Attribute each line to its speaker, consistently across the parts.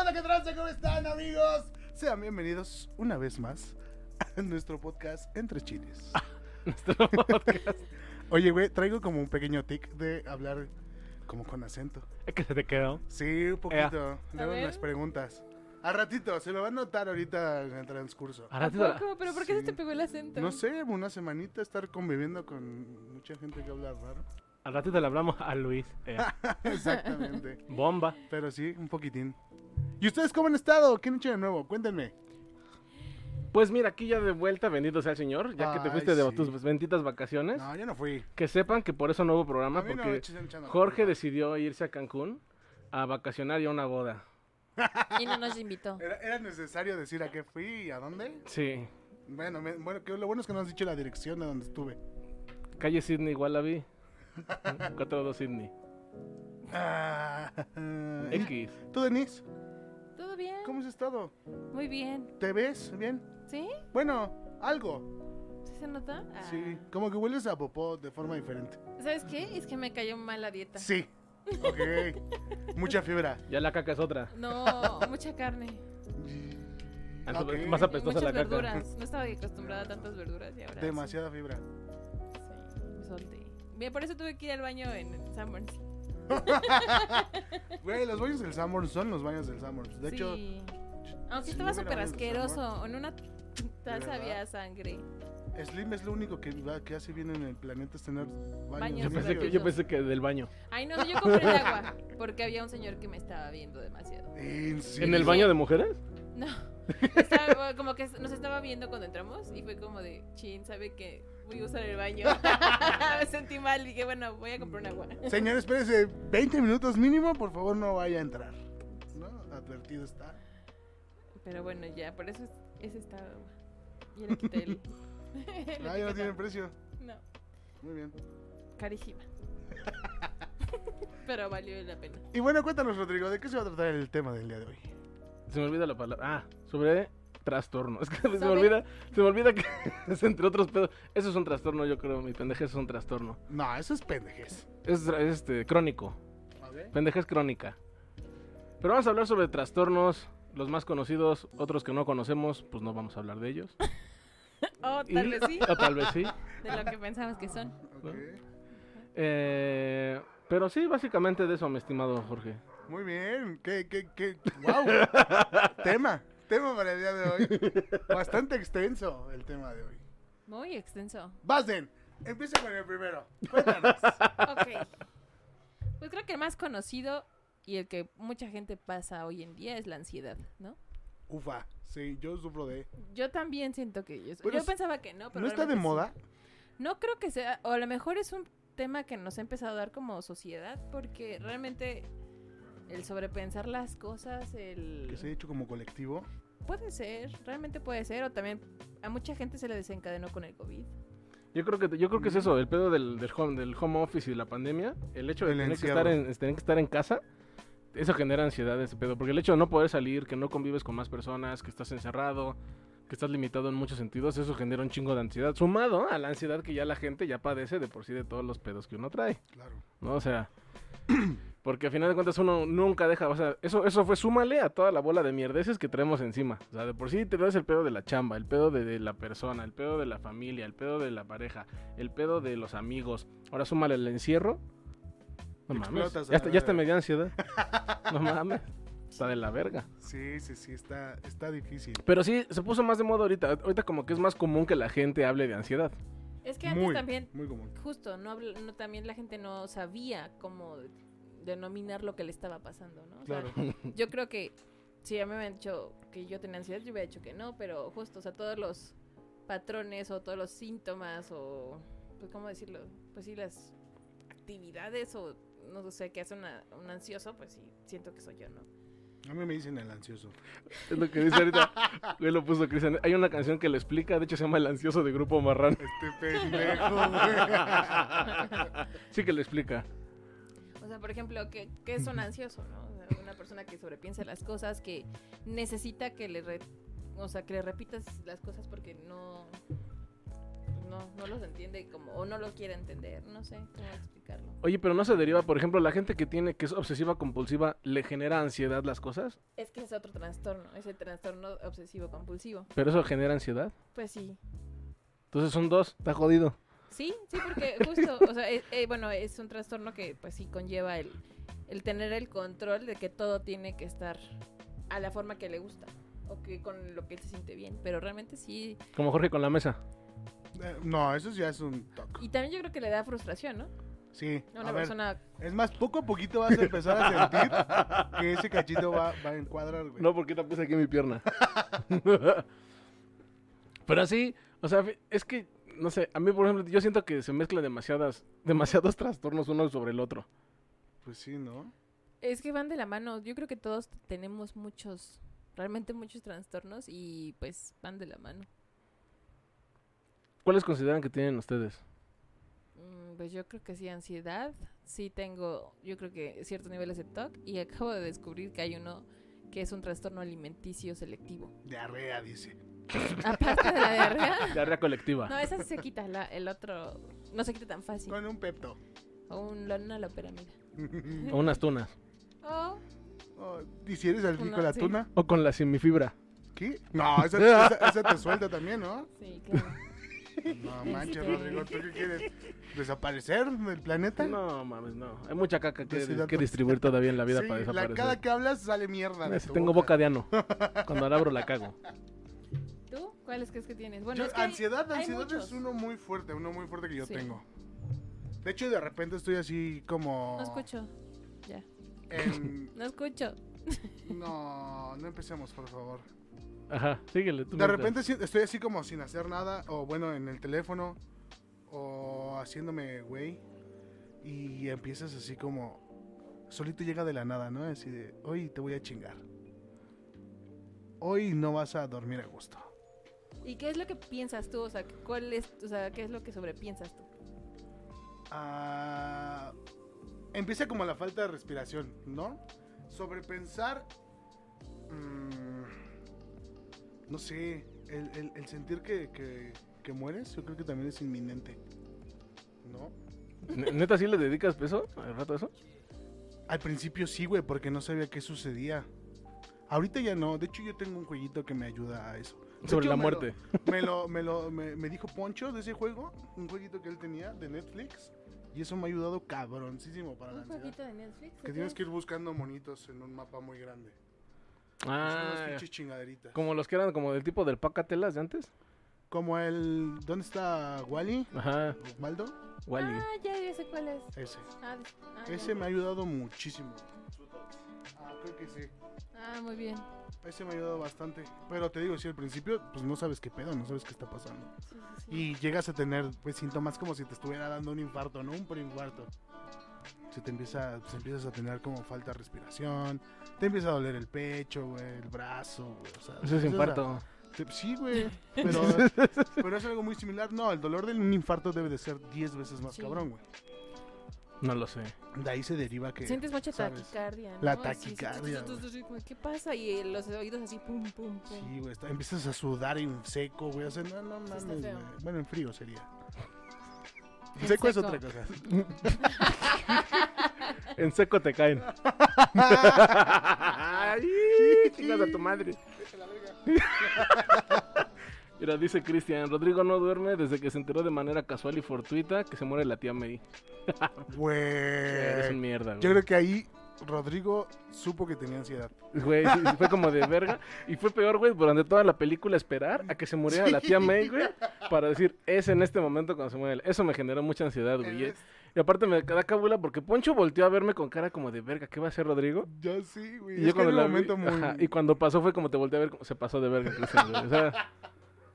Speaker 1: Hola, ¿qué tranza? ¿Cómo están, amigos?
Speaker 2: Sean bienvenidos una vez más a nuestro podcast Entre Chiles.
Speaker 3: Nuestro podcast.
Speaker 2: Oye, güey, traigo como un pequeño tic de hablar como con acento.
Speaker 3: Es que se te quedó.
Speaker 2: Sí, un poquito. Luego
Speaker 4: ver.
Speaker 2: en las preguntas. A ratito, se lo va a notar ahorita en el transcurso.
Speaker 3: Ahora te-
Speaker 4: ¿Poco? ¿Pero por qué
Speaker 2: Sí.
Speaker 4: se te pegó el acento?
Speaker 2: No sé, una semanita estar conviviendo con mucha gente que habla raro.
Speaker 3: Al ratito le hablamos a Luis. eh,
Speaker 2: Ah. Exactamente.
Speaker 3: bomba.
Speaker 2: Pero sí, un poquitín. ¿Y ustedes cómo han estado? ¿Qué han hecho de nuevo? Cuéntenme.
Speaker 3: Pues mira, aquí ya de vuelta, bendito sea el Señor, ya que te
Speaker 2: Ay,
Speaker 3: fuiste de
Speaker 2: sí.
Speaker 3: tus benditas vacaciones.
Speaker 2: No, yo no fui.
Speaker 3: Que sepan que por eso no hubo programa,
Speaker 2: A mí no me
Speaker 3: porque
Speaker 2: echen echando la
Speaker 3: Jorge
Speaker 2: culpa.
Speaker 3: decidió irse a Cancún a vacacionar y a una boda.
Speaker 4: Y no nos invitó.
Speaker 2: Era, era necesario decir a qué fui y a dónde.
Speaker 3: Sí,
Speaker 2: Bueno, me- bueno que lo bueno es que no has dicho la dirección de donde estuve.
Speaker 3: calle Sydney, Wallaby. 42 Sydney.
Speaker 2: Ah,
Speaker 3: X.
Speaker 2: ¿Tú, Denise?
Speaker 4: ¿Todo bien?
Speaker 2: ¿Cómo has estado?
Speaker 4: Muy bien.
Speaker 2: ¿Te ves bien?
Speaker 4: ¿Sí?
Speaker 2: Bueno, algo.
Speaker 4: ¿Sí se nota? Ah.
Speaker 2: Sí. Como que hueles a popó de forma diferente.
Speaker 4: ¿Sabes qué? Es que me cayó mal la dieta.
Speaker 2: Sí. Ok. Mucha fibra.
Speaker 3: Ya la caca es otra.
Speaker 4: No, mucha carne.
Speaker 3: Entonces,
Speaker 2: Ok.
Speaker 3: es Más
Speaker 2: Y
Speaker 3: apestosa
Speaker 4: Muchas
Speaker 3: la caca.
Speaker 4: verduras. No estaba acostumbrada a tantas verduras y ahora. sí.
Speaker 2: Demasiada fibra.
Speaker 4: Sí, me solté. Bien, por eso tuve que ir al baño en el Sanborns.
Speaker 2: Güey, los baños del Sanborns son los baños del Sanborns. De hecho,
Speaker 4: Sí. Aunque
Speaker 2: sí,
Speaker 4: estaba
Speaker 2: mira,
Speaker 4: súper
Speaker 2: baños del
Speaker 4: asqueroso. En una taza
Speaker 2: verdad?
Speaker 4: había sangre.
Speaker 2: Slim es lo único que, que hace bien en el planeta es tener baños.
Speaker 4: Baños
Speaker 3: Yo pensé, que, yo
Speaker 4: Maravilloso.
Speaker 3: pensé que del baño.
Speaker 4: Ay, no, yo compré el agua. Porque había un señor que me estaba viendo demasiado.
Speaker 2: ¿En, serio?
Speaker 3: ¿En el baño de mujeres?
Speaker 4: No. Estaba- como que nos estaba viendo cuando entramos y fue como de, chin, sabe que voy a usar el baño. Me sentí mal y dije, bueno, voy a comprar un agua.
Speaker 2: Señor, espérese 20 minutos mínimo, por favor no vaya a entrar. ¿No? Advertido está.
Speaker 4: Pero bueno, ya, por eso es, es esta agua. Y le quité el. el
Speaker 2: Ah, ya no
Speaker 4: etiquetado.
Speaker 2: tiene precio.
Speaker 4: No,
Speaker 2: Muy bien.
Speaker 4: carísima. Pero valió la pena.
Speaker 2: Y bueno, cuéntanos, Rodrigo, ¿de qué se va a tratar el tema del día de hoy?
Speaker 3: Se me olvida la palabra. Ah, sobre trastorno. Es que se me
Speaker 4: ¿Sobre?
Speaker 3: olvida, se me olvida que es entre otros pedos. Eso es un trastorno, yo creo. Mi pendejez es un trastorno.
Speaker 2: No, eso es pendejez.
Speaker 3: Es, es, este crónico. Pendejez crónica. Pero vamos a hablar sobre trastornos, los más conocidos, otros que no conocemos, pues no vamos a hablar de ellos.
Speaker 4: Oh, tal
Speaker 3: Y-
Speaker 4: vez sí,
Speaker 3: O tal vez sí.
Speaker 4: de lo que pensamos que son.
Speaker 2: Ok.
Speaker 3: Eh, pero sí, básicamente de eso, mi estimado Jorge.
Speaker 2: Muy bien. ¿Qué, qué, qué? ¡Wow! tema. Tema para el día de hoy. Bastante extenso el tema de hoy.
Speaker 4: Muy extenso.
Speaker 2: Basten, empieza con el primero. Cuéntanos.
Speaker 4: Ok. Pues creo que el más conocido y el que mucha gente pasa hoy en día es la ansiedad, ¿no?
Speaker 2: Ufa, sí, yo sufro de...
Speaker 4: Yo también siento que yo,
Speaker 2: Pero
Speaker 4: yo
Speaker 2: es-
Speaker 4: pensaba que no, pero
Speaker 2: ¿No está de
Speaker 4: realmente sí.
Speaker 2: moda?
Speaker 4: No creo que sea, o a lo mejor es un tema que nos ha empezado a dar como sociedad, porque realmente el sobrepensar las cosas, el
Speaker 2: Que se ha hecho como colectivo.
Speaker 4: puede ser, realmente puede ser, o también a mucha gente se le desencadenó con el COVID.
Speaker 3: Yo creo que yo creo que
Speaker 2: Mm.
Speaker 3: es eso, el pedo del, del home, del home office y la pandemia, el hecho de
Speaker 2: El
Speaker 3: tener que,
Speaker 2: encierro.
Speaker 3: estar en, es- tener que estar en casa, eso genera ansiedad ese pedo, porque el hecho de no poder salir, que no convives con más personas, que estás encerrado, que estás limitado en muchos sentidos, eso genera un chingo de ansiedad, sumado a la ansiedad que ya la gente ya padece de por sí de todos los pedos que uno trae,
Speaker 2: Claro.
Speaker 3: ¿no? O sea, porque al final de cuentas uno nunca deja, o sea, eso, eso fue súmale a toda la bola de mierdeces que traemos encima. O sea, de por sí te das el pedo de la chamba, el pedo de, de la persona, el pedo de la familia, el pedo de la pareja, el pedo de los amigos. Ahora súmale el encierro. No mames.
Speaker 2: Explotas a
Speaker 3: Ya,
Speaker 2: la
Speaker 3: hasta- ya
Speaker 2: verga.
Speaker 3: hasta me dio ansiedad. No mames. Está de la verga.
Speaker 2: Sí, sí, sí, está, está difícil.
Speaker 3: Pero sí, se puso más de moda ahorita. Ahorita como que es más común que la gente hable de ansiedad.
Speaker 4: Es que antes
Speaker 2: muy,
Speaker 4: también,
Speaker 2: muy común.
Speaker 4: justo, no, habl- no también la gente no sabía cómo denominar lo que le estaba pasando, ¿no? O sea,
Speaker 2: Claro.
Speaker 4: Yo creo que si a mí me hubieran dicho que yo tenía ansiedad, yo hubiera dicho que no, pero justo, o sea, todos los patrones o todos los síntomas o, pues, ¿cómo decirlo? Pues sí, las actividades o, no sé, que hace una- un ansioso, pues sí, siento que soy yo, ¿no?
Speaker 2: A mí me dicen el ansioso.
Speaker 3: Es lo que dice ahorita. Güey, lo puso Cristian. Hay una canción que lo explica. De hecho, se llama El ansioso de Grupo Marrano.
Speaker 2: Este pendejo, güey.
Speaker 3: Sí que lo explica.
Speaker 4: O sea, por ejemplo, ¿qué, qué es un ansioso, no? O sea, una persona que sobrepiensa las cosas, que necesita que le, re- o sea, que le repitas las cosas porque no... no, no los entiende como, o no lo quiere entender, no sé cómo explicarlo.
Speaker 3: Oye, pero no se deriva, por ejemplo, la gente que tiene, que es obsesiva compulsiva, ¿le genera ansiedad las cosas?
Speaker 4: Es que es otro trastorno, es el trastorno obsesivo compulsivo.
Speaker 3: ¿Pero eso genera ansiedad?
Speaker 4: Pues sí.
Speaker 3: Entonces son dos, está jodido.
Speaker 4: Sí, sí, porque justo, o sea, eh, eh, bueno, es un trastorno que pues sí conlleva el, el tener el control de que todo tiene que estar a la forma que le gusta o que con lo que se siente bien, pero realmente sí.
Speaker 3: Como Jorge con la mesa.
Speaker 2: Eh, no, eso ya es un toque.
Speaker 4: Y también yo creo que le da frustración, ¿no?
Speaker 2: Sí.
Speaker 4: A
Speaker 2: a
Speaker 4: una
Speaker 2: ver,
Speaker 4: persona
Speaker 2: Es más, poco a poquito vas a empezar a sentir que ese cachito va, va a encuadrar, güey.
Speaker 3: No, porque te puse aquí mi pierna. Pero así, o sea, fi- es que, no sé, a mí, por ejemplo, yo siento que se mezclan demasiadas, demasiados trastornos uno sobre el otro.
Speaker 2: Pues sí, ¿no?
Speaker 4: Es que van de la mano. Yo creo que todos tenemos muchos, realmente muchos trastornos y pues van de la mano.
Speaker 3: ¿Cuáles consideran que tienen ustedes?
Speaker 4: Mm, Pues yo creo que sí, ansiedad. Sí tengo, yo creo que ciertos niveles de TOC y acabo de descubrir que hay uno que es un trastorno alimenticio selectivo.
Speaker 2: Diarrea, dice.
Speaker 4: Aparte de la diarrea.
Speaker 3: Diarrea colectiva.
Speaker 4: No, esa sí se quita, la- el otro no se quita tan fácil.
Speaker 2: Con un pepto.
Speaker 4: O un lona la pirámide.
Speaker 3: O unas tunas.
Speaker 4: O
Speaker 2: Oh, ¿Y si eres aquí
Speaker 4: Una-
Speaker 2: con la
Speaker 4: sí.
Speaker 2: tuna?
Speaker 3: O con la semifibra.
Speaker 2: ¿Qué? No, esa, esa- esa te suelta también, ¿no?
Speaker 4: sí, claro.
Speaker 2: No manches, Rodrigo, ¿tú qué quieres? ¿Desaparecer del planeta?
Speaker 3: No, mames, no. Hay mucha caca que,
Speaker 2: Desidratante.
Speaker 3: que distribuir todavía en la vida
Speaker 2: Sí, la-
Speaker 3: para desaparecer.
Speaker 2: cada que hablas sale mierda. de
Speaker 3: Si
Speaker 2: tu
Speaker 3: tengo boca de ano. Cuando la abro la cago.
Speaker 4: ¿Tú cuáles crees que tienes? Bueno,
Speaker 2: Yo-
Speaker 4: es que hay-
Speaker 2: ansiedad,
Speaker 4: hay
Speaker 2: ansiedad
Speaker 4: muchos.
Speaker 2: es uno muy fuerte, uno muy fuerte que yo
Speaker 4: Sí.
Speaker 2: tengo. De hecho, de repente estoy así como.
Speaker 4: No escucho. Ya.
Speaker 2: en-
Speaker 4: No escucho.
Speaker 2: No, no empecemos, por favor.
Speaker 3: Ajá, síguele. tú
Speaker 2: De
Speaker 3: mientras.
Speaker 2: repente si- estoy así como sin hacer nada, o bueno, en el teléfono, o haciéndome güey, y empiezas así como. Solito llega de la nada, ¿no? Así de, hoy te voy a chingar. Hoy no vas a dormir a gusto.
Speaker 4: ¿Y qué es lo que piensas tú? O sea, ¿cuál es, o sea, qué es lo que sobrepiensas tú?
Speaker 2: Ah, empieza como la falta de respiración, ¿no? Sobrepensar. mm, no sé. El, el- el sentir que, que- que mueres, yo creo que también es inminente. ¿No?
Speaker 3: Ne- ¿Neta sí le dedicas peso al rato a eso?
Speaker 2: Al principio sí, güey, porque no sabía qué sucedía. Ahorita ya no. De hecho, yo tengo un jueguito que me ayuda a eso. De
Speaker 3: Sobre
Speaker 2: hecho,
Speaker 3: la
Speaker 2: me lo-
Speaker 3: muerte.
Speaker 2: me lo, me lo me, me dijo Poncho de ese juego, un jueguito que él tenía de Netflix. Y eso me ha ayudado cabroncísimo para la
Speaker 4: ¿Un
Speaker 2: ansiedad.
Speaker 4: jueguito de Netflix?
Speaker 2: Que tienes que ir buscando monitos en un mapa muy grande. Son unas
Speaker 3: Ah,
Speaker 2: pinches chingaderitas.
Speaker 3: como los que eran como del tipo del pacatelas de antes.
Speaker 2: Como el. ¿Dónde está Wally?
Speaker 3: Ajá,
Speaker 2: ¿Osvaldo?
Speaker 3: Wally.
Speaker 4: Ah, ya, ya sé cuál es.
Speaker 2: Ese.
Speaker 4: Ah, de- ah, ya.
Speaker 2: Ese me ha ayudado muchísimo. Ah, creo que sí.
Speaker 4: Ah, muy bien.
Speaker 2: Ese me ha ayudado bastante. Pero te digo, si al principio, pues no sabes qué pedo, no sabes qué está pasando.
Speaker 4: Sí, sí, sí.
Speaker 2: Y llegas a tener pues, síntomas como si te estuviera dando un infarto, ¿no? Un preinfarto. Se te empieza, pues, empiezas a tener como falta de respiración. Te empieza a doler el pecho, güey, el brazo, güey. O sea,
Speaker 3: Ese
Speaker 2: empiezas
Speaker 3: es
Speaker 2: a-
Speaker 3: infarto.
Speaker 2: Te- Sí, güey. Pero, pero es algo muy similar. No, el dolor de un infarto debe de ser 10 veces más
Speaker 4: Sí.
Speaker 2: cabrón, güey.
Speaker 3: No lo sé.
Speaker 2: De ahí se deriva que.
Speaker 4: Sientes mucha
Speaker 2: ¿sabes?
Speaker 4: taquicardia, ¿no?
Speaker 2: La
Speaker 4: Así,
Speaker 2: taquicardia,
Speaker 4: sí, sí, sí, sí, sí, ¿Qué pasa? Y eh, los oídos así, pum, pum, pum.
Speaker 2: Sí, güey. está- Empiezas a sudar en seco, güey. O sea, no, no
Speaker 4: Sí,
Speaker 2: mames,
Speaker 4: está feo.
Speaker 2: güey. Bueno, en frío sería.
Speaker 4: En
Speaker 2: seco es
Speaker 4: seco.
Speaker 2: otra cosa.
Speaker 3: En seco te caen. Ay, chingas a tu madre. Mira, dice Cristian, Rodrigo no duerme desde que se enteró de manera casual y fortuita que se muere la tía May. Eres un
Speaker 2: Güey.
Speaker 3: mierda,
Speaker 2: Eh, Yo
Speaker 3: güey.
Speaker 2: creo que ahí Rodrigo supo que tenía ansiedad.
Speaker 3: Güey, sí, sí, fue como de verga. Y fue peor, güey, durante toda la película esperar a que se muriera la tía May, güey, para decir, es en este momento cuando se muere. él". Eso me generó mucha ansiedad, Pues, güey. Y,
Speaker 2: Eres-
Speaker 3: y aparte me da cabula porque Poncho volteó a verme con cara como de verga, ¿qué va a hacer Rodrigo?
Speaker 2: Ya sí, güey.
Speaker 3: Y yo
Speaker 2: es que era
Speaker 3: cuando
Speaker 2: un
Speaker 3: la vi-
Speaker 2: momento muy.
Speaker 3: ajá, y cuando pasó fue como te volteé a ver, como se pasó de verga. Cristian, güey. O sea,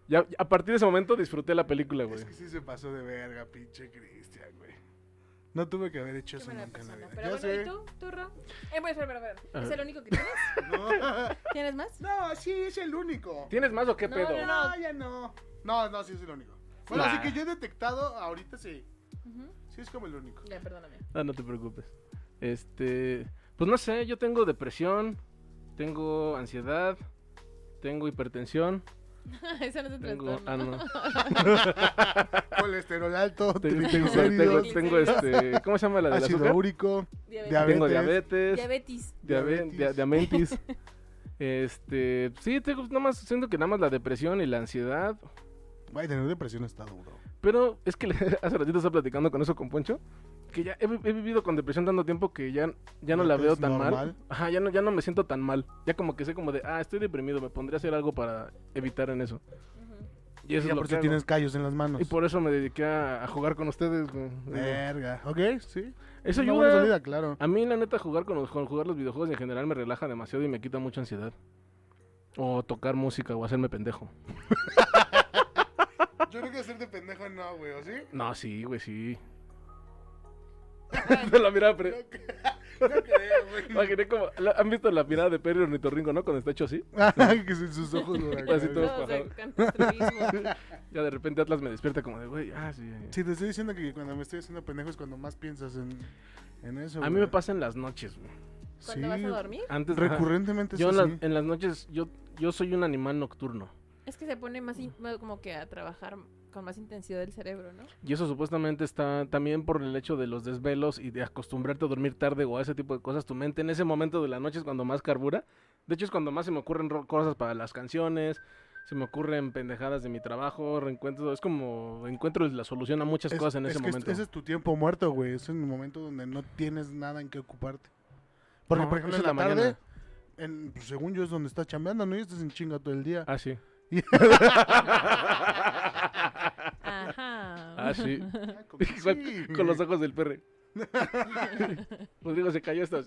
Speaker 3: ya, ya a partir de ese momento disfruté la película, güey.
Speaker 2: Es que sí se pasó de verga, pinche Cristian, güey. No tuve que haber hecho
Speaker 4: Qué
Speaker 2: eso
Speaker 4: buena
Speaker 2: nunca en la
Speaker 4: persona.
Speaker 2: vida.
Speaker 4: Pero
Speaker 2: Ya
Speaker 4: bueno, ¿y tú, tú, Ro? Eh, bueno, espera, espera, espera. ¿Es
Speaker 3: Ajá.
Speaker 4: el único que tienes?
Speaker 2: No.
Speaker 4: ¿Tienes más?
Speaker 2: No, sí, es el único.
Speaker 3: ¿Tienes más o qué
Speaker 4: No,
Speaker 3: pedo?
Speaker 4: no, no.
Speaker 2: No, ya no. No, no, sí es el único. Bueno,
Speaker 3: Nah.
Speaker 2: así que yo he detectado ahorita sí.
Speaker 4: Ujú.
Speaker 2: Sí es como el único.
Speaker 4: Ya, perdóname.
Speaker 3: Ah, no te preocupes. Este, pues no sé, yo tengo depresión, tengo ansiedad, tengo hipertensión,
Speaker 4: Ah, Eso no es un
Speaker 3: Tengo,
Speaker 4: trastorno.
Speaker 3: ah, no.
Speaker 2: Colesterol alto,
Speaker 3: Tengo, tengo- tengo-
Speaker 2: triglicéridos,
Speaker 3: tengo, este, ¿cómo se llama la de
Speaker 2: ácido
Speaker 3: azúcar?
Speaker 2: úrico,
Speaker 4: Diabetes.
Speaker 3: Tengo
Speaker 2: diabetes.
Speaker 3: diabetes,
Speaker 4: Diabetes.
Speaker 3: diabe- dia- diamentis. Este, sí, tengo nada más, siento que nada más la depresión y la ansiedad.
Speaker 2: Vaya, tener depresión está duro.
Speaker 3: Pero es que hace ratito estaba platicando con eso con Poncho, que ya he, vi- he vivido con depresión tanto tiempo que ya, ya no
Speaker 2: ¿No
Speaker 3: la
Speaker 2: te
Speaker 3: veo
Speaker 2: es
Speaker 3: tan mal.
Speaker 2: normal?
Speaker 3: Ajá, ya no, ya no me siento tan mal. Ya como que sé como de, ah, estoy deprimido, me pondría a hacer algo para evitar en eso. Y eso
Speaker 2: Y
Speaker 3: es lo
Speaker 2: por
Speaker 3: que
Speaker 2: eso
Speaker 3: hago.
Speaker 2: tienes callos en las manos.
Speaker 3: Y por eso me dediqué a, a jugar con ustedes. güey.
Speaker 2: Verga. Ok, sí.
Speaker 3: Eso
Speaker 2: Una Eh, buena
Speaker 3: ayuda.
Speaker 2: salida, claro.
Speaker 3: A mí, la neta, jugar con, los- con jugar los videojuegos en general me relaja demasiado y me quita mucha ansiedad. O tocar música o hacerme pendejo.
Speaker 2: Yo creo que hacerte pendejo no, güey, ¿o sí?
Speaker 3: No, sí, güey, sí. No la mirada, pero.
Speaker 2: No creo, güey.
Speaker 3: Imaginé como. la- ¿Han visto la mirada de Perry Ornitorrinco, no? Cuando está hecho así.
Speaker 2: que son sus ojos, güey.
Speaker 3: Así todo.
Speaker 4: Todos de- con trastornismo.
Speaker 3: Ya de repente Atlas me despierta como de, güey, ah, sí.
Speaker 2: Sí, te estoy diciendo que cuando me estoy haciendo pendejo es cuando más piensas en, en eso.
Speaker 3: A mí
Speaker 2: güey.
Speaker 3: me pasa en las noches, güey.
Speaker 4: ¿Cuándo vas a dormir?
Speaker 3: Antes ajá.
Speaker 2: Recurrentemente
Speaker 3: Yo en,
Speaker 2: es
Speaker 3: las-
Speaker 2: así.
Speaker 3: en las noches, yo, yo soy un animal nocturno.
Speaker 4: Es que se pone más in- más como que a trabajar con más intensidad el cerebro, ¿no?
Speaker 3: Y eso supuestamente está también por el hecho de los desvelos y de acostumbrarte a dormir tarde o a ese tipo de cosas. Tu mente en ese momento de la noche es cuando más carbura. De hecho, es cuando más se me ocurren ro- cosas para las canciones. Se me ocurren pendejadas de mi trabajo, reencuentro, es como encuentro la solución a muchas
Speaker 2: Es-
Speaker 3: cosas en
Speaker 2: es
Speaker 3: ese
Speaker 2: que es-
Speaker 3: momento.
Speaker 2: Ese es tu tiempo muerto, güey. Es un momento donde no tienes nada en qué ocuparte. Porque,
Speaker 3: No,
Speaker 2: por ejemplo, en
Speaker 3: esa
Speaker 2: la,
Speaker 3: es la
Speaker 2: tarde, en- pues, según yo, es donde estás chambeando, ¿no? Y estás en chinga todo el día.
Speaker 3: Ah, sí.
Speaker 2: Y-
Speaker 4: Ajá.
Speaker 3: Ah, sí.
Speaker 2: como-
Speaker 3: Con,
Speaker 2: sí,
Speaker 3: con los
Speaker 2: güey.
Speaker 3: ojos del perro. Rodrigo se cayó esto.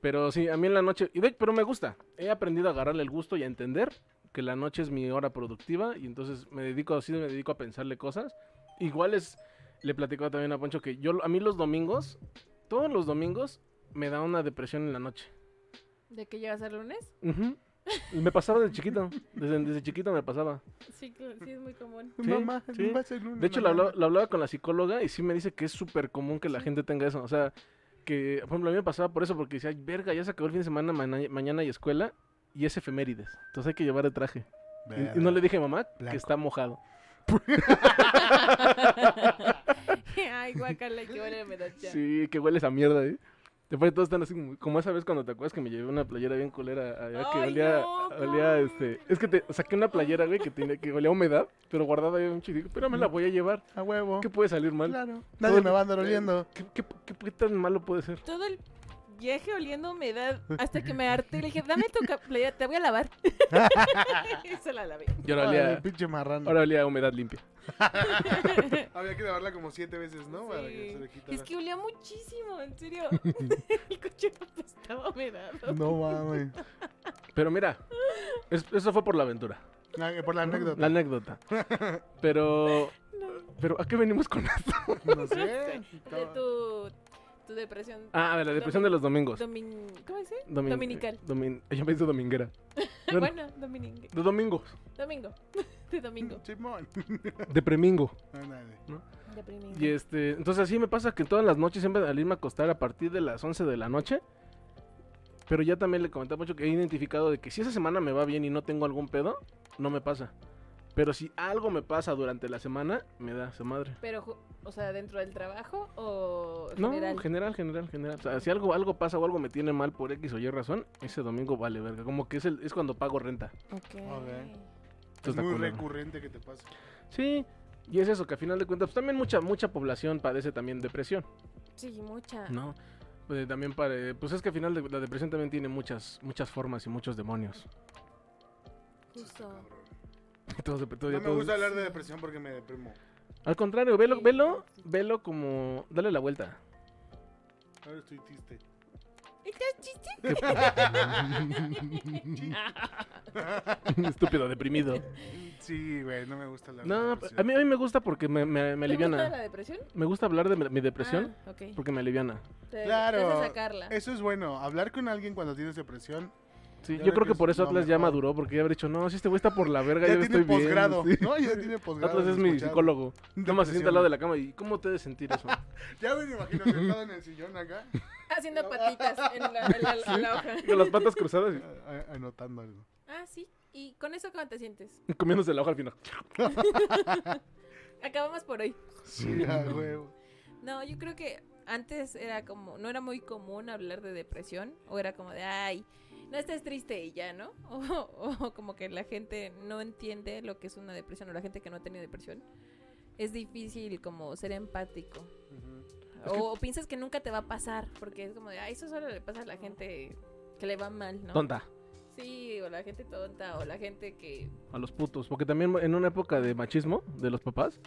Speaker 3: Pero sí, a mí en la noche. y de- pero me gusta. He aprendido a agarrarle el gusto y a entender que la noche es mi hora productiva. Y entonces me dedico así, me dedico a pensarle cosas. Igual es. Le platicaba también a Poncho que yo a mí los domingos, todos los domingos, me da una depresión en la noche.
Speaker 4: ¿De qué llegas el lunes?
Speaker 3: Ujú. Me pasaba desde chiquito. Desde, desde chiquito me pasaba.
Speaker 4: Sí, cl- sí es muy común.
Speaker 3: Sí,
Speaker 2: Mamá,
Speaker 3: sí.
Speaker 2: va a ser lunes,
Speaker 3: De hecho, lo
Speaker 2: mamá.
Speaker 3: hablaba, lo hablaba con la psicóloga y sí me dice que es súper común que la gente tenga eso. O sea, que, por ejemplo, a mí me pasaba por eso porque decía, "Ay, verga, ya se acabó el fin de semana, mana- mañana y escuela y es efemérides. Entonces hay que llevar de traje. Y-
Speaker 2: Verga.
Speaker 3: Y, no le dije a mamá que
Speaker 2: Blanco.
Speaker 3: está mojado.
Speaker 4: Ay, guacala, qué buena me da ya.
Speaker 3: Sí, que hueles a mierda, ¿eh? Después todos están así como, como esa vez cuando te acuerdas que me llevé una playera bien culera allá que
Speaker 4: Ay,
Speaker 3: olía,
Speaker 4: no,
Speaker 3: olía
Speaker 4: ¿cómo?
Speaker 3: este, es que te saqué una playera, güey, que tenía que olía a humedad, pero guardada ahí un chico, pero me la voy a llevar.
Speaker 2: A huevo.
Speaker 3: ¿Qué puede salir mal?
Speaker 2: Claro. Nadie
Speaker 3: Todo-
Speaker 2: me va a andar oliendo.
Speaker 3: ¿Qué, qué, qué- qué tan malo puede ser?
Speaker 4: Todo el viaje oliendo humedad hasta que me harté. Le dije, dame tu ca- playera, te voy a lavar. Y se la lavé.
Speaker 3: Yo ahora
Speaker 2: Órale,
Speaker 3: olía,
Speaker 2: pinche marrano.
Speaker 3: ahora olía a humedad limpia.
Speaker 2: Había que lavarla como siete veces, ¿no? Para que
Speaker 4: Sí.
Speaker 2: se le quitara.
Speaker 4: Es que olía muchísimo, en serio. el coche pues, estaba a humedad.
Speaker 2: No mames.
Speaker 3: Pero mira, es- eso fue por la aventura.
Speaker 2: Ah, que Por la
Speaker 3: La
Speaker 2: anécdota.
Speaker 3: anécdota. Pero. Pero, ¿a qué venimos con esto?
Speaker 2: No sé.
Speaker 4: De tu, tu depresión.
Speaker 3: Ah, pues. de la depresión de los domingos.
Speaker 4: domin- ¿Cómo dice?
Speaker 3: Domin-
Speaker 4: dominical.
Speaker 3: domin- Ella me dice dominguera. Bueno.
Speaker 4: Bueno, dominique.
Speaker 3: De domingos.
Speaker 4: Domingo. De domingo.
Speaker 2: Chimón.
Speaker 3: De premingo.
Speaker 2: Ándale.
Speaker 4: Deprimido.
Speaker 3: Y este. Entonces, así me pasa que todas las noches siempre al irme a acostar a partir de las 11 de la noche. Pero ya también le comentaba mucho que he identificado de que si esa semana me va bien y no tengo algún pedo, no me pasa. Pero si algo me pasa durante la semana, me da su madre.
Speaker 4: Pero, ju- o sea, dentro del trabajo o
Speaker 3: No,
Speaker 4: general.
Speaker 3: general, general, general. O sea, si algo, algo pasa o algo me tiene mal por X o Y razón, ese domingo vale verga. Como que es, el, es cuando pago renta.
Speaker 4: Ok.
Speaker 2: Es
Speaker 3: está
Speaker 2: muy
Speaker 3: culero.
Speaker 2: recurrente que te pase.
Speaker 3: Sí, y es eso, que a final de cuentas, pues, también mucha, mucha población padece también depresión,
Speaker 4: Sí, mucha.
Speaker 3: ¿no? Pues, eh, también pare- pues es que al final de- la depresión también tiene muchas, muchas formas y muchos demonios.
Speaker 4: Justo.
Speaker 3: Todos dep- todo-
Speaker 2: No
Speaker 3: ya
Speaker 2: me
Speaker 3: todos-
Speaker 2: gusta hablar de depresión porque me deprimo.
Speaker 3: Al contrario, velo, velo, velo como, dale la vuelta.
Speaker 2: Ahora estoy triste.
Speaker 4: ¿Estás chiste?
Speaker 3: Estúpido, deprimido.
Speaker 2: Sí, güey, no me gusta hablar de
Speaker 3: No,
Speaker 2: depresión.
Speaker 3: a mí, a mí me gusta porque me, me, me
Speaker 4: ¿Te gusta
Speaker 3: aliviana.
Speaker 4: la depresión?
Speaker 3: Me gusta hablar de mi- mi depresión
Speaker 4: Ah, ok.
Speaker 3: porque me aliviana.
Speaker 4: Te-
Speaker 2: Claro.
Speaker 4: te hace sacarla.
Speaker 2: Eso es bueno, hablar con alguien cuando tienes depresión.
Speaker 3: Sí,
Speaker 2: Yo
Speaker 3: yo,
Speaker 2: creo
Speaker 3: creo
Speaker 2: que
Speaker 3: que
Speaker 2: es
Speaker 3: por eso
Speaker 2: lo
Speaker 3: Atlas ya
Speaker 2: mejor.
Speaker 3: maduró, porque ya habría dicho, no, si este güey está por la verga,
Speaker 2: Ya,
Speaker 3: ya, yo
Speaker 2: tiene
Speaker 3: estoy bien.
Speaker 2: posgrado,
Speaker 3: sí.
Speaker 2: ¿no? Ya tiene posgrado.
Speaker 3: Atlas es mi
Speaker 2: escuchado.
Speaker 3: psicólogo. Nada más se
Speaker 2: Depresión.
Speaker 3: sienta al lado de la cama y, ¿cómo te de sentir eso?
Speaker 2: Ya me imagino sentado en el sillón acá,
Speaker 4: Haciendo patitas en la, en la- en la hoja.
Speaker 3: Con las patas cruzadas. y,
Speaker 2: a- a- anotando algo.
Speaker 4: Ah, sí. ¿Y con eso cómo te sientes?
Speaker 3: Comiéndose la hoja al final.
Speaker 4: Acabamos por hoy.
Speaker 2: Sí, a huevo.
Speaker 4: No, yo creo que antes era como, no era muy común hablar de depresión, o era como de, ay, no estés triste y ya, ¿no? O, o como que la gente no entiende lo que es una depresión, o la gente que no ha tenido depresión. Es difícil como ser empático.
Speaker 3: Es que-
Speaker 4: o piensas que nunca te va a pasar, porque es como de, ay, eso solo le pasa a la gente que le va mal, ¿no?
Speaker 3: Tonta.
Speaker 4: Sí, o la gente tonta, o la gente que...
Speaker 3: A los putos. Porque también en una época de machismo de los papás,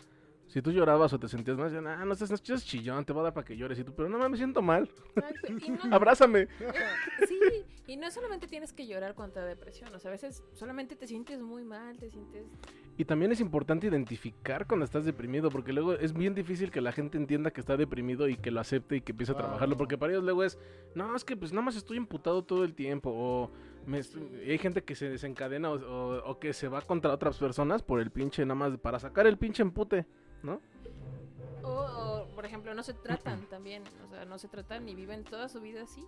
Speaker 3: si tú llorabas o te sentías mal, decían, ah, no seas, no seas chillón, te voy a dar para que llores. Y tú, pero no mames, me siento mal.
Speaker 4: Exacto, y no-
Speaker 3: Abrázame.
Speaker 4: Sí, y no solamente tienes que llorar contra depresión, o sea, a veces solamente te sientes muy mal, te sientes...
Speaker 3: Y también es importante identificar cuando estás deprimido, porque luego es bien difícil que la gente entienda que está deprimido y que lo acepte y que empiece a
Speaker 2: Claro.
Speaker 3: trabajarlo, porque para ellos luego es, no, es que pues nada más estoy imputado todo el tiempo, o me est- y hay gente que se desencadena o, o- o que se va contra otras personas por el pinche, nada más para sacar el pinche empute.
Speaker 4: O, o, por ejemplo, no se tratan también, o sea, no se tratan y viven toda su vida así.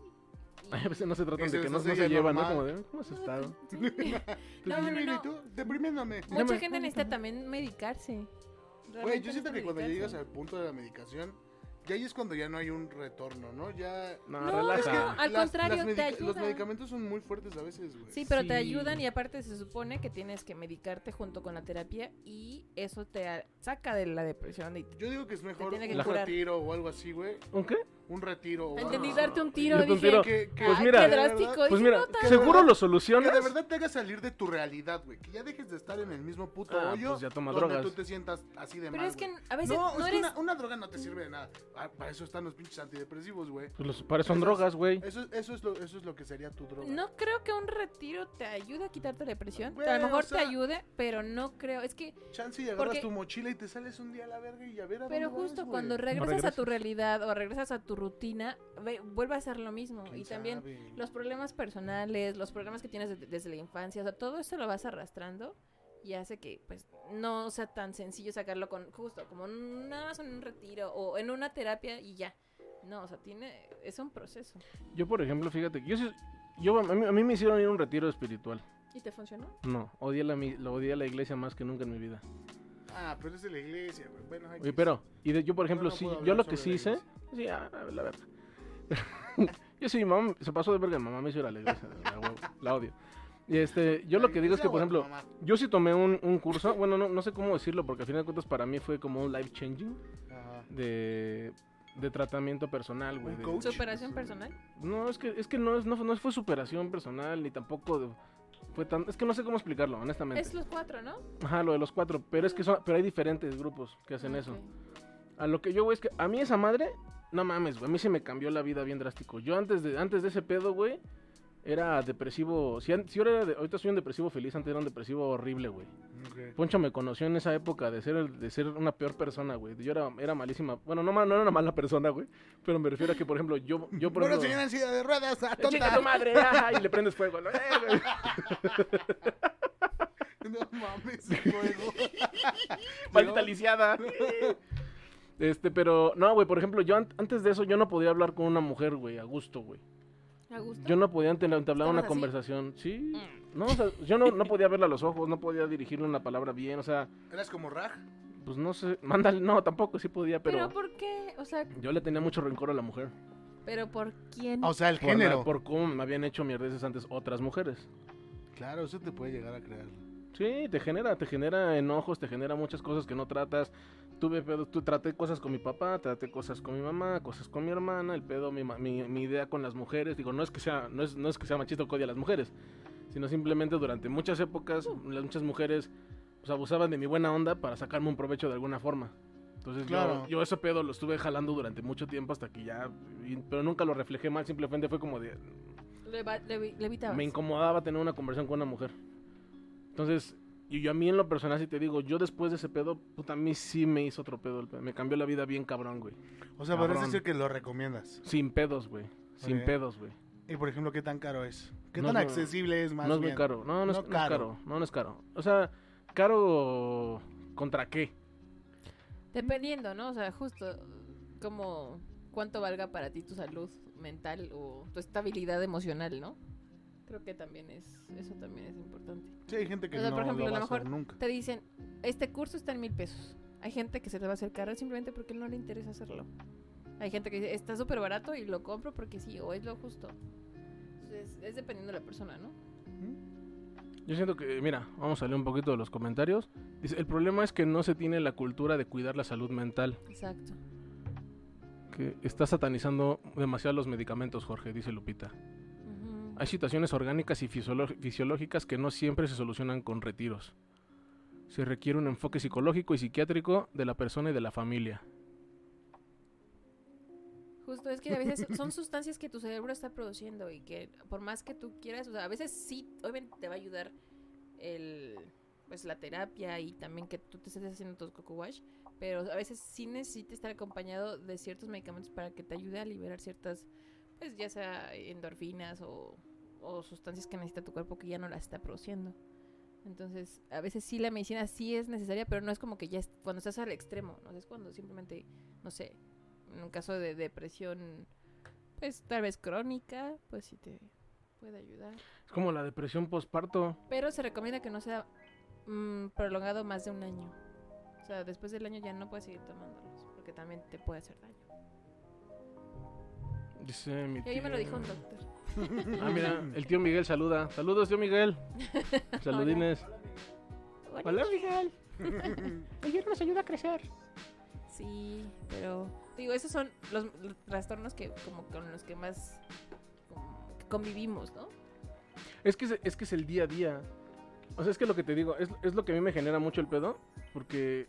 Speaker 4: y-
Speaker 3: A veces no se trata de
Speaker 2: Eso-
Speaker 3: que no,
Speaker 2: eso
Speaker 3: no se
Speaker 2: sería
Speaker 3: llevan, ¿no?
Speaker 2: normal.
Speaker 3: Como de, ¿cómo has estado?
Speaker 4: pues, Sí. No, no, no,
Speaker 2: Deprimido,
Speaker 4: no.
Speaker 2: ¿Y tú? Deprimiéndome.
Speaker 4: Mucha
Speaker 3: Déjame-
Speaker 4: gente necesita también medicarse.
Speaker 2: Güey,
Speaker 4: Realmente
Speaker 2: yo siento
Speaker 4: necesitan
Speaker 2: que cuando ya llegas
Speaker 4: medicarse.
Speaker 2: al punto de la medicación, ya ahí es cuando ya no hay un retorno, ¿no? Ya...
Speaker 3: No,
Speaker 4: No,
Speaker 3: relaja.
Speaker 4: es que- Al contrario, te
Speaker 2: medica- Los
Speaker 4: ayuda.
Speaker 2: medicamentos son muy fuertes a veces, güey.
Speaker 4: Sí, pero te
Speaker 3: Sí.
Speaker 4: ayudan y aparte se supone que tienes que medicarte junto con la terapia y eso te a- saca de la depresión. Y...
Speaker 2: Yo digo que es mejor
Speaker 4: tiene que
Speaker 2: un
Speaker 4: curar.
Speaker 2: retiro o algo así, güey.
Speaker 3: ¿Un qué?
Speaker 2: Un retiro o
Speaker 4: Entendí,
Speaker 2: algo
Speaker 4: darte un tiro,
Speaker 3: Darte un
Speaker 4: dije.
Speaker 3: tiro.
Speaker 2: Que, que-
Speaker 3: Pues
Speaker 4: "Ay,
Speaker 3: mira,
Speaker 4: qué
Speaker 2: de verdad-
Speaker 4: drástico.
Speaker 3: Pues
Speaker 4: dije,
Speaker 3: mira,
Speaker 4: "No, tan-
Speaker 3: seguro lo
Speaker 2: que de
Speaker 3: solucionas.
Speaker 2: verdad te haga salir de tu realidad, güey. Que ya dejes de estar en el mismo puto
Speaker 3: Ah,
Speaker 2: hoyo
Speaker 3: pues ya toma
Speaker 2: donde
Speaker 3: drogas.
Speaker 2: tú te sientas así de
Speaker 4: Pero
Speaker 2: mal,
Speaker 4: es que
Speaker 2: güey.
Speaker 4: a veces
Speaker 2: no,
Speaker 4: no,
Speaker 2: es que
Speaker 4: eres...
Speaker 2: una, una droga no te sirve de nada. Ah, para eso están los pinches antidepresivos, güey.
Speaker 3: Pues los- para son
Speaker 2: Esas-
Speaker 3: drogas, güey.
Speaker 2: Eso, eso, es lo, eso es lo que sería tu droga.
Speaker 4: No creo que un retiro te ayude a quitarte la depresión.
Speaker 2: Güey,
Speaker 4: a lo mejor
Speaker 2: o sea-
Speaker 4: te ayude, pero no creo. Es que,
Speaker 2: Chance y agarras
Speaker 4: Porque-
Speaker 2: tu mochila y te sales un día a la verga y a ver a
Speaker 4: pero
Speaker 2: dónde vas,
Speaker 4: justo
Speaker 2: güey.
Speaker 4: cuando regresas, a tu
Speaker 3: regresas.
Speaker 4: realidad o regresas a tu rutina, ve- vuelve a ser lo mismo.
Speaker 2: ¿Quién
Speaker 4: Y también
Speaker 2: sabe?
Speaker 4: los problemas personales, los problemas que tienes de- desde la infancia, o sea, todo esto lo vas arrastrando y hace que pues no sea tan sencillo sacarlo con justo como n- nada más en un retiro o en una terapia y ya. No, o sea, tiene es un proceso.
Speaker 3: Yo, por ejemplo, fíjate, que yo, sí- yo a, mí, a mí me hicieron ir a un retiro espiritual.
Speaker 4: ¿Y te funcionó?
Speaker 3: No, odié la, mi- la odié la iglesia más que nunca en mi vida.
Speaker 2: Ah, pero es de la iglesia, güey. Bueno, hay
Speaker 3: Oye,
Speaker 2: que-
Speaker 3: pero, y de- yo por ejemplo,
Speaker 2: Pues, No, no
Speaker 3: sí,
Speaker 2: puedo
Speaker 3: yo
Speaker 2: hablar
Speaker 3: lo que
Speaker 2: sobre
Speaker 3: sí
Speaker 2: la
Speaker 3: hice, sí, ah, la verdad. yo sí, mi mamá se pasó de verga, mi mamá me hizo ir a la iglesia, la, huevo, la odio. Y este, yo lo
Speaker 2: Ay,
Speaker 3: que digo es
Speaker 2: esa
Speaker 3: que, por
Speaker 2: o a tu
Speaker 3: ejemplo,
Speaker 2: mamá.
Speaker 3: yo sí tomé un, un curso, bueno, no, no sé cómo decirlo, porque al final de cuentas para mí fue como un life changing
Speaker 2: Ajá.
Speaker 3: de, de tratamiento personal, güey.
Speaker 2: ¿Un
Speaker 3: de-
Speaker 2: coach?
Speaker 4: ¿Superación personal?
Speaker 3: No, es que, es que no, es, no, no fue superación personal, ni tampoco de- fue tan... Es que no sé cómo explicarlo, honestamente.
Speaker 4: Es los cuatro, ¿no?
Speaker 3: Ajá, lo de los cuatro, pero es que son, pero hay diferentes grupos que
Speaker 4: Ah,
Speaker 3: hacen eso. A lo que yo, güey, es que a mí esa madre, no mames, güey, a mí se me cambió la vida bien drástico. Yo antes de, antes de ese pedo, güey, era depresivo. Si, an- si ahora era de- ahorita soy un depresivo feliz, antes era un depresivo horrible, güey.
Speaker 2: Ok.
Speaker 3: Poncho me conoció en esa época de ser, el- de ser una peor persona, güey. Yo era, era malísima. Bueno, no, ma- no era una mala persona, güey. Pero me refiero a que, por ejemplo, yo, yo por
Speaker 2: Bueno,
Speaker 3: ejemplo-
Speaker 2: señora en silla de ruedas, ah,
Speaker 3: Chica
Speaker 2: tonta.
Speaker 3: tu madre, ajá, y le prendes fuego. ¿no? Eh, güey.
Speaker 2: No mames, juego.
Speaker 3: Maldita lisiada. Este, pero, no, güey, por ejemplo, yo an- antes de eso, yo no podía hablar con una mujer, güey, a gusto, güey.
Speaker 4: ¿A gusto?
Speaker 3: Yo no podía enten- entablar una
Speaker 4: ¿Estabas así? Mm.
Speaker 3: conversación, sí. No, o sea, yo no, no podía verla a los ojos, no podía dirigirle una palabra bien, o sea,
Speaker 2: Eras como Raj.
Speaker 3: pues no sé, mándale, no, tampoco sí podía,
Speaker 4: ¿Pero
Speaker 3: pero
Speaker 4: por qué? O sea,
Speaker 3: yo le tenía mucho rencor a la mujer.
Speaker 4: ¿pero por quién?
Speaker 2: sea, el
Speaker 3: Por, la- por cómo me habían hecho mierdeces antes otras mujeres.
Speaker 2: Claro, eso te puede llegar a creer.
Speaker 3: Sí, te genera, te genera enojos, te genera muchas cosas que no tratas. Tuve pedo, tú traté cosas con mi papá, traté cosas con mi mamá, cosas con mi hermana, el pedo, mi, ma- mi, mi idea con las mujeres. Digo, no es que sea, no es, no es que sea machista o que odie a las mujeres, sino simplemente durante muchas épocas, las muchas mujeres pues, abusaban de mi buena onda para sacarme un provecho de alguna forma. Entonces yo-
Speaker 2: Claro.
Speaker 3: yo, ese pedo lo estuve jalando durante mucho tiempo hasta que ya, y- pero nunca lo reflejé mal, simplemente fue como de,
Speaker 4: Le, va- le vi- le evitabas.
Speaker 3: me incomodaba tener una conversación con una mujer. Entonces, y yo a mí en lo personal sí te digo, yo después de ese pedo, puta, a mí sí me hizo otro pedo. el pe- Me cambió la vida bien cabrón, güey.
Speaker 2: O sea,
Speaker 3: Cabrón.
Speaker 2: parece ser que lo recomiendas.
Speaker 3: Sin pedos, güey. Sin
Speaker 2: Ok.
Speaker 3: pedos, güey.
Speaker 2: Y por ejemplo, ¿qué tan caro es? ¿Qué
Speaker 3: No
Speaker 2: tan
Speaker 3: es muy-
Speaker 2: accesible es más
Speaker 3: No es muy
Speaker 2: bien?
Speaker 3: caro. No, no, es,
Speaker 2: No
Speaker 3: no es
Speaker 2: caro.
Speaker 3: caro. No, no es caro. O sea, caro contra qué.
Speaker 4: Dependiendo, ¿no? O sea, justo como cuánto valga para ti tu salud mental o tu estabilidad emocional, ¿no? Creo que también es, eso también es importante.
Speaker 2: Sí, hay gente que
Speaker 4: O sea,
Speaker 2: no
Speaker 4: por ejemplo,
Speaker 2: lo
Speaker 4: a
Speaker 2: va
Speaker 4: lo
Speaker 2: a hacer
Speaker 4: mejor
Speaker 2: nunca.
Speaker 4: Te dicen, este curso está en mil pesos. Hay gente que se te va a hacer caro simplemente porque no le interesa hacerlo. Hay gente que dice, está súper barato y lo compro porque sí, o es lo justo. Entonces, es dependiendo de la persona, ¿no?
Speaker 3: Yo siento que, mira, vamos a leer un poquito de los comentarios. Dice, el problema es que no se tiene la cultura de cuidar la salud mental.
Speaker 4: Exacto.
Speaker 3: Que está satanizando demasiado los medicamentos, Jorge, dice Lupita. Hay situaciones orgánicas y fisiolo- fisiológicas que no siempre se solucionan con retiros. Se requiere un enfoque psicológico y psiquiátrico de la persona y de la familia.
Speaker 4: Justo, es que a veces son sustancias que tu cerebro está produciendo y que por más que tú quieras, o sea, a veces sí, obviamente te va a ayudar el, pues la terapia y también que tú te estés haciendo tus coco wash, pero a veces sí necesitas estar acompañado de ciertos medicamentos para que te ayude a liberar ciertas, pues ya sea endorfinas o, o sustancias que necesita tu cuerpo que ya no las está produciendo. Entonces, a veces sí la medicina sí es necesaria, pero no es como que ya es- cuando estás al extremo, ¿no? Es cuando simplemente, no sé, en un caso de depresión, pues tal vez crónica, pues sí te puede ayudar.
Speaker 3: Es como la depresión postparto.
Speaker 4: Pero se recomienda que no sea mm, prolongado más de un año. O sea, después del año ya no puedes seguir tomándolos, porque también te puede hacer daño.
Speaker 3: Dice mi
Speaker 4: Y ahí me lo
Speaker 3: tío-
Speaker 4: dijo un doctor.
Speaker 3: Ah, mira, el tío Miguel saluda. Saludos, tío Miguel. Saludines. Hola, Miguel. Ayer nos ayuda a crecer.
Speaker 4: Sí, pero digo, esos son los, los trastornos que como con los que más como, que convivimos, ¿no?
Speaker 3: Es que es, es que es el día a día. O sea, es que lo que te digo, es, es lo que a mí me genera mucho el pedo, porque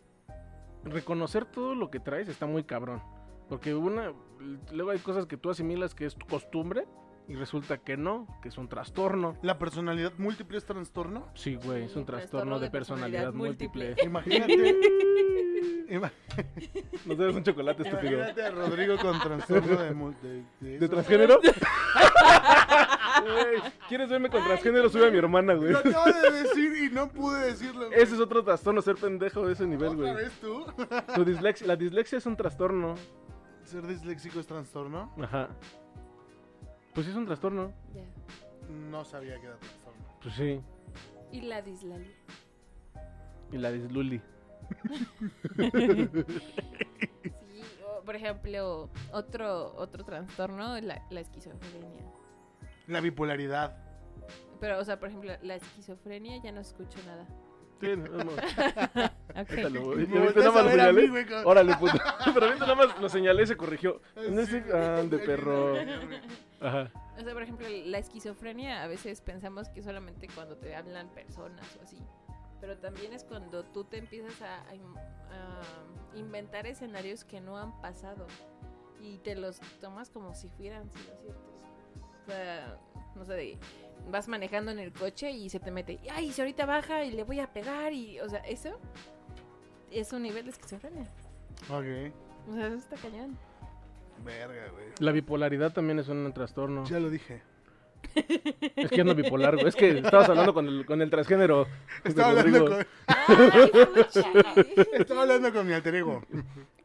Speaker 3: reconocer todo lo que traes está muy cabrón. Porque una, luego hay cosas que tú asimilas que es tu costumbre y resulta que no, que es un trastorno.
Speaker 2: ¿La personalidad múltiple es trastorno?
Speaker 3: Sí, güey, es un
Speaker 4: Sí,
Speaker 3: trastorno de personalidad múltiple.
Speaker 2: Imagínate. ima-
Speaker 3: Nos debes un chocolate, estúpido.
Speaker 2: imagínate a Rodrigo con trastorno de. mul- de- de
Speaker 3: ¿De
Speaker 2: eso.
Speaker 3: transgénero? Güey, ¿Quieres verme con transgénero? Sube a mi hermana, güey.
Speaker 2: Lo acabo de decir y no pude decirlo. güey.
Speaker 3: Ese es otro trastorno, ser pendejo de ese nivel,
Speaker 2: ¿Otra
Speaker 3: güey.
Speaker 2: vez tú?
Speaker 3: Tu dislexia- la dislexia es un trastorno.
Speaker 2: ¿Ser disléxico es trastorno?
Speaker 3: Ajá. Pues sí es un trastorno.
Speaker 4: Ya.
Speaker 2: No sabía que era trastorno.
Speaker 3: Pues sí.
Speaker 4: Y la dislalia.
Speaker 3: Y la disluli.
Speaker 4: Sí, o, por ejemplo, otro otro trastorno es la, la esquizofrenia.
Speaker 2: La bipolaridad.
Speaker 4: Pero, o sea, por ejemplo, la esquizofrenia ya no escucho nada.
Speaker 3: Sí, vamos. Ahorita
Speaker 4: Ok.
Speaker 3: lo-
Speaker 2: Me
Speaker 3: ahorita
Speaker 2: volteas
Speaker 3: nada más
Speaker 2: a
Speaker 3: lo
Speaker 2: ver a mí,
Speaker 3: señalé.
Speaker 2: güey, con-
Speaker 3: Órale, puto. Pero ahorita nada más lo señalé y se corrigió. No
Speaker 2: Sí,
Speaker 3: sé,
Speaker 2: güey.
Speaker 3: ande, ah, perro. Ajá.
Speaker 4: O sea, por ejemplo, la esquizofrenia a veces pensamos que solamente cuando te hablan personas o así. Pero también es cuando tú te empiezas a, a im- a inventar escenarios que no han pasado y te los tomas como si fueran sido ciertos. O sea, no sé, de- vas manejando en el coche y se te mete, ay, si ahorita baja y le voy a pegar y, o sea, eso es un nivel de esquizofrenia.
Speaker 2: Ok.
Speaker 4: O sea, eso está cañón.
Speaker 2: Verga, güey.
Speaker 3: La bipolaridad también es un trastorno.
Speaker 2: Ya lo dije.
Speaker 3: Es que ando bipolar, güey. Es que estabas hablando con el, con el transgénero. este,
Speaker 2: Estaba hablando,
Speaker 3: Rodrigo.
Speaker 2: con,
Speaker 4: ¡Ay, pucha!
Speaker 2: estaba hablando con mi alter ego.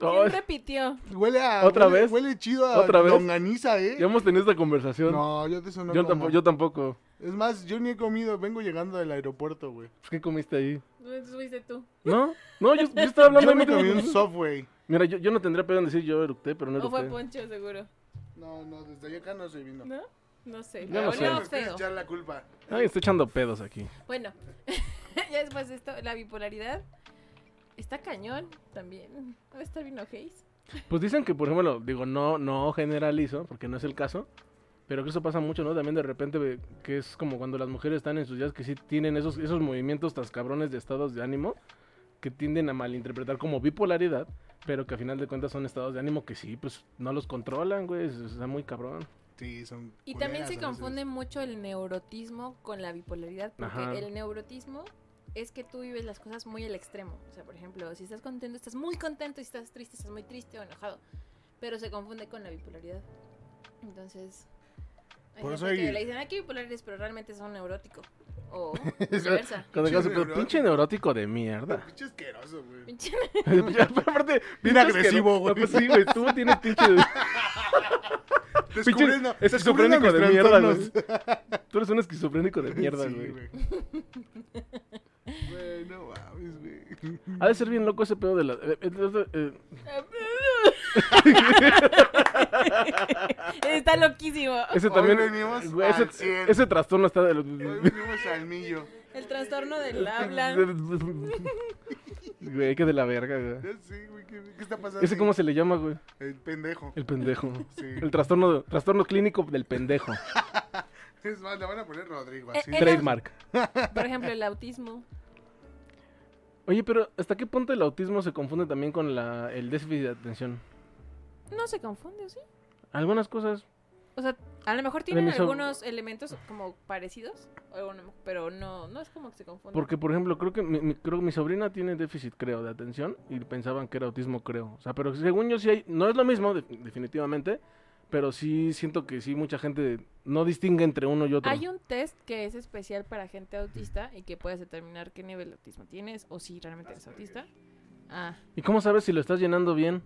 Speaker 3: Oh,
Speaker 4: ¿Quién repitió?
Speaker 2: Huele a.
Speaker 3: ¿Otra
Speaker 2: huele-
Speaker 3: vez?
Speaker 2: Huele chido a
Speaker 3: ¿Otra vez?
Speaker 2: longaniza, ¿eh?
Speaker 3: ya hemos tenido esta conversación.
Speaker 2: No, yo de eso no
Speaker 3: yo,
Speaker 2: como.
Speaker 3: tampoco, yo tampoco.
Speaker 2: Es más, yo ni he comido. Vengo llegando del aeropuerto, güey.
Speaker 3: Pues, ¿Qué comiste ahí?
Speaker 4: Entonces fuiste tú.
Speaker 3: No, no, yo, yo estaba hablando
Speaker 2: Yo
Speaker 3: ahí,
Speaker 2: me
Speaker 3: no
Speaker 2: comí
Speaker 3: tengo-
Speaker 2: un Subway.
Speaker 3: Mira, yo, yo no tendría pedo en decir yo eructé, pero no
Speaker 4: O fue
Speaker 3: eructé.
Speaker 4: Poncho, seguro.
Speaker 2: No, no, desde allá acá no se vino.
Speaker 4: ¿No? No sé.
Speaker 3: Yo no sé.
Speaker 4: Olía
Speaker 2: Me quieres
Speaker 4: feo.
Speaker 2: echar la culpa.
Speaker 3: Ay, estoy echando pedos aquí.
Speaker 4: Bueno, ya después de esto, la bipolaridad está cañón también. Va a estar bien ojéis.
Speaker 3: Pues dicen que, por ejemplo, digo, no, no generalizo, porque no es el caso, pero que eso pasa mucho, ¿no? También de repente ve- que es como cuando las mujeres están en sus días que sí tienen esos, esos movimientos tan cabrones de estados de ánimo que tienden a malinterpretar como bipolaridad, pero que a final de cuentas son estados de ánimo que sí, pues no los controlan, güey, es- está muy cabrón.
Speaker 2: Sí, son.
Speaker 4: Y también
Speaker 2: culeras
Speaker 4: se
Speaker 2: a veces.
Speaker 4: confunde mucho el neurotismo con la bipolaridad, porque
Speaker 3: Ajá.
Speaker 4: el neurotismo es que tú vives las cosas muy al extremo. O sea, por ejemplo, si estás contento, estás muy contento, y si estás triste, estás muy triste o enojado. Pero se confunde con la bipolaridad. Entonces, hay
Speaker 2: Por eso
Speaker 4: gente
Speaker 2: hay-
Speaker 4: que le dicen, aquí bipolares, pero realmente son neurótico. O viceversa.
Speaker 2: Pinche
Speaker 3: Cuando digas, "Pero
Speaker 2: neurótico.
Speaker 3: pinche neurótico de mierda.
Speaker 2: Pinche asqueroso, güey.
Speaker 4: Pinche
Speaker 3: Aparte,
Speaker 2: Bien
Speaker 3: pinche
Speaker 2: agresivo,
Speaker 3: asqueroso.
Speaker 2: güey.
Speaker 3: Pues sí, güey, tú tienes pinche...
Speaker 2: Descubriendo,
Speaker 3: esquizofrénico
Speaker 2: descubriendo mis
Speaker 3: de mierda,
Speaker 2: trastornos.
Speaker 3: Tú eres un esquizofrénico de mierda,
Speaker 2: Sí,
Speaker 3: güey.
Speaker 2: Güey, no mames, güey.
Speaker 3: ha de ser bien loco ese pedo de la... eh, eh, eh,
Speaker 4: Está loquísimo.
Speaker 3: ese
Speaker 2: Ah, Hoy
Speaker 3: también...
Speaker 2: venimos
Speaker 3: güey,
Speaker 2: al cien.
Speaker 3: ese, ese trastorno está... De,
Speaker 2: Hoy venimos al millo.
Speaker 4: El trastorno del habla.
Speaker 3: Güey, que de la verga, güey.
Speaker 2: Ya sé, güey, ¿qué, qué está pasando?
Speaker 3: ¿Ese cómo se le llama, güey?
Speaker 2: El pendejo.
Speaker 3: El pendejo.
Speaker 2: Sí.
Speaker 3: El trastorno, de- trastorno clínico del pendejo.
Speaker 2: Es más, le van a poner Rodrigo así.
Speaker 4: Eh, eh.
Speaker 3: Trademark.
Speaker 4: Por ejemplo, el autismo.
Speaker 3: Oye, pero ¿hasta qué punto el autismo se confunde también con la, el déficit de atención?
Speaker 4: No se confunde, ¿o ¿sí?
Speaker 3: Algunas cosas.
Speaker 4: O sea, a lo mejor tienen
Speaker 3: Remiso-
Speaker 4: algunos elementos como parecidos, o alguno- pero no, no es como que se confunden.
Speaker 3: Porque, por ejemplo, creo que mi, mi- creo que mi sobrina tiene déficit, creo, de atención. Y pensaban que era autismo, creo. O sea, pero según yo sí hay... No es lo mismo, de- definitivamente. Pero sí siento que sí mucha gente no distingue entre uno y otro.
Speaker 4: Hay un test que es especial para gente autista y que puedes determinar qué nivel de autismo tienes o si realmente eres autista. Ah,
Speaker 3: ¿Y cómo sabes si lo estás llenando bien?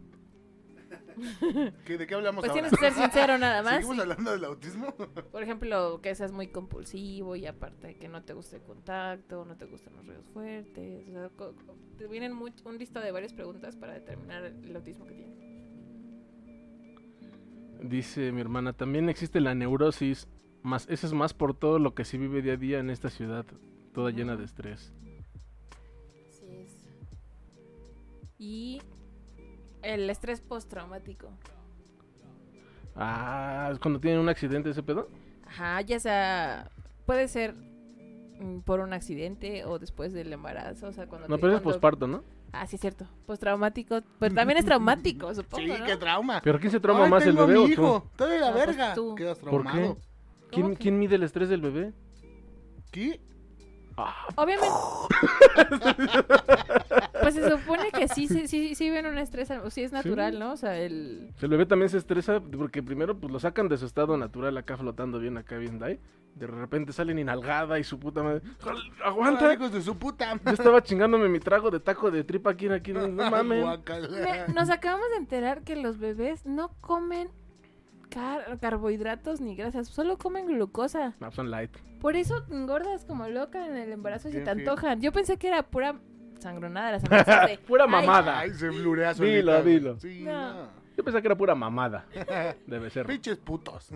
Speaker 2: ¿Qué- ¿De qué hablamos
Speaker 4: pues
Speaker 2: ahora?
Speaker 4: tienes que ser sincero nada más.
Speaker 2: ¿Seguimos hablando del autismo?
Speaker 4: Por ejemplo, que seas muy compulsivo y aparte que no te guste el contacto, no te gustan los ruidos fuertes. o sea, co- co- te vienen much- un listo de varias preguntas para determinar el autismo que tienes.
Speaker 3: Dice mi hermana, también existe la neurosis, más ese es más por todo lo que se vive día a día en esta ciudad, toda llena de estrés.
Speaker 4: Y el estrés postraumático.
Speaker 3: Ah, ¿es cuando tienen un accidente ese pedo?
Speaker 4: Ajá, ya sea, puede ser mm, por un accidente o después del embarazo, o sea, cuando...
Speaker 3: No,
Speaker 4: te-
Speaker 3: pero es
Speaker 4: cuando-
Speaker 3: posparto, ¿no?
Speaker 4: Ah, sí, es cierto. Postraumático, pero también es traumático, supongo, ¿no?
Speaker 2: trauma.
Speaker 3: ¿Pero quién se trauma
Speaker 2: Ay,
Speaker 3: más, el
Speaker 2: tengo a
Speaker 3: bebé
Speaker 2: mi
Speaker 3: o tú?
Speaker 2: hijo. Está de la
Speaker 4: No, pues
Speaker 2: verga.
Speaker 4: tú.
Speaker 2: Quedas
Speaker 3: ¿Por qué?
Speaker 2: traumado.
Speaker 4: ¿Cómo
Speaker 3: ¿Quién,
Speaker 4: que?
Speaker 3: quién mide el estrés del bebé?
Speaker 2: ¿Qué?
Speaker 3: Ah,
Speaker 4: Obviamente. pues se supone que sí, sí, sí, sí ven un estrés, o sí es natural, ¿no? O sea, el...
Speaker 3: el bebé también se estresa porque primero pues lo sacan de su estado natural acá flotando bien, acá bien, ¿dai? De repente salen inhalgada y su puta madre...
Speaker 2: ¿Cuántos
Speaker 3: ¡Aguanta!
Speaker 2: hijos de su puta
Speaker 3: Yo
Speaker 2: madre?
Speaker 3: estaba chingándome mi trago de taco de tripa aquí, aquí, no mames.
Speaker 2: Guácala.
Speaker 4: Me- nos acabamos de enterar que los bebés no comen car- carbohidratos ni grasas, solo comen glucosa.
Speaker 3: No, son light.
Speaker 4: Por eso te engordas como loca en el embarazo si
Speaker 2: Bien
Speaker 4: te
Speaker 2: fiel.
Speaker 4: antojan. Yo pensé que era pura sangronada las embarazas de...
Speaker 3: Pura
Speaker 4: "Ay,
Speaker 3: mamada.
Speaker 2: Ay, se blurea
Speaker 3: Dilo,
Speaker 2: solita, güey.
Speaker 3: dilo.
Speaker 2: Sí,
Speaker 4: No.
Speaker 2: no.
Speaker 3: Yo pensaba que era pura mamada. Debe ser.
Speaker 2: Pinches putos.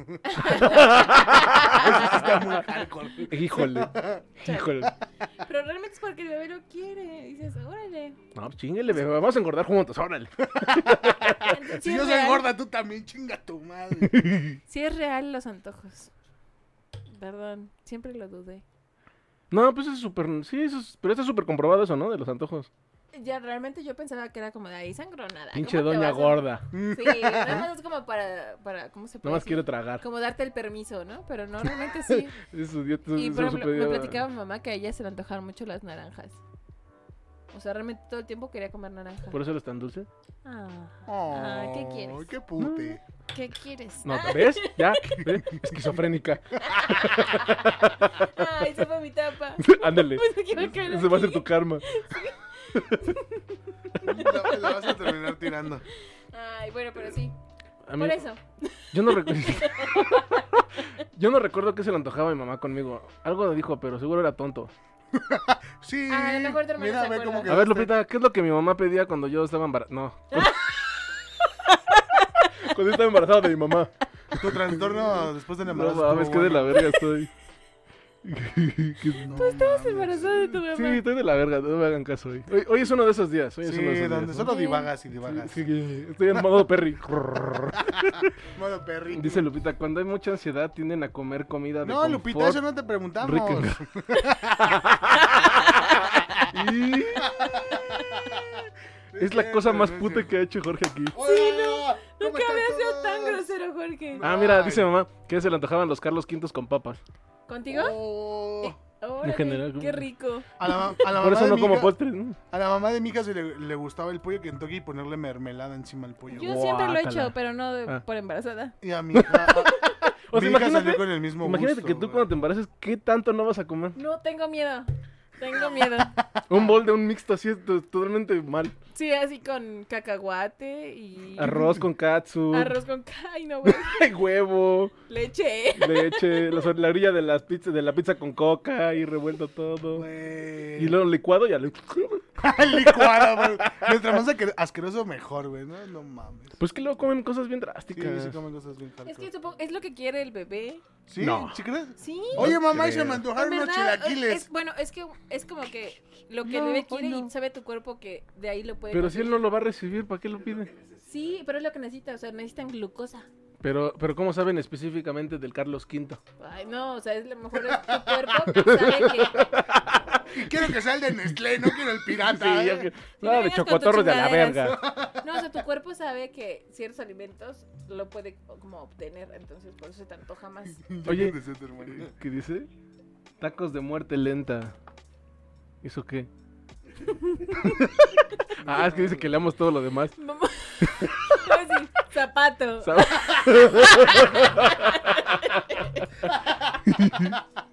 Speaker 3: Híjole. Híjole.
Speaker 4: Pero realmente es porque el bebé lo quiere. Dices, órale.
Speaker 3: No, chingale, bebé. Vamos a engordar juntos, órale. Ah,
Speaker 4: Entonces,
Speaker 2: Si
Speaker 4: sí
Speaker 2: yo
Speaker 4: es
Speaker 2: soy
Speaker 4: real.
Speaker 2: gorda, tú también chinga tu madre.
Speaker 4: Sí es real los antojos. Perdón, siempre lo dudé.
Speaker 3: No, pues eso es súper. Sí, eso es- pero está súper comprobado eso, ¿no? De los antojos.
Speaker 4: Ya realmente yo pensaba que era como de ahí sangronada.
Speaker 3: Pinche
Speaker 4: ¿cómo te
Speaker 3: doña
Speaker 4: vas a-
Speaker 3: gorda.
Speaker 4: Sí, nada más es como para, para ¿cómo se puede
Speaker 3: Nomás
Speaker 4: decir?
Speaker 3: quiero tragar.
Speaker 4: Como darte el permiso, ¿no? Pero no, realmente sí.
Speaker 3: Es su dieta.
Speaker 4: Y
Speaker 3: es
Speaker 4: por
Speaker 3: su
Speaker 4: ejemplo, me
Speaker 3: pedida.
Speaker 4: platicaba mi mamá que a ella se le antojaron mucho las naranjas. O sea, realmente todo el tiempo quería comer naranja.
Speaker 3: ¿Por eso eres tan dulce?
Speaker 4: Ah,
Speaker 2: Ay,
Speaker 4: ¿qué quieres?
Speaker 2: Qué pute.
Speaker 4: ¿Qué quieres?
Speaker 3: No, ¿ves? Ya. ¿ves? Esquizofrénica.
Speaker 4: Ay, se fue mi tapa.
Speaker 3: Ándale.
Speaker 4: Pues aquí va a caer
Speaker 3: Se va a hacer
Speaker 4: aquí.
Speaker 3: tu karma.
Speaker 2: La, la vas a terminar tirando.
Speaker 4: Ay, bueno, pero sí.
Speaker 3: A mí-
Speaker 4: Por eso.
Speaker 3: Yo no recuerdo. Yo no recuerdo que se le antojaba a mi mamá conmigo. Algo lo dijo, pero seguro era tonto.
Speaker 2: Sí.
Speaker 4: Ah, a lo mejor tu hermana
Speaker 2: Mira,
Speaker 4: se
Speaker 2: ve
Speaker 4: acuerda.
Speaker 2: cómo este
Speaker 4: A
Speaker 2: que.
Speaker 3: A ver, Lupita, ¿qué es lo que mi mamá pedía cuando yo estaba embarazada? No. Cuando yo estaba embarazada de mi mamá.
Speaker 2: Tu trastorno después de la
Speaker 3: No
Speaker 2: embarazo.
Speaker 3: sabes que de la verga estoy.
Speaker 2: Tú estabas
Speaker 4: Embarazada de tu mamá.
Speaker 3: Sí, estoy de la verga, no me hagan caso hoy. Hoy, hoy es uno de esos días. Hoy es uno de
Speaker 2: Sí,
Speaker 3: esos
Speaker 2: donde
Speaker 3: días,
Speaker 2: solo
Speaker 4: Sí.
Speaker 2: divagas y
Speaker 3: ¿no?
Speaker 2: divagas.
Speaker 3: Sí, sí, Estoy en modo perry.
Speaker 2: Modo perri.
Speaker 3: Dice Lupita, cuando hay mucha ansiedad tienden a comer comida de
Speaker 2: No, Lupita,
Speaker 3: confort.
Speaker 2: eso no te preguntamos.
Speaker 3: Rica. Y- Es la cosa más puta que ha hecho Jorge aquí.
Speaker 2: Sí, no.
Speaker 4: Nunca había sido tan grosero, Jorge.
Speaker 3: Ah, mira,
Speaker 2: Ay.
Speaker 3: dice mamá que se le antojaban los Carlos Quintos con papas.
Speaker 4: ¿Contigo? Órale,
Speaker 3: En general, como-
Speaker 4: qué rico.
Speaker 2: Oh. A la, ma- a la
Speaker 3: Por
Speaker 2: mamá
Speaker 3: eso
Speaker 2: de
Speaker 3: no
Speaker 2: mi
Speaker 3: como
Speaker 2: hija-
Speaker 3: postres. ¿no?
Speaker 2: A la mamá de mi hija se le, le gustaba el pollo Kentucky y ponerle mermelada encima al pollo.
Speaker 4: Yo siempre lo he
Speaker 3: Guácala.
Speaker 4: hecho, pero no de-
Speaker 3: Ah.
Speaker 4: por embarazada.
Speaker 2: Y a mi hija. mi
Speaker 3: O sea,
Speaker 2: hija
Speaker 3: imagínate-
Speaker 2: salió con el mismo
Speaker 3: Imagínate
Speaker 2: gusto,
Speaker 3: que tú
Speaker 2: güey.
Speaker 3: cuando te embaraces, ¿qué tanto no vas a comer?
Speaker 4: No, tengo miedo. Tengo miedo.
Speaker 3: Un bol de un mixto así es to- totalmente mal.
Speaker 4: Sí, así con cacahuate y
Speaker 3: Arroz con katsu,
Speaker 4: arroz con... Ay, no, güey.
Speaker 3: huevo,
Speaker 4: Leche.
Speaker 3: leche, la, la orilla de, las pizza, de la pizza con coca y revuelto todo.
Speaker 2: Güey.
Speaker 3: Y luego licuado y al...
Speaker 2: El licuado, güey. Mientras más asque- asqueroso, mejor, güey. No, no mames.
Speaker 3: Pues que luego comen cosas bien
Speaker 2: Sí,
Speaker 3: drásticas.
Speaker 2: sí comen cosas bien
Speaker 4: Es
Speaker 2: hardcore.
Speaker 4: que supongo, es lo que quiere el bebé.
Speaker 2: ¿Sí?
Speaker 3: No.
Speaker 2: ¿Sí crees?
Speaker 4: Sí.
Speaker 2: Oye, mamá, y
Speaker 3: creo.
Speaker 2: se me antojaron
Speaker 4: En
Speaker 2: unos
Speaker 4: verdad,
Speaker 2: chilaquiles.
Speaker 4: es- bueno, es que es como que lo que
Speaker 2: No,
Speaker 4: el bebé
Speaker 2: hoy
Speaker 4: quiere
Speaker 2: no.
Speaker 4: y sabe tu cuerpo que de ahí lo puede.
Speaker 3: Pero si él
Speaker 4: conseguir.
Speaker 3: no lo va a recibir, ¿para qué lo pide?
Speaker 4: Sí, pero es lo que necesita, o sea, necesitan glucosa.
Speaker 3: Pero, pero ¿cómo saben específicamente del Carlos V?
Speaker 4: Ay, no, o sea, es lo mejor es tu cuerpo que sabe que.
Speaker 2: Y quiero que sea el de Nestlé, no quiero el pirata.
Speaker 3: Sí, yo
Speaker 2: ¿eh?
Speaker 3: que-
Speaker 4: Si
Speaker 3: Nada
Speaker 4: no
Speaker 3: de
Speaker 4: vengas con
Speaker 3: chocotorros
Speaker 4: tus
Speaker 3: de la
Speaker 4: chingaderas.
Speaker 3: verga.
Speaker 4: No, o sea, tu cuerpo sabe que ciertos alimentos lo puede como obtener, entonces por eso se te antoja más.
Speaker 3: Oye.
Speaker 2: Yo no sé, tu hermano.
Speaker 3: ¿Qué dice? Tacos de muerte lenta. ¿Eso qué? ah, es que dice que leamos todo lo demás.
Speaker 4: Mamá. Iba a decir, zapato.
Speaker 3: ¿Sabes?
Speaker 2: Ah,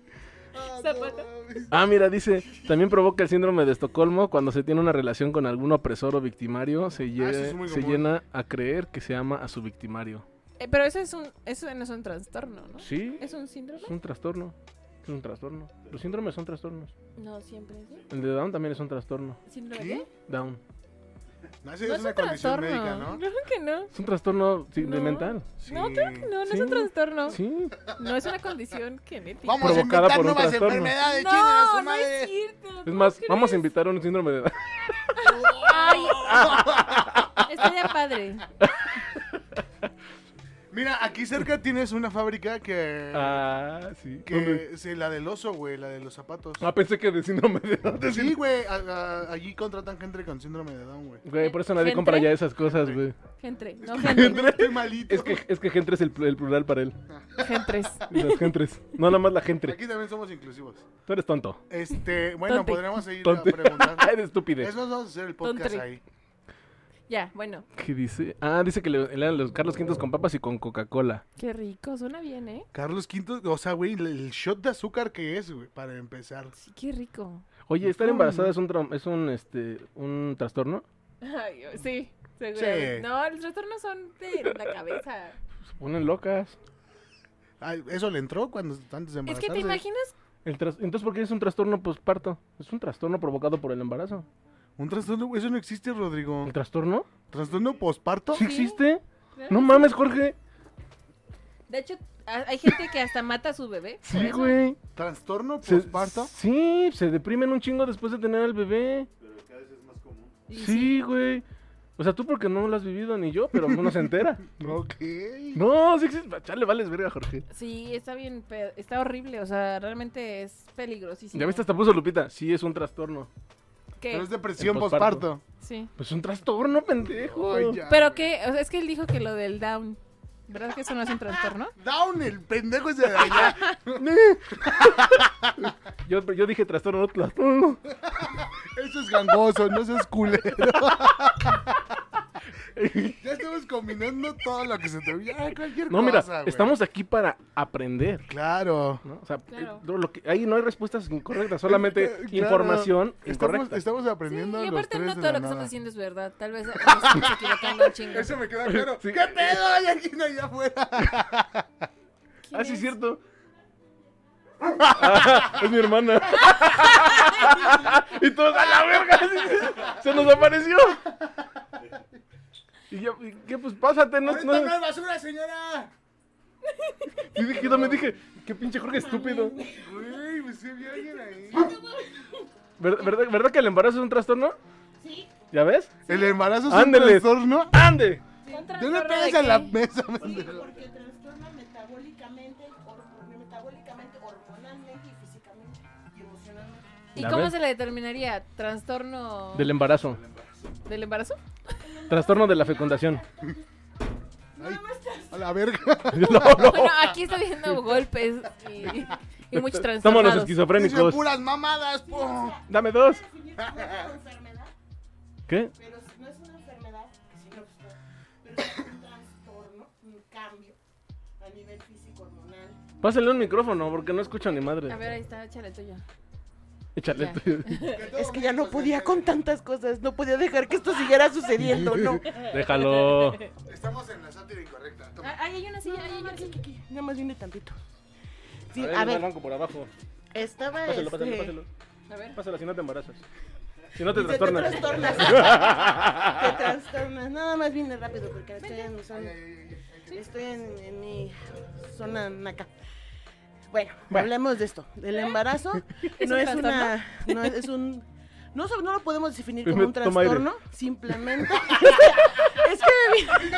Speaker 2: no
Speaker 4: Zapato.
Speaker 2: mames.
Speaker 3: Ah, mira, dice, también provoca el síndrome de Estocolmo cuando se tiene una relación con algún opresor o victimario, se, lle-
Speaker 2: Ah, eso es muy
Speaker 3: se
Speaker 2: común.
Speaker 3: llena a creer que se ama a su victimario.
Speaker 4: Eh, pero eso es un, eso no es un trastorno, ¿no?
Speaker 3: Sí,
Speaker 4: ¿Es un síndrome?
Speaker 3: es un trastorno. Es un trastorno. Los síndromes son trastornos.
Speaker 4: No, siempre es. ¿sí?
Speaker 3: El de Down también es un trastorno.
Speaker 4: ¿Síndrome
Speaker 2: ¿Qué?
Speaker 4: qué?
Speaker 3: Down.
Speaker 2: No, eso
Speaker 4: no
Speaker 2: es una condición
Speaker 4: trastorno.
Speaker 2: médica, ¿no?
Speaker 4: Claro que no.
Speaker 3: Es un trastorno sí, de
Speaker 4: No.
Speaker 3: mental.
Speaker 4: No, claro que no, no
Speaker 3: Sí.
Speaker 4: es un trastorno.
Speaker 3: Sí.
Speaker 4: No es una condición genética.
Speaker 2: Vamos a
Speaker 3: Provocada
Speaker 2: inventar
Speaker 3: por un
Speaker 2: nuevas
Speaker 3: trastorno.
Speaker 2: enfermedades, chinguen a
Speaker 4: no,
Speaker 2: su
Speaker 4: no es
Speaker 2: madre.
Speaker 4: cierto.
Speaker 3: Es
Speaker 4: ¿cómo
Speaker 3: más,
Speaker 4: crees?
Speaker 3: vamos a invitar a un síndrome de
Speaker 4: Ay, estaría padre.
Speaker 2: Mira, aquí cerca tienes una fábrica que...
Speaker 3: Ah, sí. ¿Dónde?
Speaker 2: que sí, la del oso, güey, la de los zapatos.
Speaker 3: Ah, pensé que de síndrome de Down.
Speaker 2: Sí, güey, a- a- allí contratan gente con síndrome de Down, güey.
Speaker 3: Güey, por eso nadie
Speaker 4: ¿Gente?
Speaker 3: compra ya esas cosas, güey.
Speaker 4: Gente, no gente,
Speaker 2: Yo Estoy malito.
Speaker 3: Es que, es que gentres el, pl- el plural para él.
Speaker 4: gentres.
Speaker 3: Las gentres. No, nada más la gente.
Speaker 2: Aquí también somos inclusivos.
Speaker 3: Tú eres tonto.
Speaker 2: Este, bueno,
Speaker 4: Tonte.
Speaker 2: podríamos seguir
Speaker 3: Tonte.
Speaker 2: a preguntar.
Speaker 3: eres estúpido.
Speaker 2: Es más, vamos a hacer el podcast
Speaker 4: Tontre.
Speaker 2: ahí.
Speaker 4: Ya, bueno,
Speaker 3: ¿Qué dice? Ah, dice que le, le dan los Carlos Quintos con papas y con Coca-Cola.
Speaker 4: qué rico, suena bien, ¿eh?
Speaker 2: Carlos Quinto, o sea, güey, el- el shot de azúcar que es, güey, para empezar.
Speaker 4: Sí, qué rico.
Speaker 3: Oye, estar embarazada es un, tra- es un, este, un trastorno.
Speaker 4: Ay, sí, seguramente.
Speaker 2: Sí.
Speaker 4: No, los trastornos son de la cabeza.
Speaker 3: Se ponen locas.
Speaker 2: Ay, ¿Eso le entró cuando ¿eh? antes de
Speaker 4: Es
Speaker 2: embarazarse?
Speaker 4: que te imaginas,
Speaker 3: El tras- Entonces, ¿por qué es un trastorno posparto? Es un trastorno provocado por el embarazo.
Speaker 2: Un trastorno, eso no existe, Rodrigo.
Speaker 3: ¿El trastorno?
Speaker 2: ¿Trastorno posparto?
Speaker 3: ¿Sí
Speaker 4: ¿Eh?
Speaker 3: existe?
Speaker 4: Claro
Speaker 3: No mames, Jorge.
Speaker 4: de hecho, a- hay gente que hasta mata a su bebé. por
Speaker 3: Sí,
Speaker 4: eso.
Speaker 3: güey.
Speaker 2: ¿Trastorno
Speaker 3: Se-
Speaker 2: posparto?
Speaker 3: Sí, se deprimen un chingo después de tener al bebé.
Speaker 4: Y
Speaker 3: Sí, güey. O sea, tú porque no lo has vivido ni yo, pero uno se entera.
Speaker 2: Ok.
Speaker 3: No, sí, sí, chale, vales verga, Jorge.
Speaker 4: Sí, está bien, pe- está horrible, o sea, realmente es peligrosísimo.
Speaker 3: Ya viste, hasta puso Lupita. Sí, es un trastorno.
Speaker 4: ¿Qué?
Speaker 2: Pero es depresión
Speaker 3: El posparto.
Speaker 2: posparto.
Speaker 4: Sí.
Speaker 3: Pues un trastorno, pendejo.
Speaker 2: Ay, ya.
Speaker 4: Pero qué, o sea, es que él dijo que lo del down, ¿verdad que eso no es un trastorno?
Speaker 2: Down, el pendejo ese de allá.
Speaker 3: Yo, yo dije trastorno, no trastorno.
Speaker 2: Eso es gangoso, no seas culero. ya estamos combinando todo lo que se te ya cualquier
Speaker 3: No, mira,
Speaker 2: cosa, güey.
Speaker 3: estamos aquí para aprender.
Speaker 2: Claro.
Speaker 3: ¿no? O sea,
Speaker 4: Claro.
Speaker 3: eh, no, lo que- ahí no hay respuestas incorrectas, solamente
Speaker 2: Claro.
Speaker 3: información
Speaker 2: Estamos,
Speaker 3: incorrecta.
Speaker 2: estamos
Speaker 4: Sí,
Speaker 2: aprendiendo
Speaker 4: y
Speaker 2: los
Speaker 4: aparte
Speaker 2: tres
Speaker 4: no
Speaker 2: de la
Speaker 4: todo lo que estás
Speaker 2: nada.
Speaker 4: diciendo es verdad, tal vez nos estamos equivocando un chingo.
Speaker 2: Eso me queda claro.
Speaker 3: Sí.
Speaker 2: ¿Qué pedo hay aquí no allá afuera?
Speaker 4: ¿Quién
Speaker 3: Ah, sí,
Speaker 4: es?
Speaker 3: es cierto. Ah, es mi hermana. y todos a la verga. sí, Se nos apareció. Y yo, y ¿qué? Pues pásate. No,
Speaker 2: Ahorita no
Speaker 3: no.
Speaker 2: hay basura, señora.
Speaker 3: Y dije, yo también dije, qué pinche Jorge estúpido.
Speaker 2: Güey, pues se vio alguien ahí.
Speaker 3: ¿Ver- ¿Verdad, ¿Verdad que el embarazo es un trastorno? Sí. ¿Ya ves?
Speaker 2: El embarazo es
Speaker 3: Ándele.
Speaker 2: un trastorno.
Speaker 3: ¡Ande!
Speaker 4: ¿Un
Speaker 2: Tú
Speaker 4: trastorno
Speaker 2: le
Speaker 4: de
Speaker 2: pegas a la
Speaker 4: qué?
Speaker 2: mesa,
Speaker 5: Sí,
Speaker 2: pendejo.
Speaker 5: porque trastorna metabólicamente, hormon- metabólicamente, hormonalmente y físicamente y emocionalmente.
Speaker 4: ¿Y
Speaker 3: La
Speaker 4: cómo
Speaker 3: ves.
Speaker 4: se le determinaría? ¿Trastorno
Speaker 3: Del em- embarazo.
Speaker 4: del embarazo?
Speaker 3: Trastorno de la fecundación.
Speaker 2: Ay, a la verga.
Speaker 3: No, no.
Speaker 4: Bueno, aquí está viendo golpes y, y muchos
Speaker 3: Somos los
Speaker 4: trastornos.
Speaker 2: Dice
Speaker 3: esquizofrénicos.
Speaker 2: puras mamadas, po.
Speaker 3: Dame dos.
Speaker 5: Definir como una enfermedad,
Speaker 3: ¿Qué?
Speaker 5: pero si no es una enfermedad, sino que está- pero es un trastorno, un cambio a nivel físico hormonal.
Speaker 3: Pásale un micrófono porque no escucho ni madre.
Speaker 4: A ver, ahí está, échale tuyo.
Speaker 3: Échale
Speaker 4: Ya.
Speaker 3: tú.
Speaker 5: Es que ya no podía con tantas cosas, no podía dejar que esto siguiera sucediendo, no.
Speaker 3: Déjalo.
Speaker 2: Estamos en la sátira incorrecta.
Speaker 4: Ah, ahí hay una silla, ahí hay una silla.
Speaker 5: Nada más viene tantito. Sí,
Speaker 3: Ahí
Speaker 5: a
Speaker 3: va el
Speaker 5: ver,
Speaker 3: banco por abajo.
Speaker 5: estaba
Speaker 3: Pásalo,
Speaker 5: este...
Speaker 3: pásalo, pásalo.
Speaker 4: A ver.
Speaker 3: Pásalo, si no te embarazas. Si no te
Speaker 5: Te, te
Speaker 3: trastornas.
Speaker 5: trastornas. te trastornas. Nada más viene rápido porque estoy en mi zona. Estoy en, en mi zona naca. Bueno, hablemos de esto. El embarazo
Speaker 4: ¿Eh? ¿Es
Speaker 5: no
Speaker 4: un
Speaker 5: es una. No es, es un. No, so- no lo podemos definir como
Speaker 3: Primero
Speaker 5: un
Speaker 3: toma aire.
Speaker 5: trastorno, simplemente. es que,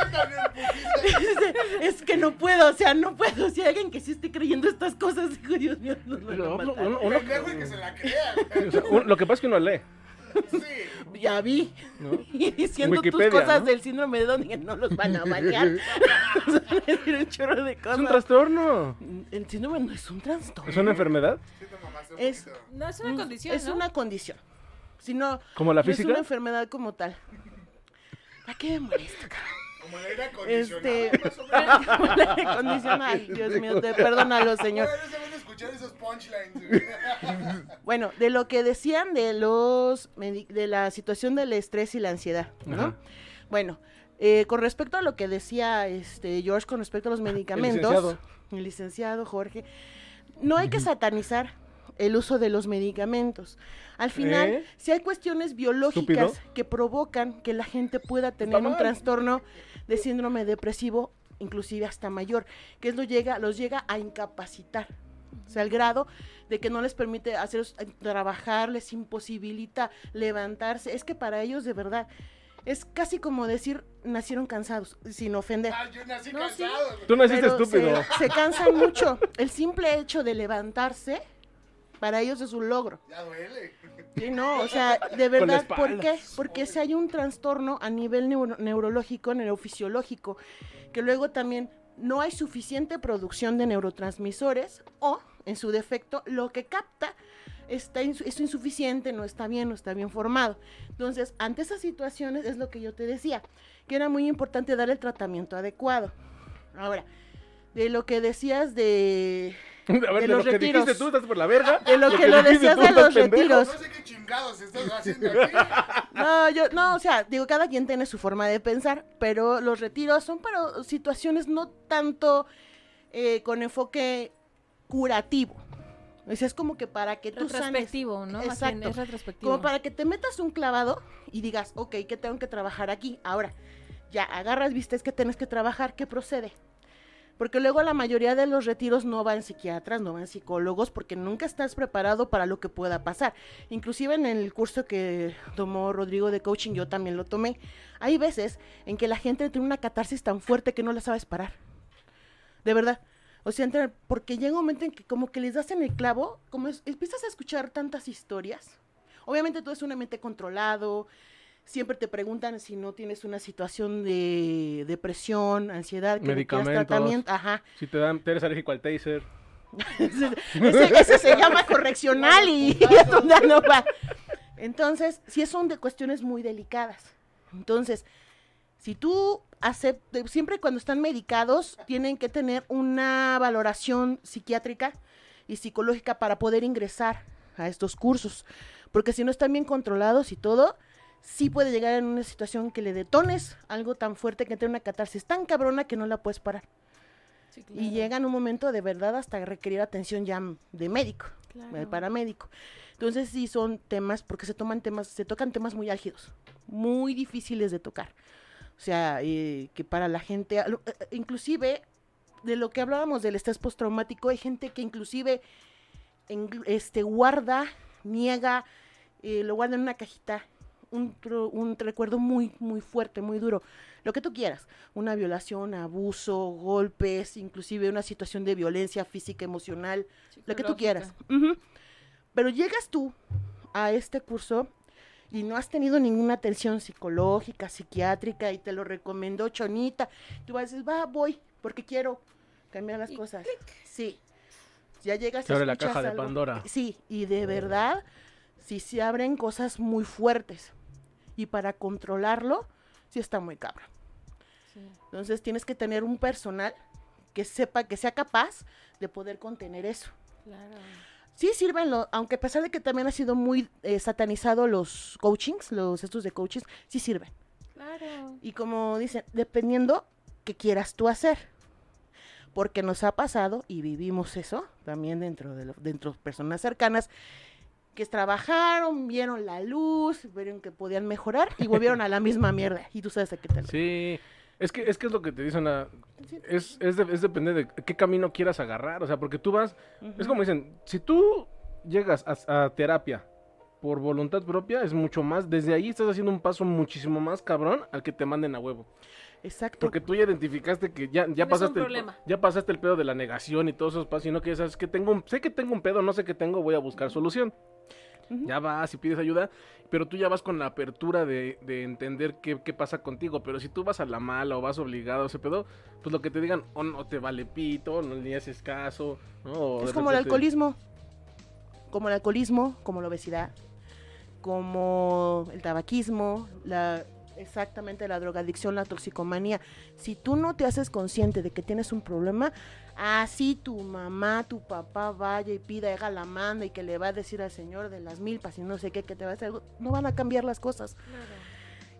Speaker 5: es que, es que no puedo, o sea, no puedo. Si hay alguien que sí esté creyendo estas cosas, digo, Dios mío, nos van a
Speaker 3: Uno-
Speaker 5: matar.
Speaker 3: uno- uno-
Speaker 1: que se la crea.
Speaker 3: o sea, un- lo que pasa es que uno lee.
Speaker 1: Sí.
Speaker 5: Ya vi.
Speaker 3: ¿no?
Speaker 5: Y diciendo
Speaker 3: Wikipedia,
Speaker 5: tus cosas
Speaker 3: ¿no?
Speaker 5: del síndrome de Down, que no los van a bañar. Nos van a decir un chorro de
Speaker 3: Es un
Speaker 5: cosas.
Speaker 3: trastorno.
Speaker 5: El síndrome no es un trastorno.
Speaker 3: Es una enfermedad.
Speaker 5: Es-
Speaker 1: Es.
Speaker 4: No, es una
Speaker 5: Mm,
Speaker 4: condición,
Speaker 5: Es
Speaker 4: ¿no?
Speaker 5: una condición. Si no,
Speaker 3: Como la
Speaker 5: no es una
Speaker 3: física.
Speaker 5: enfermedad como tal. ¿A qué me molesta? cabrón?
Speaker 1: Como el aire acondicionado.
Speaker 5: Este,
Speaker 1: más o menos.
Speaker 5: condición, ay, Dios mío, te perdónalo, señor.
Speaker 1: Ahora no se van a escuchar esos punchlines. güey.
Speaker 5: Bueno, de lo que decían de los medi- de la situación del estrés y la ansiedad, ¿no?
Speaker 3: Ajá.
Speaker 5: Bueno, eh, con respecto a lo que decía este George con respecto a los medicamentos,
Speaker 3: licenciado.
Speaker 5: el licenciado Jorge, no hay que satanizar el uso de los medicamentos. Al final,
Speaker 3: ¿Eh?
Speaker 5: si hay cuestiones biológicas que provocan que la gente pueda tener un
Speaker 3: mal.
Speaker 5: trastorno de síndrome depresivo, inclusive hasta mayor, que es lo llega, los llega a incapacitar. O sea, el grado de que no les permite hacer eh, trabajar, les imposibilita levantarse. Es que para ellos, de verdad, es casi como decir, nacieron cansados, sin ofender.
Speaker 1: Ah, yo nací
Speaker 4: No, sí.
Speaker 1: cansado. güey.
Speaker 3: Tú no hiciste
Speaker 5: Pero
Speaker 3: estúpido.
Speaker 5: Se, se cansan mucho. El simple hecho de levantarse, para ellos es un logro.
Speaker 1: Ya duele.
Speaker 5: Sí, no, o sea, de verdad, ¿por
Speaker 3: espalda.
Speaker 5: qué? Porque si hay un trastorno a nivel neuro- neurológico, neurofisiológico, que luego también no hay suficiente producción de neurotransmisores o, en su defecto, lo que capta está insu- es insuficiente, no está bien, no está bien formado. Entonces, ante esas situaciones es lo que yo te decía, que era muy importante dar el tratamiento adecuado. Ahora, de lo que decías de...
Speaker 3: A ver, de, lo
Speaker 5: los
Speaker 3: que
Speaker 5: retiros.
Speaker 3: dijiste tú, estás por la verga.
Speaker 5: De lo que lo
Speaker 3: dijiste
Speaker 5: decías
Speaker 3: tú,
Speaker 5: de
Speaker 3: estás
Speaker 5: los
Speaker 3: pendejo.
Speaker 1: No
Speaker 5: retiros.
Speaker 1: sé qué chingados estás haciendo aquí.
Speaker 5: No, yo, no, o sea, digo, cada quien tiene su forma de pensar, pero los retiros son para situaciones no tanto eh, con enfoque curativo. O sea, es como que para que tú sanes.
Speaker 4: Retrospectivo, ¿no? Más bien,
Speaker 5: Exacto.
Speaker 4: es retrospectivo.
Speaker 5: Como para que te metas un clavado y digas, ok, ¿qué tengo que trabajar aquí? Ahora, ya agarras, vistes que tienes que trabajar, ¿qué procede? Porque luego la mayoría de los retiros no van psiquiatras, no van psicólogos, porque nunca estás preparado para lo que pueda pasar. Inclusive en el curso que tomó Rodrigo de coaching, yo también lo tomé. Hay veces en que la gente tiene una catarsis tan fuerte que no la sabes parar. De verdad. O sea, entran- porque llega un momento en que como que les das en el clavo, como es- empiezas a escuchar tantas historias. Obviamente todo es un ambiente controlado, siempre te preguntan si no tienes una situación de depresión, ansiedad, que requieras
Speaker 3: Medicamentos.
Speaker 5: tratamiento. Ajá.
Speaker 3: Si te dan, te eres alérgico al taser.
Speaker 5: Ese, ese se llama correccional y, y es donde no va. Entonces, sí son de cuestiones muy delicadas. Entonces, si tú aceptas, siempre cuando están medicados, tienen que tener una valoración psiquiátrica y psicológica para poder ingresar a estos cursos. Porque si no están bien controlados y todo, sí puede llegar en una situación que le detones algo tan fuerte que tenga una catarsis tan cabrona que no la puedes parar.
Speaker 4: Sí, claro.
Speaker 5: Y llegan un momento de verdad hasta requerir atención ya m- de médico,
Speaker 4: Claro.
Speaker 5: de eh, paramédico. Entonces sí son temas, porque se toman temas, se tocan temas muy álgidos, muy difíciles de tocar. O sea, eh, que para la gente, a lo- eh, eh, inclusive de lo que hablábamos del estrés postraumático, hay gente que inclusive engl- este, guarda, niega, eh, lo guarda en una cajita, un, tro- un recuerdo muy, muy fuerte, muy duro, lo que tú quieras una violación, abuso, golpes, inclusive una situación de violencia física, emocional, lo que tú
Speaker 4: Psicológica.
Speaker 5: quieras. Ujú. Pero llegas tú a este curso y no has tenido ninguna atención psicológica, psiquiátrica, y te lo recomendó Chonita. Tú vas a decir, va, voy, porque quiero cambiar las
Speaker 4: Y
Speaker 5: cosas. Sí. Ya llegas
Speaker 3: Se abre la
Speaker 5: escuchas
Speaker 3: caja de
Speaker 5: algo.
Speaker 3: Pandora. Oh.
Speaker 5: Sí, y de verdad, sí se abren cosas muy fuertes. Y para controlarlo, sí está muy cabrón.
Speaker 4: Sí.
Speaker 5: Entonces tienes que tener un personal que sepa, que sea capaz de poder contener eso.
Speaker 4: Claro.
Speaker 5: Sí, sírvenlo, aunque a pesar de que también ha sido muy eh, satanizado los coachings, los estos de coaches, sí sirven.
Speaker 4: Claro.
Speaker 5: Y como dicen, dependiendo qué quieras tú hacer. Porque nos ha pasado y vivimos eso también dentro de lo- dentro de personas cercanas que trabajaron, vieron la luz, vieron que podían mejorar y volvieron a la misma mierda. Y tú sabes a qué tal.
Speaker 3: Sí. Es que, es que es lo que te dicen. a- Es, es, de- es depende de qué camino quieras agarrar. O sea, porque tú vas. Es como dicen: si tú llegas a, a terapia por voluntad propia, es mucho más. Desde ahí estás haciendo un paso muchísimo más cabrón al que te manden a huevo.
Speaker 5: Exacto.
Speaker 3: Porque tú ya identificaste que ya, ya
Speaker 4: No es un
Speaker 3: pasaste. el,
Speaker 4: problema.
Speaker 3: ya pasaste el pedo de la negación y todos esos pasos. Sino que sabes que tengo un- sé que tengo un pedo, no sé que tengo, voy a buscar solución.
Speaker 5: Ujú.
Speaker 3: Ya vas y pides ayuda, pero tú ya vas con la apertura de, de entender qué, qué pasa contigo. Pero si tú vas a la mala o vas obligado a ese pedo, pues lo que te digan, o no te vale pito, no le haces caso. ¿no? O
Speaker 5: es
Speaker 3: de
Speaker 5: como el
Speaker 3: repente-
Speaker 5: alcoholismo. Como el alcoholismo, como la obesidad, como el tabaquismo, la exactamente la drogadicción, la toxicomanía. Si tú no te haces consciente de que tienes un problema, así tu mamá, tu papá vaya y pida, haga la manda y que le va a decir al señor de las milpas y no sé qué, que te va a hacer algo, no van a cambiar las cosas.
Speaker 4: claro.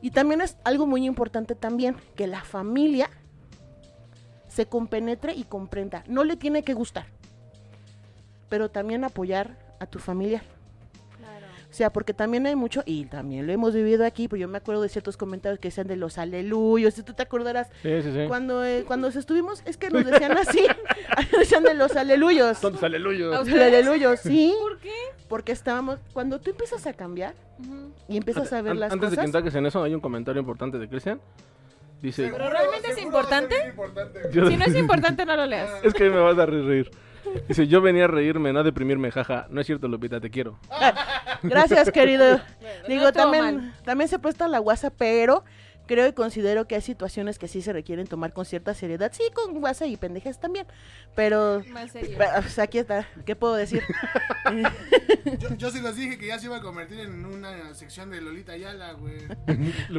Speaker 5: Y también es algo muy importante también, que la familia se compenetre y comprenda. No le tiene que gustar, pero también apoyar a tu familia.
Speaker 4: Claro.
Speaker 5: O sea, porque también hay mucho, y también lo hemos vivido aquí, pero yo me acuerdo de ciertos comentarios que sean de los aleluyos, si tú te acordarás,
Speaker 3: Sí, sí, sí.
Speaker 5: cuando, eh, cuando estuvimos, es que nos decían así, nos decían de los aleluyos.
Speaker 3: Tontos
Speaker 4: ¿A
Speaker 3: aleluyos.
Speaker 5: Los aleluyos, sí,
Speaker 4: ¿Por qué?
Speaker 5: porque estábamos, cuando tú empiezas a cambiar
Speaker 4: Ujú.
Speaker 5: y empiezas a ver
Speaker 3: An-
Speaker 5: las
Speaker 3: antes de que
Speaker 5: cosas...
Speaker 3: entres en eso, hay un comentario importante de Cristian. Dice:
Speaker 1: Seguro-
Speaker 4: realmente es
Speaker 1: seguro va a ser
Speaker 4: importante.
Speaker 1: bien importante.
Speaker 3: Yo-
Speaker 4: Si no es importante, no lo leas.
Speaker 3: Es que me vas a re- reír. Dice, yo venía a reírme, no a deprimirme, jaja. No es cierto, Lupita, te quiero.
Speaker 5: Gracias, querido. Digo,
Speaker 4: no estuvo
Speaker 5: también, también se presta la guasa, pero creo y considero que hay situaciones que sí se requieren tomar con cierta seriedad. Sí, con guasa y pendejes también. Pero,
Speaker 4: Más serio.
Speaker 5: pero, pues, aquí está. ¿Qué puedo decir?
Speaker 1: Yo, yo sí les dije que ya se iba a convertir en una sección de Lolita Ayala, güey.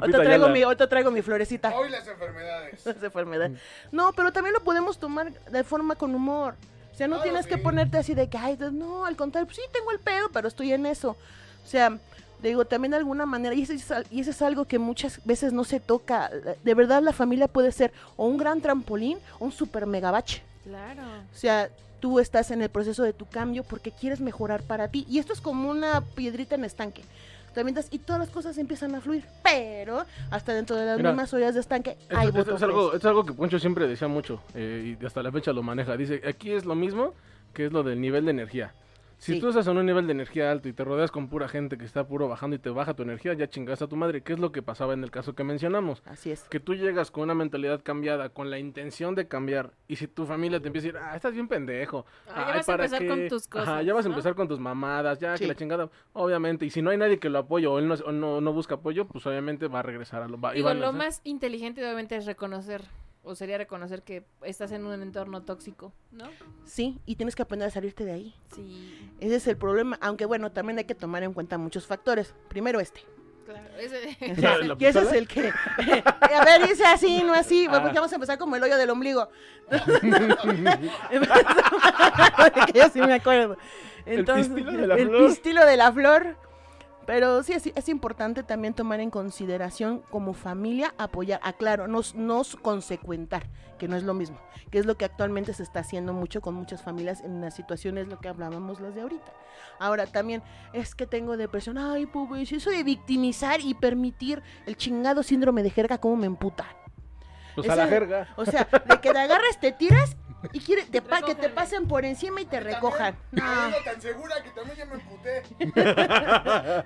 Speaker 5: Hoy te, traigo mi, hoy te traigo mi florecita.
Speaker 1: Hoy las enfermedades.
Speaker 5: Esa
Speaker 3: Mm.
Speaker 5: enfermedad. No, pero también lo podemos tomar de forma con humor. O sea, no
Speaker 1: Claro,
Speaker 5: tienes que
Speaker 1: sí.
Speaker 5: ponerte así de que, ay, no, al contrario, pues sí tengo el pedo, pero estoy en eso. O sea, digo, también de alguna manera, y eso, es, al- y eso es algo que muchas veces no se toca. De verdad, la familia puede ser o un gran trampolín o un super megabache.
Speaker 4: Claro.
Speaker 5: O sea, tú estás en el proceso de tu cambio porque quieres mejorar para ti. Y esto es como una piedrita en estanque. Te avientas y todas las cosas empiezan a fluir, pero hasta dentro de las
Speaker 3: Mira,
Speaker 5: mismas ollas de estanque
Speaker 3: Esto-
Speaker 5: hay
Speaker 3: esto
Speaker 5: botones.
Speaker 3: es, algo, es algo que Poncho siempre decía mucho eh, y hasta la fecha lo maneja. Dice, aquí es lo mismo que es lo del nivel de energía. Si
Speaker 5: Sí.
Speaker 3: tú estás en un nivel de energía alto y te rodeas con pura gente que está puro bajando y te baja tu energía, ya chingaste a tu madre. ¿Qué es lo que pasaba en el caso que mencionamos?
Speaker 5: Así es.
Speaker 3: Que tú llegas con una mentalidad cambiada, con la intención de cambiar, y si tu familia te empieza a decir, ah, estás bien pendejo.
Speaker 4: Ah, ya
Speaker 3: ay,
Speaker 4: vas a
Speaker 3: ¿para
Speaker 4: empezar con tus
Speaker 3: Ajá,
Speaker 4: cosas,
Speaker 3: ya vas a
Speaker 4: ¿no?
Speaker 3: empezar con tus mamadas, ya
Speaker 5: Sí.
Speaker 3: que la chingada. Obviamente, y si no hay nadie que lo apoye o él no, o no, no busca apoyo, pues obviamente va a regresar a lo. va- y
Speaker 4: Digo,
Speaker 3: van a
Speaker 4: lo
Speaker 3: hacer-
Speaker 4: más inteligente obviamente es reconocer, o sería reconocer que estás en un entorno tóxico, ¿no?
Speaker 5: Sí, y tienes que aprender a salirte de ahí.
Speaker 4: Sí,
Speaker 5: Ese es el problema, aunque bueno, también hay que tomar en cuenta muchos factores. Primero este.
Speaker 4: claro. Ese-
Speaker 5: Ese es el-
Speaker 3: ¿La
Speaker 5: y ese es
Speaker 3: pistola?
Speaker 5: el que... a ver, dice así, no así,
Speaker 3: Ah.
Speaker 5: porque vamos a empezar como el hoyo del ombligo. Porque yo sí me acuerdo.
Speaker 3: El
Speaker 5: Entonces,
Speaker 3: pistilo de la
Speaker 5: el
Speaker 3: flor.
Speaker 5: pistilo de la flor. Pero sí, es, es importante también tomar en consideración como familia apoyar, aclaro, nos, nos consecuentar, que no es lo mismo, que es lo que actualmente se está haciendo mucho con muchas familias en las situaciones, lo que hablábamos las de ahorita. Ahora también es que tengo depresión, ay, pues eso de victimizar y permitir el chingado síndrome de jerga, como me emputa.
Speaker 3: Pues a la
Speaker 5: ese-
Speaker 3: jerga.
Speaker 5: O sea, de que te agarras, te tiras y quiere, te pa- que te
Speaker 4: Recógeme.
Speaker 5: pasen por encima y te recojan.
Speaker 1: Yo
Speaker 5: No.
Speaker 1: iba tan segura que también ya me emputé.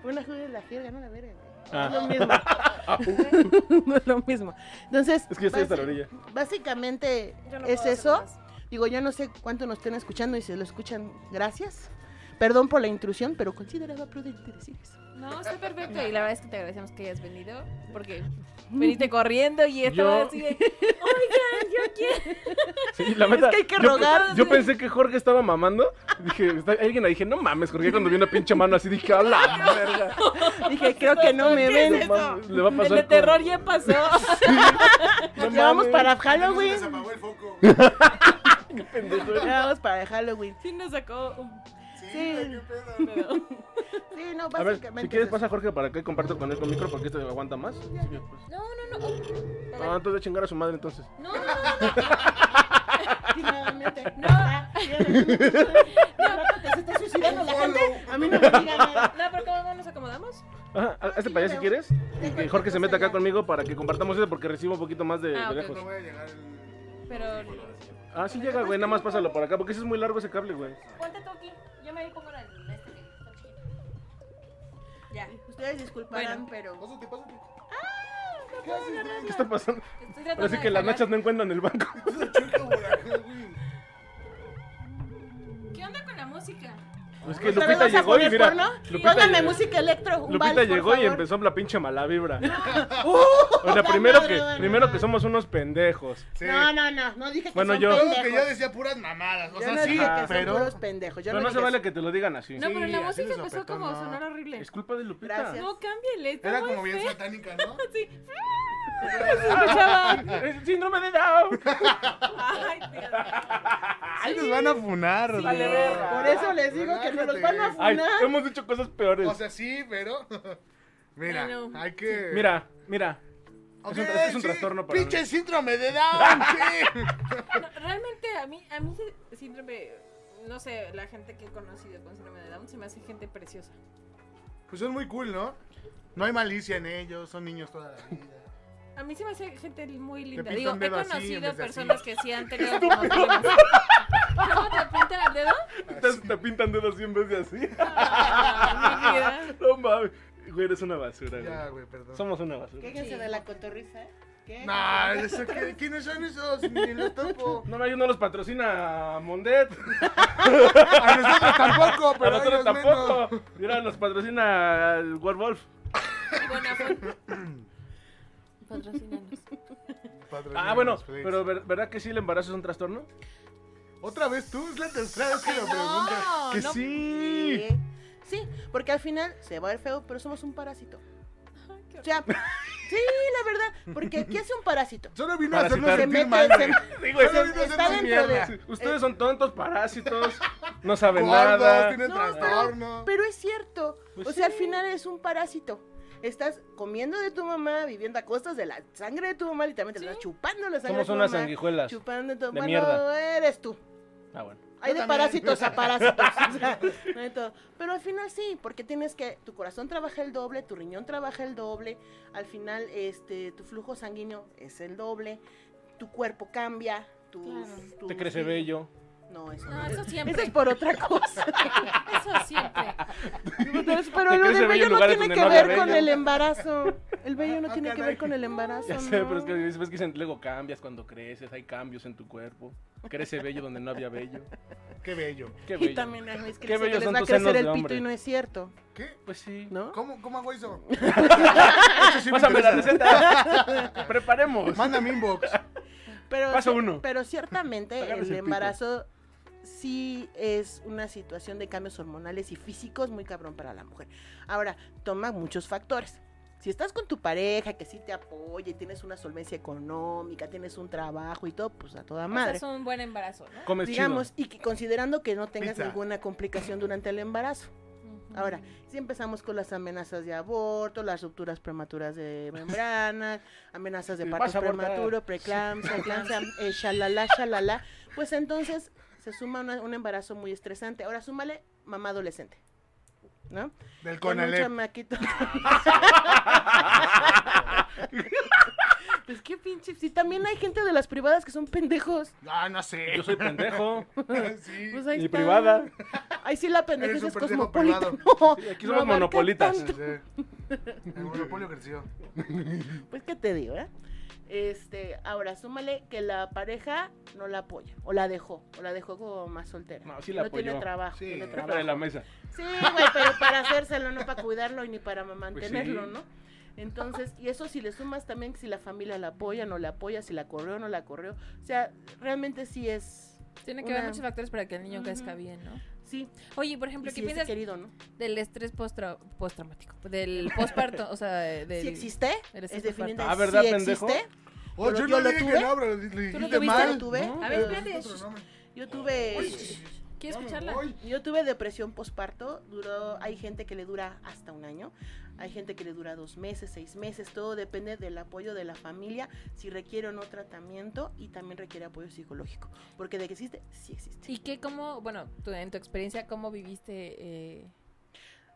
Speaker 5: Una juega es la jerga, no la verga. güey.
Speaker 3: Ah.
Speaker 5: No es lo mismo. no es lo mismo. Entonces,
Speaker 3: Es que yo estoy hasta la
Speaker 5: basi-
Speaker 3: orilla.
Speaker 5: básicamente
Speaker 4: Yo no puedo
Speaker 5: es
Speaker 4: hacer
Speaker 5: eso.
Speaker 4: más.
Speaker 5: Digo, yo no sé cuánto nos estén escuchando y si lo escuchan, gracias. Perdón por la intrusión, pero consideraba prudente decir eso.
Speaker 4: No, está perfecto. Y la verdad es que te agradecemos que hayas venido, porque veniste corriendo y estaba
Speaker 3: Yo-
Speaker 4: así de, oigan, yo quiero.
Speaker 3: Sí, la neta,
Speaker 5: que hay que
Speaker 3: yo pe-
Speaker 5: rogar.
Speaker 3: Yo pensé que Jorge estaba mamando. Dije, está- alguien ahí dije, no mames, Jorge, cuando vi una pinche mano así dije, a la verga.
Speaker 5: Dije, creo que no me
Speaker 4: ¿Qué es
Speaker 5: ven.
Speaker 4: eso?
Speaker 3: mames, le va a pasar
Speaker 4: El de
Speaker 3: con-
Speaker 4: terror ya pasó.
Speaker 3: No
Speaker 5: Ya vamos
Speaker 3: mames,
Speaker 5: para
Speaker 1: No se les
Speaker 5: Halloween.
Speaker 1: apagó el foco.
Speaker 3: pendejo.
Speaker 5: Ya vamos para Halloween.
Speaker 4: Sí nos sacó un...
Speaker 1: ¿Qué pedo? no?
Speaker 4: Pero-
Speaker 5: Sí, no,
Speaker 3: A ver,
Speaker 5: básicamente.
Speaker 3: si quieres
Speaker 5: es
Speaker 3: pasa Jorge para que comparto con él con micro porque este aguanta más. Así que, pues.
Speaker 4: No, no, no. oh,
Speaker 3: Ah,
Speaker 4: perdón.
Speaker 3: entonces de chingar a su madre entonces.
Speaker 4: No, no, no, no,
Speaker 5: eso. Nuevamente.
Speaker 4: No.
Speaker 5: Ah, bien, bien. No, se está suicidando la gente. A mí no me digan nada.
Speaker 4: no, pero ¿cómo nos acomodamos?
Speaker 3: Ajá, a- hazte para allá si Ah, este quieres. Y que Jorge se meta acá conmigo para que compartamos eso porque recibo un poquito más de,
Speaker 4: Ah,
Speaker 3: de
Speaker 4: ok,
Speaker 3: lejos.
Speaker 1: No voy a llegar el...
Speaker 4: Pero-
Speaker 3: Ah, sí llega, güey. Nada más pásalo para acá porque ese es muy largo ese cable, güey.
Speaker 4: Ponte tú aquí. Yo me pongo el este que está chiquito. Ya.
Speaker 5: Ustedes disculparán, pero.
Speaker 1: Pásate, pásate.
Speaker 5: Ah,
Speaker 1: ¿Qué haces,
Speaker 3: ¿Qué
Speaker 1: güey?
Speaker 3: está pasando?
Speaker 4: Estoy tratando
Speaker 3: Parece
Speaker 4: de
Speaker 3: que las
Speaker 4: jalar.
Speaker 3: nachas no encuentran el banco.
Speaker 1: Es una chueca, güey, acá, güey.
Speaker 4: ¿Qué onda con la música?
Speaker 3: Pues Es que
Speaker 5: ¿Otra vez
Speaker 3: Lupita
Speaker 5: vas a
Speaker 3: llegó y
Speaker 5: poner
Speaker 3: mira.
Speaker 5: porno?
Speaker 3: Lupita
Speaker 5: Póngame
Speaker 3: llegó-
Speaker 5: música electro. Un
Speaker 3: Lupita
Speaker 5: vals, por
Speaker 3: llegó y
Speaker 5: favor.
Speaker 3: empezó la pinche mala vibra.
Speaker 5: Uh,
Speaker 3: O sea,
Speaker 5: la
Speaker 3: primero
Speaker 5: madre,
Speaker 3: que,
Speaker 5: bueno,
Speaker 3: primero
Speaker 5: no.
Speaker 3: que somos unos pendejos.
Speaker 1: Sí.
Speaker 5: No, no, no, no dije que
Speaker 3: Bueno,
Speaker 5: son
Speaker 3: yo-
Speaker 1: Todo que yo
Speaker 5: pendejos.
Speaker 1: decía puras mamadas. O
Speaker 5: Yo
Speaker 1: sea,
Speaker 5: no
Speaker 1: sí.
Speaker 5: dije que
Speaker 2: pero-
Speaker 5: son puros pendejos. Yo
Speaker 3: Pero no
Speaker 5: dije
Speaker 3: se vale
Speaker 5: eso.
Speaker 3: que te lo digan así.
Speaker 4: No, pero la
Speaker 2: así de
Speaker 4: música empezó
Speaker 2: sopetón,
Speaker 4: como a
Speaker 2: no.
Speaker 4: sonar horrible.
Speaker 3: Es culpa de Lupita.
Speaker 5: Gracias.
Speaker 4: No, cámbiale. Está
Speaker 1: Era
Speaker 4: muy
Speaker 1: como bien
Speaker 4: feo.
Speaker 1: satánica, ¿no?
Speaker 4: Sí. Se escuchaba.
Speaker 3: Es eh, Síndrome de Down.
Speaker 4: Ay, Dios mío.
Speaker 2: Ay, nos van a funar.
Speaker 4: Sí.
Speaker 2: güey.
Speaker 4: verga.
Speaker 5: Por eso les digo que me los van a
Speaker 3: Ay,
Speaker 5: funar.
Speaker 3: hemos dicho cosas peores.
Speaker 1: O sea, sí, pero. Mira,
Speaker 4: Ay, no.
Speaker 1: hay que.
Speaker 3: mira, mira.
Speaker 1: Ok,
Speaker 3: es un tra- es un trastorno para
Speaker 1: ¡Pinche
Speaker 3: mí.
Speaker 1: síndrome de Down! sí.
Speaker 4: No, realmente a mí, a mí sí- síndrome, no sé, la gente que he conocido con síndrome de Down se me hace gente preciosa.
Speaker 1: Pues son muy cool, ¿no? No hay malicia en ellos, son niños toda la vida.
Speaker 4: A mí se me hace gente muy linda.
Speaker 1: pinta
Speaker 4: Digo,
Speaker 1: un
Speaker 4: he
Speaker 1: dedo así en
Speaker 4: conocido
Speaker 1: vez de así.
Speaker 4: personas que sí han tenido como problemas. ¿Cómo te pintan el dedo?
Speaker 3: Te, te pintan dedos 100 veces así.
Speaker 4: Ah, mi vida.
Speaker 3: No mames. Güey, eres una basura,
Speaker 1: Ya,
Speaker 3: güey.
Speaker 1: güey, perdón.
Speaker 3: Somos una basura.
Speaker 5: Quéjense de la cotorriza, ¿eh? ¿Qué?
Speaker 1: No, eso, ¿qué- ¿quiénes son esos? Ni los topo.
Speaker 3: No, no, ellos no los patrocina Mondet.
Speaker 1: A nosotros tampoco,
Speaker 3: A
Speaker 1: pero a
Speaker 3: nosotros
Speaker 1: ellos
Speaker 3: tampoco.
Speaker 1: menos.
Speaker 3: Mira, nos patrocina el Werewolf.
Speaker 4: Y Bonafont. Patrocínanos.
Speaker 3: Ah, bueno,
Speaker 2: pues,
Speaker 3: pero ver- ¿verdad que sí el embarazo es un trastorno?
Speaker 1: Otra vez tú, es la tercera vez que lo preguntas.
Speaker 4: No,
Speaker 3: que
Speaker 4: no.
Speaker 3: sí.
Speaker 5: Sí. Sí, porque al final se va a ver feo, pero somos un parásito.
Speaker 4: Ay, qué
Speaker 5: O sea, sí, la verdad, porque ¿qué hace un parásito?
Speaker 1: Solo vino a hacernos
Speaker 3: Parasitar.
Speaker 5: Se
Speaker 1: sentir
Speaker 5: mete,
Speaker 1: mal.
Speaker 5: se-
Speaker 1: güey.
Speaker 3: Sí,
Speaker 1: Solo
Speaker 3: güey,
Speaker 5: se-
Speaker 1: vino a
Speaker 5: está
Speaker 1: hacernos
Speaker 5: dentro de-
Speaker 1: mierda.
Speaker 3: Sí, Ustedes son tontos, parásitos, no saben
Speaker 1: Gordos,
Speaker 3: nada.
Speaker 1: tienen
Speaker 5: No, pero-
Speaker 1: trastorno.
Speaker 5: Pero es cierto,
Speaker 3: Pues
Speaker 5: o sea,
Speaker 3: sí.
Speaker 5: al final es un parásito. Estás comiendo de tu mamá, viviendo a costas de la sangre de tu mamá, literalmente
Speaker 4: Sí.
Speaker 5: te estás chupando la sangre
Speaker 3: Somos
Speaker 5: de tu
Speaker 3: unas
Speaker 5: mamá,
Speaker 3: sanguijuelas.
Speaker 5: Chupando de tu
Speaker 3: de
Speaker 5: bueno,
Speaker 3: mierda.
Speaker 5: eres tú.
Speaker 3: Ah, bueno.
Speaker 5: Hay
Speaker 1: Yo
Speaker 5: de
Speaker 1: también.
Speaker 5: parásitos a parásitos. o sea, no hay todo. Pero al final sí, porque tienes que. Tu corazón trabaja el doble, tu riñón trabaja el doble. Al final, este, tu flujo sanguíneo es el doble. Tu cuerpo cambia. Tus,
Speaker 4: Claro.
Speaker 5: tus-
Speaker 3: Te crece bello.
Speaker 5: No, eso
Speaker 4: No,
Speaker 5: no.
Speaker 4: eso
Speaker 5: Eso
Speaker 4: siempre.
Speaker 5: es por otra cosa.
Speaker 4: Eso siempre.
Speaker 5: Entonces, Pero
Speaker 3: Te
Speaker 5: lo
Speaker 3: crece bello
Speaker 5: del vello
Speaker 3: en
Speaker 5: no
Speaker 3: lugares
Speaker 5: tiene
Speaker 3: donde
Speaker 5: que
Speaker 3: no había
Speaker 5: ver con
Speaker 3: vello.
Speaker 5: el embarazo. El vello no
Speaker 1: Ah,
Speaker 5: tiene que
Speaker 1: caray.
Speaker 5: ver con el embarazo.
Speaker 3: Ya sé,
Speaker 5: no.
Speaker 3: pero es que ves que dicen, luego cambias cuando creces, hay cambios en tu cuerpo. Crece bello donde no había bello.
Speaker 1: Qué bello.
Speaker 3: Qué bello.
Speaker 5: Y también ay, es
Speaker 3: Qué
Speaker 5: que dicen que
Speaker 3: bellos son
Speaker 5: les va a
Speaker 3: tus senos
Speaker 5: crecer
Speaker 3: de
Speaker 5: el pito
Speaker 3: hombre.
Speaker 5: y no es cierto,
Speaker 1: ¿Qué?
Speaker 3: Pues sí.
Speaker 5: ¿no?
Speaker 1: ¿Cómo, cómo hago eso?
Speaker 3: Pásame la
Speaker 5: pues,
Speaker 3: receta. Preparemos.
Speaker 1: Mándame inbox.
Speaker 5: Pero,
Speaker 3: Paso
Speaker 5: cier-
Speaker 3: uno.
Speaker 5: Pero ciertamente
Speaker 3: Agárrese
Speaker 5: el
Speaker 3: el pito.
Speaker 5: embarazo sí es una situación de cambios hormonales y físicos muy cabrón para la mujer. Ahora, toma muchos factores. Si estás con tu pareja que sí te apoya y tienes una solvencia económica, tienes un trabajo y todo, pues a toda
Speaker 4: Eso
Speaker 5: madre.
Speaker 4: es un buen embarazo, ¿no?
Speaker 3: Comes
Speaker 5: digamos, y que considerando que no tengas
Speaker 1: Pizza.
Speaker 5: ninguna complicación durante el embarazo.
Speaker 4: Ujú.
Speaker 5: Ahora, si empezamos con las amenazas de aborto, las rupturas prematuras de membranas, amenazas de
Speaker 3: Sí,
Speaker 5: parto
Speaker 3: vas a abortar.
Speaker 5: prematuro, preeclampsia, eclampsia, eh, shalala, shalala, pues entonces se suma una- un embarazo muy estresante. Ahora súmale mamá adolescente, ¿no?
Speaker 1: Del
Speaker 5: Con un
Speaker 1: Conalep.
Speaker 5: chamaquito. pues qué pinche, si también hay gente de las privadas que son pendejos.
Speaker 1: Ah, no sé.
Speaker 3: chino. Yo soy pendejo.
Speaker 1: Sí.
Speaker 5: Pues ahí
Speaker 3: Y
Speaker 5: está.
Speaker 3: privada.
Speaker 5: Ay, sí, la pendeja
Speaker 1: Eres un
Speaker 5: es
Speaker 1: pendejo
Speaker 5: cosmopolita.
Speaker 1: privado.
Speaker 5: No,
Speaker 3: Sí, aquí
Speaker 5: no
Speaker 3: somos
Speaker 5: abarca
Speaker 3: monopolitas.
Speaker 5: tanto.
Speaker 1: El monopolio creció.
Speaker 5: Pues qué te digo, ¿eh? Este, ahora súmale que la pareja no la apoya, o la dejó, o la dejó como más soltera.
Speaker 3: No, sí la
Speaker 5: tiene
Speaker 3: apoyó.
Speaker 5: trabajo,
Speaker 1: Sí.
Speaker 5: tiene
Speaker 3: Fuera de
Speaker 5: trabajo.
Speaker 3: la mesa.
Speaker 5: Sí, güey, pero para hacérselo, no para cuidarlo y ni para mantenerlo,
Speaker 3: Pues sí.
Speaker 5: ¿no? Entonces, y eso si le sumas también que si la familia la apoya, no la apoya, si la corrió, no la corrió. O sea, realmente sí es,
Speaker 4: Tiene que haber
Speaker 5: Una-
Speaker 4: muchos factores para que el niño
Speaker 5: Ujú.
Speaker 4: crezca bien, ¿no?
Speaker 5: sí,
Speaker 4: Oye, por ejemplo,
Speaker 5: y
Speaker 4: ¿qué
Speaker 5: sí es
Speaker 4: piensas
Speaker 5: querido, ¿no?
Speaker 4: del estrés postra- postraumático? Del posparto, o sea, del...
Speaker 5: Si existe,
Speaker 4: del
Speaker 5: es
Speaker 4: estrés
Speaker 5: definido.
Speaker 3: postparto. Ah, ¿verdad,
Speaker 5: si
Speaker 3: pendejo?
Speaker 5: existe,
Speaker 1: Oh,
Speaker 5: Pero
Speaker 1: yo
Speaker 5: yo
Speaker 1: no
Speaker 5: lo
Speaker 1: dije que
Speaker 5: tuve.
Speaker 1: no, pero le le
Speaker 4: ¿Tú lo
Speaker 1: dijiste
Speaker 4: tuviste?
Speaker 5: yo lo
Speaker 1: mal.
Speaker 5: tuve,
Speaker 4: A ver,
Speaker 1: Eh,
Speaker 4: espérate.
Speaker 1: nosotros no,
Speaker 5: yo tuve...
Speaker 1: Oye,
Speaker 4: ¿Quieres
Speaker 1: Ya me
Speaker 4: escucharla?
Speaker 1: voy.
Speaker 5: Yo tuve depresión posparto, duró, hay gente que le dura hasta un año, hay gente que le dura dos meses, seis meses, todo depende del apoyo de la familia, si requiere o no tratamiento y también requiere apoyo psicológico, porque de que existe, sí existe.
Speaker 4: ¿Y qué, cómo, bueno, tú, en tu experiencia, cómo viviste? eh,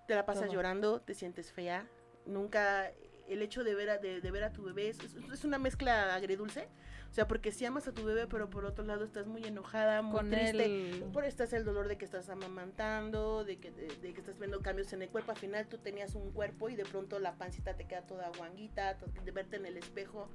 Speaker 5: Te la pasas
Speaker 4: Todo.
Speaker 5: llorando, te sientes fea, nunca el hecho de ver a, de, de ver a tu bebé es, es- es una mezcla agridulce, o sea, porque si amas a tu bebé, pero por otro lado estás muy enojada, muy
Speaker 4: con
Speaker 5: triste.
Speaker 4: él?
Speaker 5: Por estás el dolor de que estás amamantando, de que, de, de que estás viendo cambios en el cuerpo. Al final tú tenías un cuerpo y de pronto la pancita te queda toda guanguita, to- de verte en el espejo.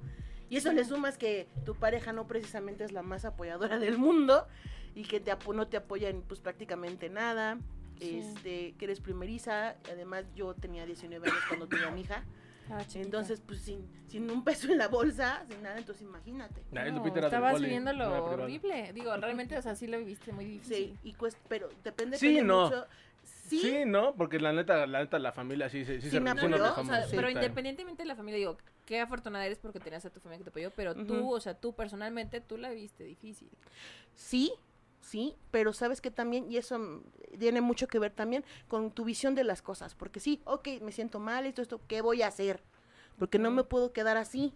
Speaker 5: Y eso le sumas que tu pareja no precisamente es la más apoyadora del mundo y que te apo- no te apoya en pues prácticamente nada.
Speaker 4: Sí.
Speaker 5: Este, que eres primeriza, además yo tenía 19 años cuando tuve a mi hija,
Speaker 4: Ah, chiquita.
Speaker 5: entonces pues sin, sin un peso en la bolsa, sin nada, entonces imagínate.
Speaker 3: Nah, es
Speaker 4: No,
Speaker 3: Lupita, era del
Speaker 4: estabas
Speaker 3: vole,
Speaker 4: viviendo
Speaker 3: una
Speaker 4: lo
Speaker 3: privada.
Speaker 4: horrible. Digo, realmente, o sea, sí lo viviste muy difícil.
Speaker 5: Sí, y cuesta, pero depende
Speaker 3: Sí,
Speaker 5: también
Speaker 3: no.
Speaker 5: mucho.
Speaker 3: Sí, no, porque la neta, la neta, la familia sí, se- sí,
Speaker 5: Sí
Speaker 3: se
Speaker 5: me
Speaker 3: sí nos
Speaker 5: apoyó,
Speaker 4: No, o
Speaker 3: rajamos,
Speaker 4: sea,
Speaker 3: sí,
Speaker 4: pero
Speaker 3: está.
Speaker 4: independientemente de la familia, digo, qué afortunada eres porque tenías a tu familia que te apoyó, pero tú,
Speaker 5: Ujú.
Speaker 4: o sea, tú personalmente, tú la viste difícil.
Speaker 5: Sí, sí, pero sabes que también, y eso mm, tiene mucho que ver también con tu visión de las cosas, porque sí, ok, me siento mal, esto, esto, ¿qué voy a hacer? Porque no
Speaker 4: Ujú.
Speaker 5: me puedo quedar así.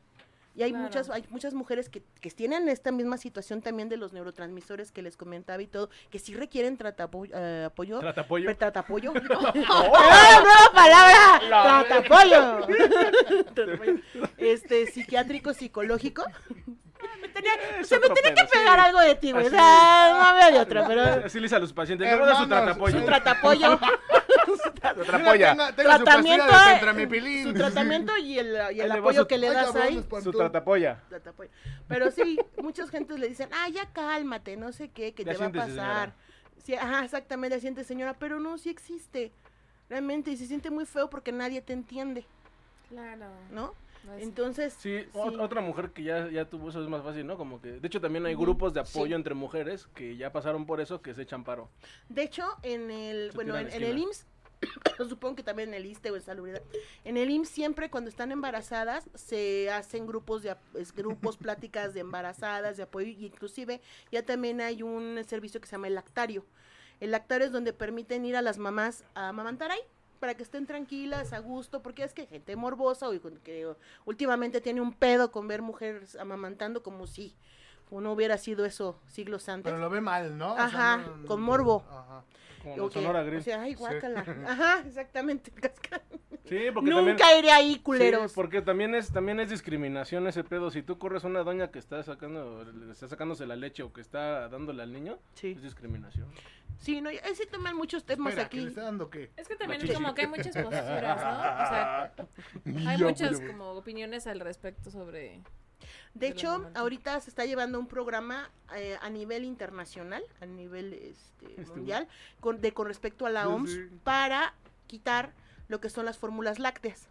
Speaker 5: Y hay
Speaker 4: Claro.
Speaker 5: muchas, hay muchas mujeres que, que tienen esta misma situación también de los neurotransmisores que les comentaba y todo, que sí requieren tratapo- eh, apoyo.
Speaker 3: Trata apoyo.
Speaker 5: pero tratapoyo. ¡Ah, nueva palabra! Tratapoyo. Tratapoyo. este, psiquiátrico, psicológico. Me tenía-
Speaker 3: Es
Speaker 5: se me
Speaker 3: otro
Speaker 5: tenía que
Speaker 3: pedo, sí.
Speaker 5: pegar algo de ti, güey. O
Speaker 3: Así
Speaker 5: sea, no había de otra, pero.
Speaker 3: Así le dice a los pacientes, que no da su
Speaker 1: Hermanos,
Speaker 3: tratapoyo.
Speaker 1: su
Speaker 5: Tratapoyo,
Speaker 3: Su
Speaker 1: Mira,
Speaker 3: tratapoya.
Speaker 1: tenga- tenga su
Speaker 5: Tratamiento,
Speaker 1: pastilla de
Speaker 5: eh,
Speaker 1: centramipilín.
Speaker 5: su tratamiento y el, y
Speaker 3: Ahí le
Speaker 5: el
Speaker 3: va
Speaker 5: apoyo
Speaker 3: su-
Speaker 5: que le
Speaker 1: Ay,
Speaker 5: das
Speaker 1: cabrón,
Speaker 5: ahí.
Speaker 1: espantó.
Speaker 3: Su tratapoya.
Speaker 5: Tratapoyo. Pero sí, muchas gentes le dicen, ah, ya cálmate, no sé qué, que
Speaker 3: Ya
Speaker 5: te va a
Speaker 3: siéntese,
Speaker 5: pasar. Sí, ajá, exactamente, siente señora, pero no, sí existe. Realmente, y se siente muy feo porque nadie te entiende,
Speaker 4: Claro.
Speaker 5: ¿no?
Speaker 4: Pues
Speaker 5: Entonces,
Speaker 3: Sí,
Speaker 5: Sí.
Speaker 3: o- otra mujer que ya, ya tuvo eso es más fácil, ¿no? Como que, de hecho, también hay
Speaker 5: Ujú,
Speaker 3: grupos de
Speaker 5: sí.
Speaker 3: apoyo entre mujeres que ya pasaron por eso que se echan paro.
Speaker 5: De hecho, en el,
Speaker 3: Se
Speaker 5: bueno,
Speaker 3: tira
Speaker 5: en,
Speaker 3: la
Speaker 5: en el
Speaker 3: esquina.
Speaker 5: IMSS, pues, supongo que también en el ISTE o en Salubridad, en el IMSS siempre cuando están embarazadas se hacen grupos de ap- es- grupos, pláticas de embarazadas, de apoyo, y inclusive ya también hay un servicio que se llama el lactario. El lactario es donde permiten ir a las mamás a amamantar ahí para que estén tranquilas, a gusto, porque es que gente morbosa o con- que últimamente tiene un pedo con ver mujeres amamantando como si no hubiera sido eso siglos antes.
Speaker 1: Pero lo ve mal, ¿no? O sea,
Speaker 5: Ajá,
Speaker 1: no- no-
Speaker 5: con morbo.
Speaker 1: Ajá.
Speaker 3: Como
Speaker 5: O
Speaker 3: la
Speaker 5: que-
Speaker 3: Sonora
Speaker 5: O
Speaker 3: Grill.
Speaker 5: sea, ay, guácala. Ajá, exactamente. casca-
Speaker 3: sí, porque también...
Speaker 5: Nunca iré ahí,
Speaker 3: sí,
Speaker 5: culeros.
Speaker 3: porque también es, también es discriminación ese pedo. Si tú corres a una doña que está sacando, le está sacándose la leche o que está dándole al niño,
Speaker 5: Sí.
Speaker 3: es discriminación.
Speaker 5: Sí, no, ahí sí toman muchos temas
Speaker 1: Espera, ¿que
Speaker 5: aquí.
Speaker 1: le está dando qué?
Speaker 4: Es que también
Speaker 3: La
Speaker 4: es como que hay muchas posturas, ¿no? O sea, hay muchas
Speaker 1: como
Speaker 4: como opiniones al respecto sobre...
Speaker 5: De
Speaker 4: del
Speaker 5: hecho,
Speaker 4: momento.
Speaker 5: ahorita se está llevando un programa eh, a nivel internacional, a nivel este,
Speaker 3: Este,
Speaker 5: mundial, con, de, con respecto a la
Speaker 3: Sí,
Speaker 5: OMS,
Speaker 3: sí.
Speaker 5: para quitar lo que son las fórmulas lácteas.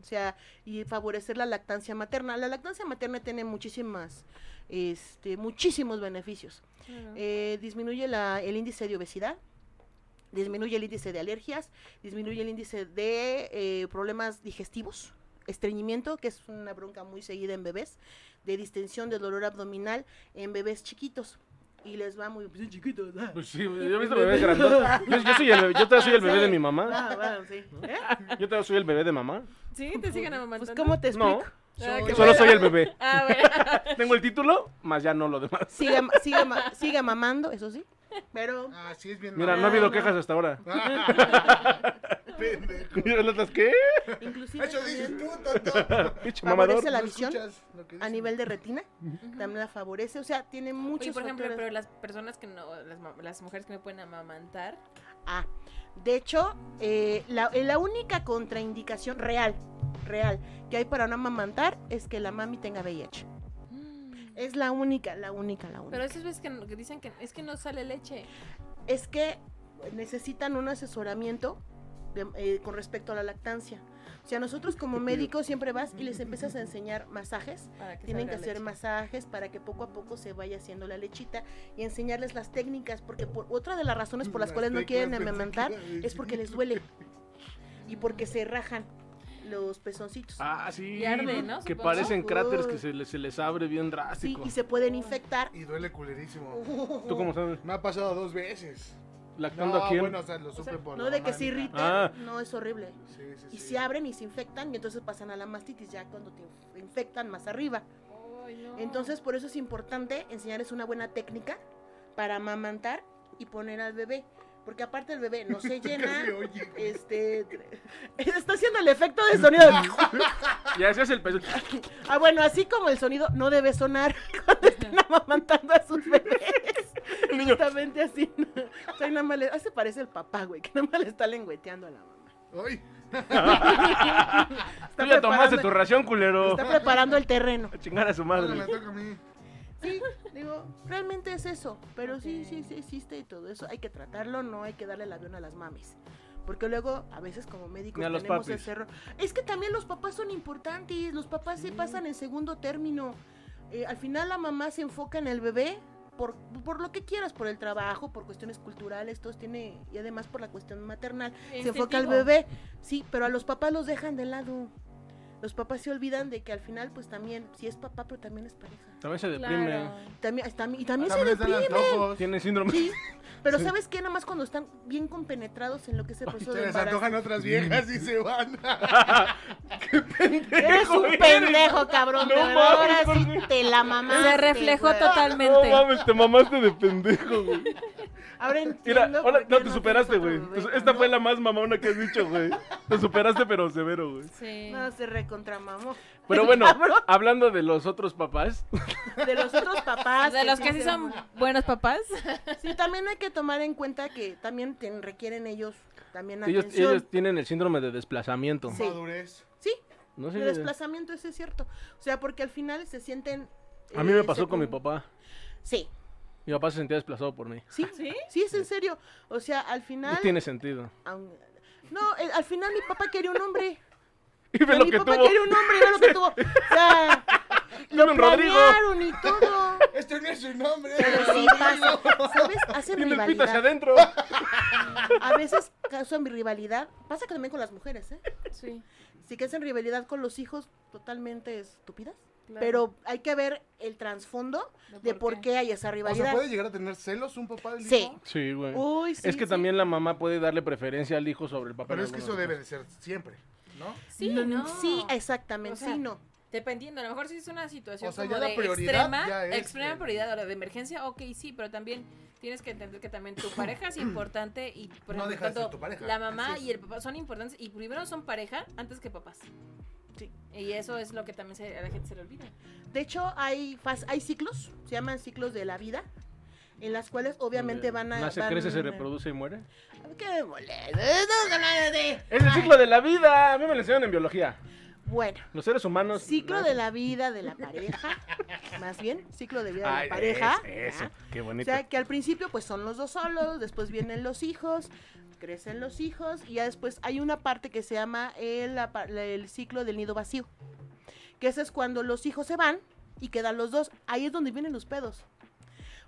Speaker 5: O sea, y favorecer la lactancia materna. La lactancia materna tiene muchísimas, este, muchísimos beneficios. Eh, disminuye la- el índice de obesidad, disminuye el índice de alergias, disminuye el índice de eh, problemas digestivos, estreñimiento, que es una bronca muy seguida en bebés, de distensión, de dolor abdominal en bebés chiquitos. Y les va muy bien chiquitos. ah.
Speaker 3: Pues sí, yo he visto bebés grandotes. Yo, yo soy el bebé, yo todavía soy el bebé de mi mamá.
Speaker 5: Ah, bueno, sí. ¿Eh?
Speaker 3: Yo todavía soy el bebé de mamá.
Speaker 4: Sí, te siguen
Speaker 5: Pues,
Speaker 4: amamantando.
Speaker 5: ¿cómo te
Speaker 3: No.
Speaker 5: explico?
Speaker 4: Ah, qué
Speaker 3: Solo
Speaker 4: bueno.
Speaker 3: soy el bebé.
Speaker 4: Ah, bueno.
Speaker 3: Tengo el título, más ya no lo demás.
Speaker 5: Sigue, ama- sigue, ama- sigue mamando, eso sí. Pero
Speaker 1: Ah, sí, es bien.
Speaker 3: Mira, no ha
Speaker 1: mamón.
Speaker 3: habido quejas hasta ahora.
Speaker 1: Pendejo.
Speaker 3: ¿Y las otras qué?
Speaker 5: inclusive
Speaker 1: Eso Ah. dices
Speaker 5: también
Speaker 1: tú, tonto.
Speaker 3: Pinche mamador.
Speaker 5: favorece la
Speaker 1: ¿No
Speaker 5: visión
Speaker 1: escuchas lo que
Speaker 5: a
Speaker 1: dicen?
Speaker 5: nivel de retina, también la favorece. O sea, tiene muchos
Speaker 4: Oye, por ejemplo,
Speaker 5: factores.
Speaker 4: pero las personas que no, las, ma- las mujeres que no pueden amamantar,
Speaker 5: Ah, de hecho, eh, la, eh, la única contraindicación real, real, que hay para no amamantar es que la mami tenga VIH. Es la única, la única, la única.
Speaker 4: eh, pero esas veces que, no- que dicen que es que no sale leche.
Speaker 5: es que necesitan un asesoramiento de- eh, con respecto a la lactancia. O sea, nosotros como médicos siempre vas y les empiezas a enseñar masajes.
Speaker 4: Para que
Speaker 5: Tienen que
Speaker 4: salga
Speaker 5: hacer
Speaker 4: leche.
Speaker 5: masajes para que poco a poco se vaya haciendo la lechita y enseñarles las técnicas, porque por, otra de las razones por las, cuales no
Speaker 1: teclas,
Speaker 5: quieren
Speaker 1: pensé que
Speaker 5: amamantar
Speaker 1: iba a decir.
Speaker 5: es porque les duele y porque se rajan los pezoncitos.
Speaker 3: Ah, sí.
Speaker 4: Y arde, ¿no?
Speaker 3: Que
Speaker 4: Supongo.
Speaker 3: parecen
Speaker 5: Uy.
Speaker 3: cráteres que se les, se les abre bien
Speaker 5: sí,
Speaker 3: drástico.
Speaker 5: y se pueden infectar.
Speaker 1: Y duele culerísimo.
Speaker 3: ¿Tú cómo sabes?
Speaker 1: Me ha pasado dos veces.
Speaker 3: lactando
Speaker 2: No,
Speaker 3: a quién?
Speaker 2: bueno, o sea, lo supe por
Speaker 5: No,
Speaker 2: la
Speaker 5: de que
Speaker 2: mami.
Speaker 5: se irriten,
Speaker 3: Ah.
Speaker 5: no es horrible.
Speaker 2: Sí, sí,
Speaker 5: Y
Speaker 2: sí.
Speaker 5: se abren y se infectan y entonces pasan a la mastitis ya cuando te inf- infectan más arriba.
Speaker 4: Ay, no.
Speaker 5: Entonces por eso es importante enseñarles una buena técnica para amamantar y poner al bebé. Porque aparte el bebé no se llena.
Speaker 2: Casi oye.
Speaker 5: este está haciendo el efecto de sonido.
Speaker 3: Y así es el peso.
Speaker 5: Ah, bueno, así como el sonido no debe sonar cuando estén amamantando a sus bebés. Justamente así. ¿no? O sea, nada más le- ah, se parece el papá, güey, que nada más le está lengüeteando a la mamá.
Speaker 2: Ay,
Speaker 5: Está
Speaker 3: Tú ya tomaste
Speaker 5: preparando-
Speaker 3: tu ración, culero.
Speaker 5: Está preparando el terreno.
Speaker 3: A chingar a su
Speaker 2: ahora me
Speaker 3: madre.
Speaker 2: toca a mí.
Speaker 5: Sí, digo, realmente es eso. Pero sí, sí, sí existe y todo eso. Hay que tratarlo, no hay que darle el avión a las mamis. Porque luego, a veces como médicos
Speaker 3: Ni a los
Speaker 5: tenemos
Speaker 3: papis.
Speaker 5: ese error. Es que también los papás son importantes, los papás se pasan en segundo término. Eh, al final la mamá se enfoca en el bebé por, por lo que quieras, por el trabajo, por cuestiones culturales, todos tiene, y además por la cuestión maternal. Se enfoca al
Speaker 4: Instintivo.
Speaker 5: bebé, sí, pero a los papás los dejan de lado. Los papás se olvidan de que al final, pues también, si es papá, pero también es pareja.
Speaker 3: También se deprime.
Speaker 4: Claro.
Speaker 5: También, tam- y también se
Speaker 2: También les dan
Speaker 5: deprime.
Speaker 2: antojos.
Speaker 3: Tiene síndrome.
Speaker 5: Sí, pero ¿sabes qué? Nada más cuando están bien compenetrados en lo que es el proceso
Speaker 2: Se
Speaker 5: de
Speaker 2: les
Speaker 5: embarazo.
Speaker 2: antojan otras viejas y se van.
Speaker 5: Eres un
Speaker 3: eres.
Speaker 5: pendejo,
Speaker 3: No
Speaker 5: cabrón. de verdad,
Speaker 3: mames,
Speaker 5: ahora sí
Speaker 3: Jorge.
Speaker 5: te la mamaste.
Speaker 4: Se reflejó
Speaker 5: güey.
Speaker 4: totalmente.
Speaker 3: te mamaste de pendejo, güey.
Speaker 5: Ahora entiendo
Speaker 3: Mira, ahora
Speaker 5: por qué
Speaker 3: no te
Speaker 5: tienes
Speaker 3: superaste,
Speaker 5: otro
Speaker 3: güey.
Speaker 5: bebé,
Speaker 3: Pues Esta
Speaker 5: cabrón.
Speaker 3: fue la más mamona que has dicho, güey. Te superaste, pero severo, güey.
Speaker 4: Sí.
Speaker 5: No, se recontramamó.
Speaker 3: Pero bueno,
Speaker 5: Cabrón,
Speaker 3: hablando de los otros papás,
Speaker 5: de los otros papás.
Speaker 4: de los que sí
Speaker 5: se-
Speaker 4: son buenos papás.
Speaker 5: Sí, también hay que tomar en cuenta que también te- requieren ellos también
Speaker 3: ellos,
Speaker 5: atención.
Speaker 3: ellos tienen el síndrome de desplazamiento.
Speaker 5: Sí.
Speaker 2: Madurez.
Speaker 5: Sí,
Speaker 3: No sé.
Speaker 5: el desplazamiento ese es cierto. O sea, porque al final se sienten...
Speaker 3: A mí me
Speaker 5: eh,
Speaker 3: pasó
Speaker 5: se-
Speaker 3: con mi papá.
Speaker 5: Sí,
Speaker 3: Mi papá se sentía desplazado por mí.
Speaker 5: Sí, sí, es en serio. O sea, al final.
Speaker 3: No tiene sentido.
Speaker 5: aun- No, eh, al final mi papá quería un hombre.
Speaker 3: Y ve
Speaker 5: O sea,
Speaker 3: lo
Speaker 5: mi
Speaker 3: que
Speaker 5: papá
Speaker 3: tuvo.
Speaker 5: quería un hombre, ve lo que tuvo. O sea, lo
Speaker 3: Don Rodrigo.
Speaker 5: planearon y todo.
Speaker 2: Este no es su nombre.
Speaker 5: Pero sí pasa. ¿Sabes? Hacen
Speaker 3: Tiene el pito hacia
Speaker 5: rivalidad.
Speaker 3: adentro.
Speaker 5: A veces causan rivalidad. Pasa que también con las mujeres, ¿eh?
Speaker 4: Sí.
Speaker 5: Sí que hacen rivalidad con los hijos totalmente estúpidas.
Speaker 4: claro.
Speaker 5: Pero hay que ver el trasfondo de por qué hay esa
Speaker 2: O sea,
Speaker 5: rivalidad.
Speaker 2: ¿puede llegar a tener celos un papá del
Speaker 5: Sí.
Speaker 2: hijo?
Speaker 3: Sí, güey.
Speaker 5: Uy, sí,
Speaker 3: es que
Speaker 5: sí.
Speaker 3: también la mamá puede darle preferencia al hijo sobre el papá.
Speaker 2: Pero
Speaker 3: en
Speaker 2: es que eso
Speaker 3: algunos
Speaker 2: debe de ser siempre, ¿no?
Speaker 4: Sí,
Speaker 5: No,
Speaker 4: no.
Speaker 5: Sí, exactamente.
Speaker 4: O sea,
Speaker 5: sí, no.
Speaker 4: Dependiendo, a lo mejor si es una situación
Speaker 2: O sea,
Speaker 4: como
Speaker 2: ya la
Speaker 4: de
Speaker 2: prioridad ya
Speaker 4: extrema,
Speaker 2: es
Speaker 4: extrema
Speaker 2: el-
Speaker 4: prioridad o la de emergencia, ok, sí, pero también tienes que entender que también tu pareja es importante y por
Speaker 2: No
Speaker 4: ejemplo,
Speaker 2: deja de ser
Speaker 4: tanto
Speaker 2: tu pareja,
Speaker 4: la mamá
Speaker 2: así es.
Speaker 4: y el papá son importantes y primero son pareja antes que papás.
Speaker 5: Sí.
Speaker 4: Y eso es lo que también se- a la gente se le olvida.
Speaker 5: De hecho, hay, fas- hay ciclos, se llaman ciclos de la vida, en las cuales obviamente
Speaker 3: Donde
Speaker 5: van a...
Speaker 3: Eh, Nace,
Speaker 5: van-
Speaker 3: crece, se reproduce y muere.
Speaker 5: ¿Qué me molesta? Estamos hablando de-
Speaker 3: Es el ciclo de la vida. A mí me lo enseñaron en biología.
Speaker 5: Bueno,
Speaker 3: Los seres humanos.
Speaker 5: ciclo de la vida de la pareja, más bien, ciclo de vida de
Speaker 3: Ay,
Speaker 5: la pareja.
Speaker 3: es- Eso,
Speaker 5: ¿verdad?
Speaker 3: qué
Speaker 5: O
Speaker 3: bonito.
Speaker 5: sea, que al principio pues son los dos solos, después vienen los hijos, crecen los hijos y ya después hay una parte que se llama el, apa- el ciclo del nido vacío, que ese es cuando los hijos se van y quedan los dos. Ahí es donde vienen los pedos.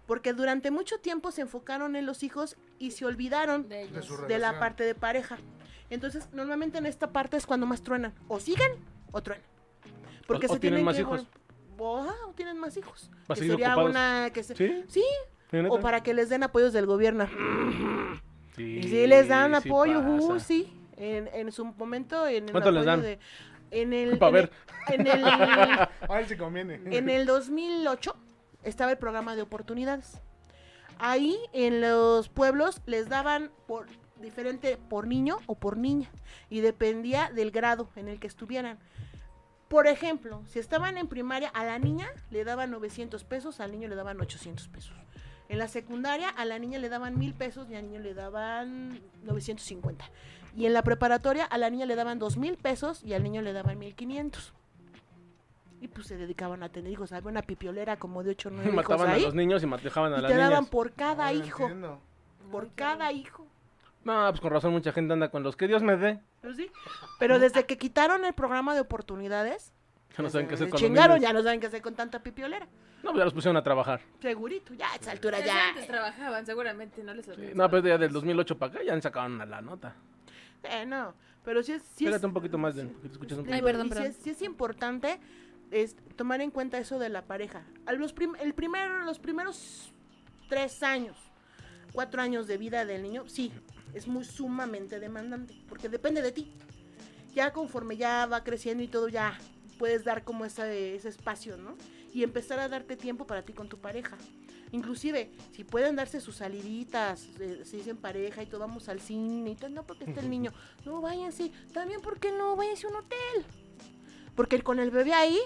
Speaker 5: Porque durante mucho tiempo se enfocaron en los hijos y se olvidaron
Speaker 4: De ellos.
Speaker 2: De su re-
Speaker 5: de la
Speaker 2: relación.
Speaker 5: parte de pareja. Entonces, normalmente en esta parte es cuando más truenan. O siguen o truenan. Porque
Speaker 3: O- o
Speaker 5: se
Speaker 3: tienen
Speaker 5: tienen,
Speaker 3: más
Speaker 5: que
Speaker 3: hijos.
Speaker 5: vol- o, ajá, o tienen más hijos.
Speaker 3: Va a
Speaker 5: Que
Speaker 3: seguir
Speaker 5: sería
Speaker 3: ocupados.
Speaker 5: una que se-
Speaker 3: ¿Sí?
Speaker 5: Sí,
Speaker 3: ¿Sí, neta?
Speaker 5: o para que les den apoyos del gobierno.
Speaker 3: Sí,
Speaker 5: Y sí les dan
Speaker 3: sí
Speaker 5: apoyo,
Speaker 3: pasa.
Speaker 5: uh, sí. En, en su momento, en el
Speaker 3: ¿Cuánto les
Speaker 5: apoyo
Speaker 3: dan?
Speaker 5: de- en el,
Speaker 3: Pa'
Speaker 5: en
Speaker 3: ver.
Speaker 5: el- en el
Speaker 2: Ahora sí conviene.
Speaker 5: en el 2008 estaba el programa de oportunidades. Ahí en los pueblos les daban por diferente por niño o por niña y dependía del grado en el que estuvieran. Por ejemplo, si estaban en primaria a la niña le daban 900 pesos, al niño le daban 800 pesos. En la secundaria a la niña le daban 1000 pesos y al niño le daban 950. Y en la preparatoria a la niña le daban 2000 pesos y al niño le daban 1500. Y pues se dedicaban a tener hijos. Había una pipiolera como de 8 o 9 hijos
Speaker 3: Mataban a
Speaker 5: ahí.
Speaker 3: los niños y mat- dejaban a
Speaker 5: y
Speaker 3: las
Speaker 5: te daban
Speaker 3: niñas.
Speaker 5: por cada
Speaker 2: Ahora
Speaker 5: hijo.
Speaker 2: entiendo.
Speaker 5: Por cada hijo.
Speaker 3: No, pues con razón mucha gente anda con los que Dios me dé.
Speaker 5: Pero sí. Pero desde que quitaron el programa de oportunidades,
Speaker 3: Ya no saben qué hacer
Speaker 5: se
Speaker 3: con
Speaker 5: chingaron,
Speaker 3: los niños.
Speaker 5: ya no saben qué hacer con tanta pipiolera.
Speaker 3: No, pues ya los pusieron a trabajar.
Speaker 5: Segurito, ya a esa altura
Speaker 4: Desde
Speaker 5: ya.
Speaker 4: antes trabajaban, seguramente no les
Speaker 3: Sí,
Speaker 4: alcanzaba.
Speaker 3: no, pero ya del 2008 para acá ya sacaban a la nota.
Speaker 5: Eh, no. Pero sí es. sí es-
Speaker 3: Espérate un poquito más, Den, porque te escuchas un
Speaker 5: Digo,
Speaker 4: Ay,
Speaker 3: poquito.
Speaker 4: perdón,
Speaker 5: y sí
Speaker 4: perdón.
Speaker 5: es, sí es importante es, tomar en cuenta eso de la pareja. A los, prim- el primero, los primeros tres años cuatro años de vida del niño, sí, es muy sumamente demandante, porque depende de ti. Ya conforme ya va creciendo y todo, ya puedes dar como ese, ese espacio, ¿no? Y empezar a darte tiempo para ti con tu pareja. Inclusive, si pueden darse sus saliditas, eh, se dicen pareja y todo, vamos al cine y todo, no porque está el niño, no váyanse, también porque no, váyanse a un hotel. Porque con el bebé ahí,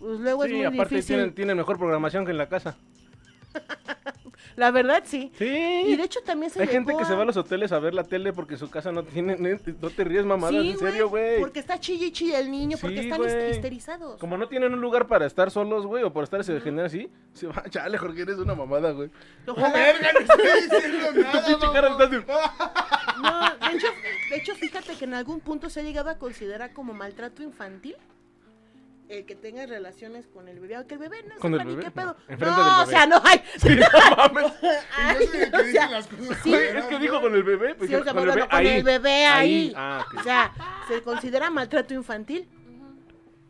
Speaker 5: pues luego es
Speaker 3: sí,
Speaker 5: muy
Speaker 3: aparte
Speaker 5: difícil.
Speaker 3: tienen, tienen mejor programación que en la casa.
Speaker 5: La verdad, sí. Y
Speaker 3: Sí.
Speaker 5: de hecho también se
Speaker 3: Hay gente
Speaker 5: llegó
Speaker 3: que se
Speaker 5: a-
Speaker 3: va a los hoteles a ver la tele porque en su casa no tiene, no te ríes mamadas,
Speaker 5: Sí,
Speaker 3: en serio, güey.
Speaker 5: Porque está chille y chille el niño, porque
Speaker 3: Sí,
Speaker 5: están
Speaker 3: güey.
Speaker 5: his- histerizados.
Speaker 3: Como no tienen un lugar para estar solos, güey, o por estar se genera así, se va, chale, Jorge, eres una mamada, güey.
Speaker 5: Ojalá-
Speaker 1: Verga, no estoy diciendo
Speaker 3: Tu
Speaker 1: nada.
Speaker 3: pinche cara
Speaker 1: mamón.
Speaker 3: está así.
Speaker 5: No, de hecho, de hecho, fíjate que en algún punto se ha llegado a considerar como maltrato infantil el que tengas relaciones con el bebé, aunque el bebé no
Speaker 3: ¿Con
Speaker 5: sepa
Speaker 3: el
Speaker 5: ni
Speaker 3: bebé?
Speaker 5: qué pedo.
Speaker 3: No, enfrente del
Speaker 5: No, o
Speaker 3: bebé.
Speaker 5: sea, no hay.
Speaker 3: Sí, no mames.
Speaker 1: Y yo soy el que "Ah, dije las cosas.
Speaker 5: sí,
Speaker 1: culeras,
Speaker 3: Es que
Speaker 1: ¿no?
Speaker 3: dijo con el bebé, pues,
Speaker 5: Sí, o sea,
Speaker 3: con el
Speaker 5: bueno,
Speaker 3: bebé
Speaker 5: con
Speaker 3: ahí.
Speaker 5: el bebé ahí.
Speaker 3: Ah, ok.
Speaker 5: O sea, se considera maltrato infantil.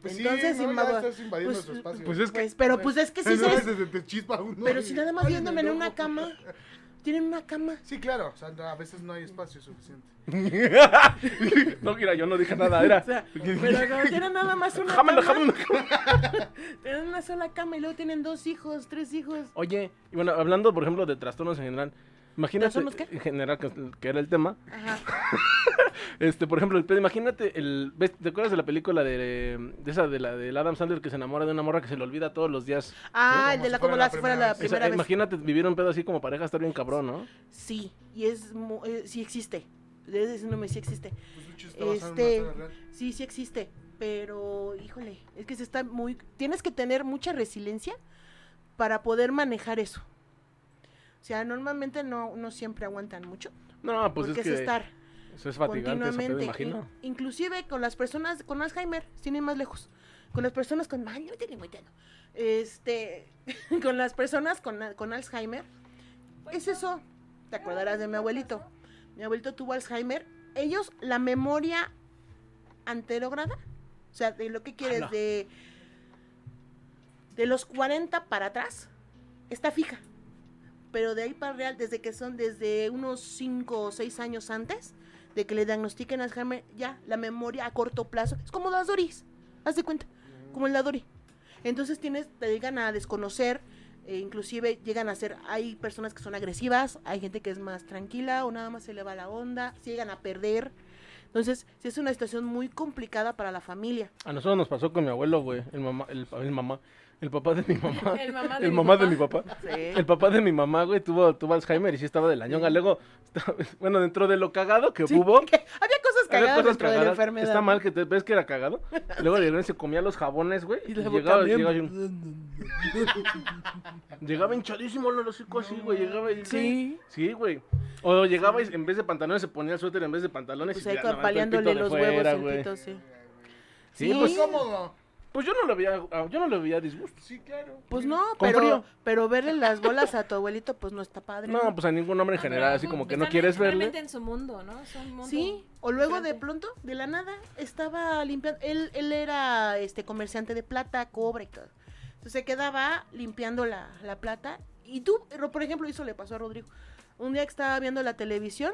Speaker 1: Pues sí,
Speaker 5: Entonces,
Speaker 1: no,
Speaker 5: sin
Speaker 1: ya
Speaker 5: más-
Speaker 1: estás invadiendo
Speaker 5: pues,
Speaker 1: su espacio.
Speaker 3: Pues es que
Speaker 5: Pues, pero pues es que sí, se-
Speaker 1: Entonces se te chispa uno.
Speaker 5: pero
Speaker 1: y-
Speaker 5: si nada más
Speaker 1: Ay,
Speaker 5: viéndome en
Speaker 1: me
Speaker 5: una
Speaker 1: enojo.
Speaker 5: cama, tienen una cama.
Speaker 1: Sí, claro, o sea, no, a veces no hay espacio suficiente.
Speaker 3: no, mira, yo no dije nada, era.
Speaker 5: O sea, pero no tienen nada más una
Speaker 3: Jámala,
Speaker 5: cama,
Speaker 3: jámala.
Speaker 5: tienen una sola cama y luego tienen dos hijos, tres hijos.
Speaker 3: Oye, y bueno, hablando, por ejemplo, de trastornos en general, imagínate,
Speaker 5: ¿Trastornos qué?
Speaker 3: en general, que, que era el tema,
Speaker 5: Ajá.
Speaker 3: este, por ejemplo, el pedo, imagínate, el, ¿ves- ¿te acuerdas de la película de, de esa, de la del Adam Sandler que se enamora de una morra que se le olvida todos los días?
Speaker 5: Ah,
Speaker 1: Sí,
Speaker 5: el de la
Speaker 1: como
Speaker 5: como
Speaker 1: si
Speaker 5: la si fuera la
Speaker 3: Esa-
Speaker 5: primera vez.
Speaker 3: Imagínate vivir un pedo así como pareja, estar bien cabrón, ¿no?
Speaker 5: Sí, y es mu- eh, sí existe. Debes decirme sí existe.
Speaker 1: Pues un chiste basado
Speaker 5: Este-
Speaker 1: en una historia real.
Speaker 5: Sí, sí existe, pero híjole, es que se está muy tienes que tener mucha resiliencia para poder manejar eso. O sea, normalmente no no siempre aguantan mucho,
Speaker 3: No, pues
Speaker 5: porque
Speaker 3: es
Speaker 5: es,
Speaker 3: que
Speaker 5: estar
Speaker 3: eso es fatigante, ese pedo,
Speaker 5: continuamente.
Speaker 3: imagino.
Speaker 5: In- inclusive con las personas con Alzheimer, sin ir más lejos. Con las personas con. Ay, no tiene muy tano. Este. con las personas con, con Alzheimer. Es eso. Te acordarás de mi abuelito. Mi abuelito tuvo Alzheimer. Ellos, la memoria anterograda. O sea, de lo que quieres,
Speaker 3: Ala.
Speaker 5: de. De los 40 para atrás. Está fija. Pero de ahí para real, desde que son desde unos 5 o 6 años antes, de que le diagnostiquen Alzheimer, ya la memoria a corto plazo es como las Doris, haz de cuenta, como la Dori. Entonces tienes, te llegan a desconocer, e inclusive llegan a ser, hay personas que son agresivas, hay gente que es más tranquila o nada más se le va la onda, se llegan a perder. Entonces, sí es una situación muy complicada para la familia.
Speaker 3: A nosotros nos pasó con mi abuelo, güey, el mamá, el, el mamá, el papá de mi mamá.
Speaker 4: El mamá de
Speaker 3: el
Speaker 4: mi
Speaker 3: mamá
Speaker 4: papá.
Speaker 3: de mi papá. El papá de mi mamá, güey, tuvo, tuvo Alzheimer y sí estaba de la ñonga. Luego, estaba- bueno, dentro de lo cagado que
Speaker 5: Sí,
Speaker 3: hubo,
Speaker 5: que había cosas
Speaker 3: había
Speaker 5: cagadas
Speaker 3: cosas
Speaker 5: dentro de la
Speaker 3: cagadas.
Speaker 5: enfermedad.
Speaker 3: Está mal que te, ves que era cagado. Luego de repente se comía los jabones, güey. Y,
Speaker 5: luego
Speaker 3: llegaba,
Speaker 5: también.
Speaker 3: llegaba, así un- llegaba hinchadísimo el hocico así, güey. Llegaba y
Speaker 5: Sí.
Speaker 3: Sí, güey. O llegaba y en vez de pantalones se ponía el suéter en vez de pantalones.
Speaker 5: Pues
Speaker 3: y
Speaker 5: ahí
Speaker 3: ya levantó el pito
Speaker 5: paliándole
Speaker 3: de
Speaker 5: los
Speaker 3: fuera,
Speaker 5: huevos, el
Speaker 3: güey.
Speaker 5: pito, sí.
Speaker 3: Sí,
Speaker 5: Sí.
Speaker 1: Pues cómodo.
Speaker 3: Pues yo no le veía, yo no le veía disgusto.
Speaker 1: Sí, claro.
Speaker 5: Pues no,
Speaker 3: Con
Speaker 5: pero,
Speaker 3: frío. pero
Speaker 5: pero verle las bolas a tu abuelito, pues no está padre.
Speaker 3: No, pues a ningún hombre en general, así como que no quieres verle.
Speaker 4: Pues Realmente en su mundo, ¿no? Son un mundo
Speaker 5: Sí, o luego de
Speaker 4: diferente.
Speaker 5: pronto, de la nada, estaba limpiando. Él, él era este comerciante de plata, cobre. ca- Entonces se quedaba limpiando la, la plata. Y tú, pero, por ejemplo, eso le pasó a Rodrigo. Un día que estaba viendo la televisión,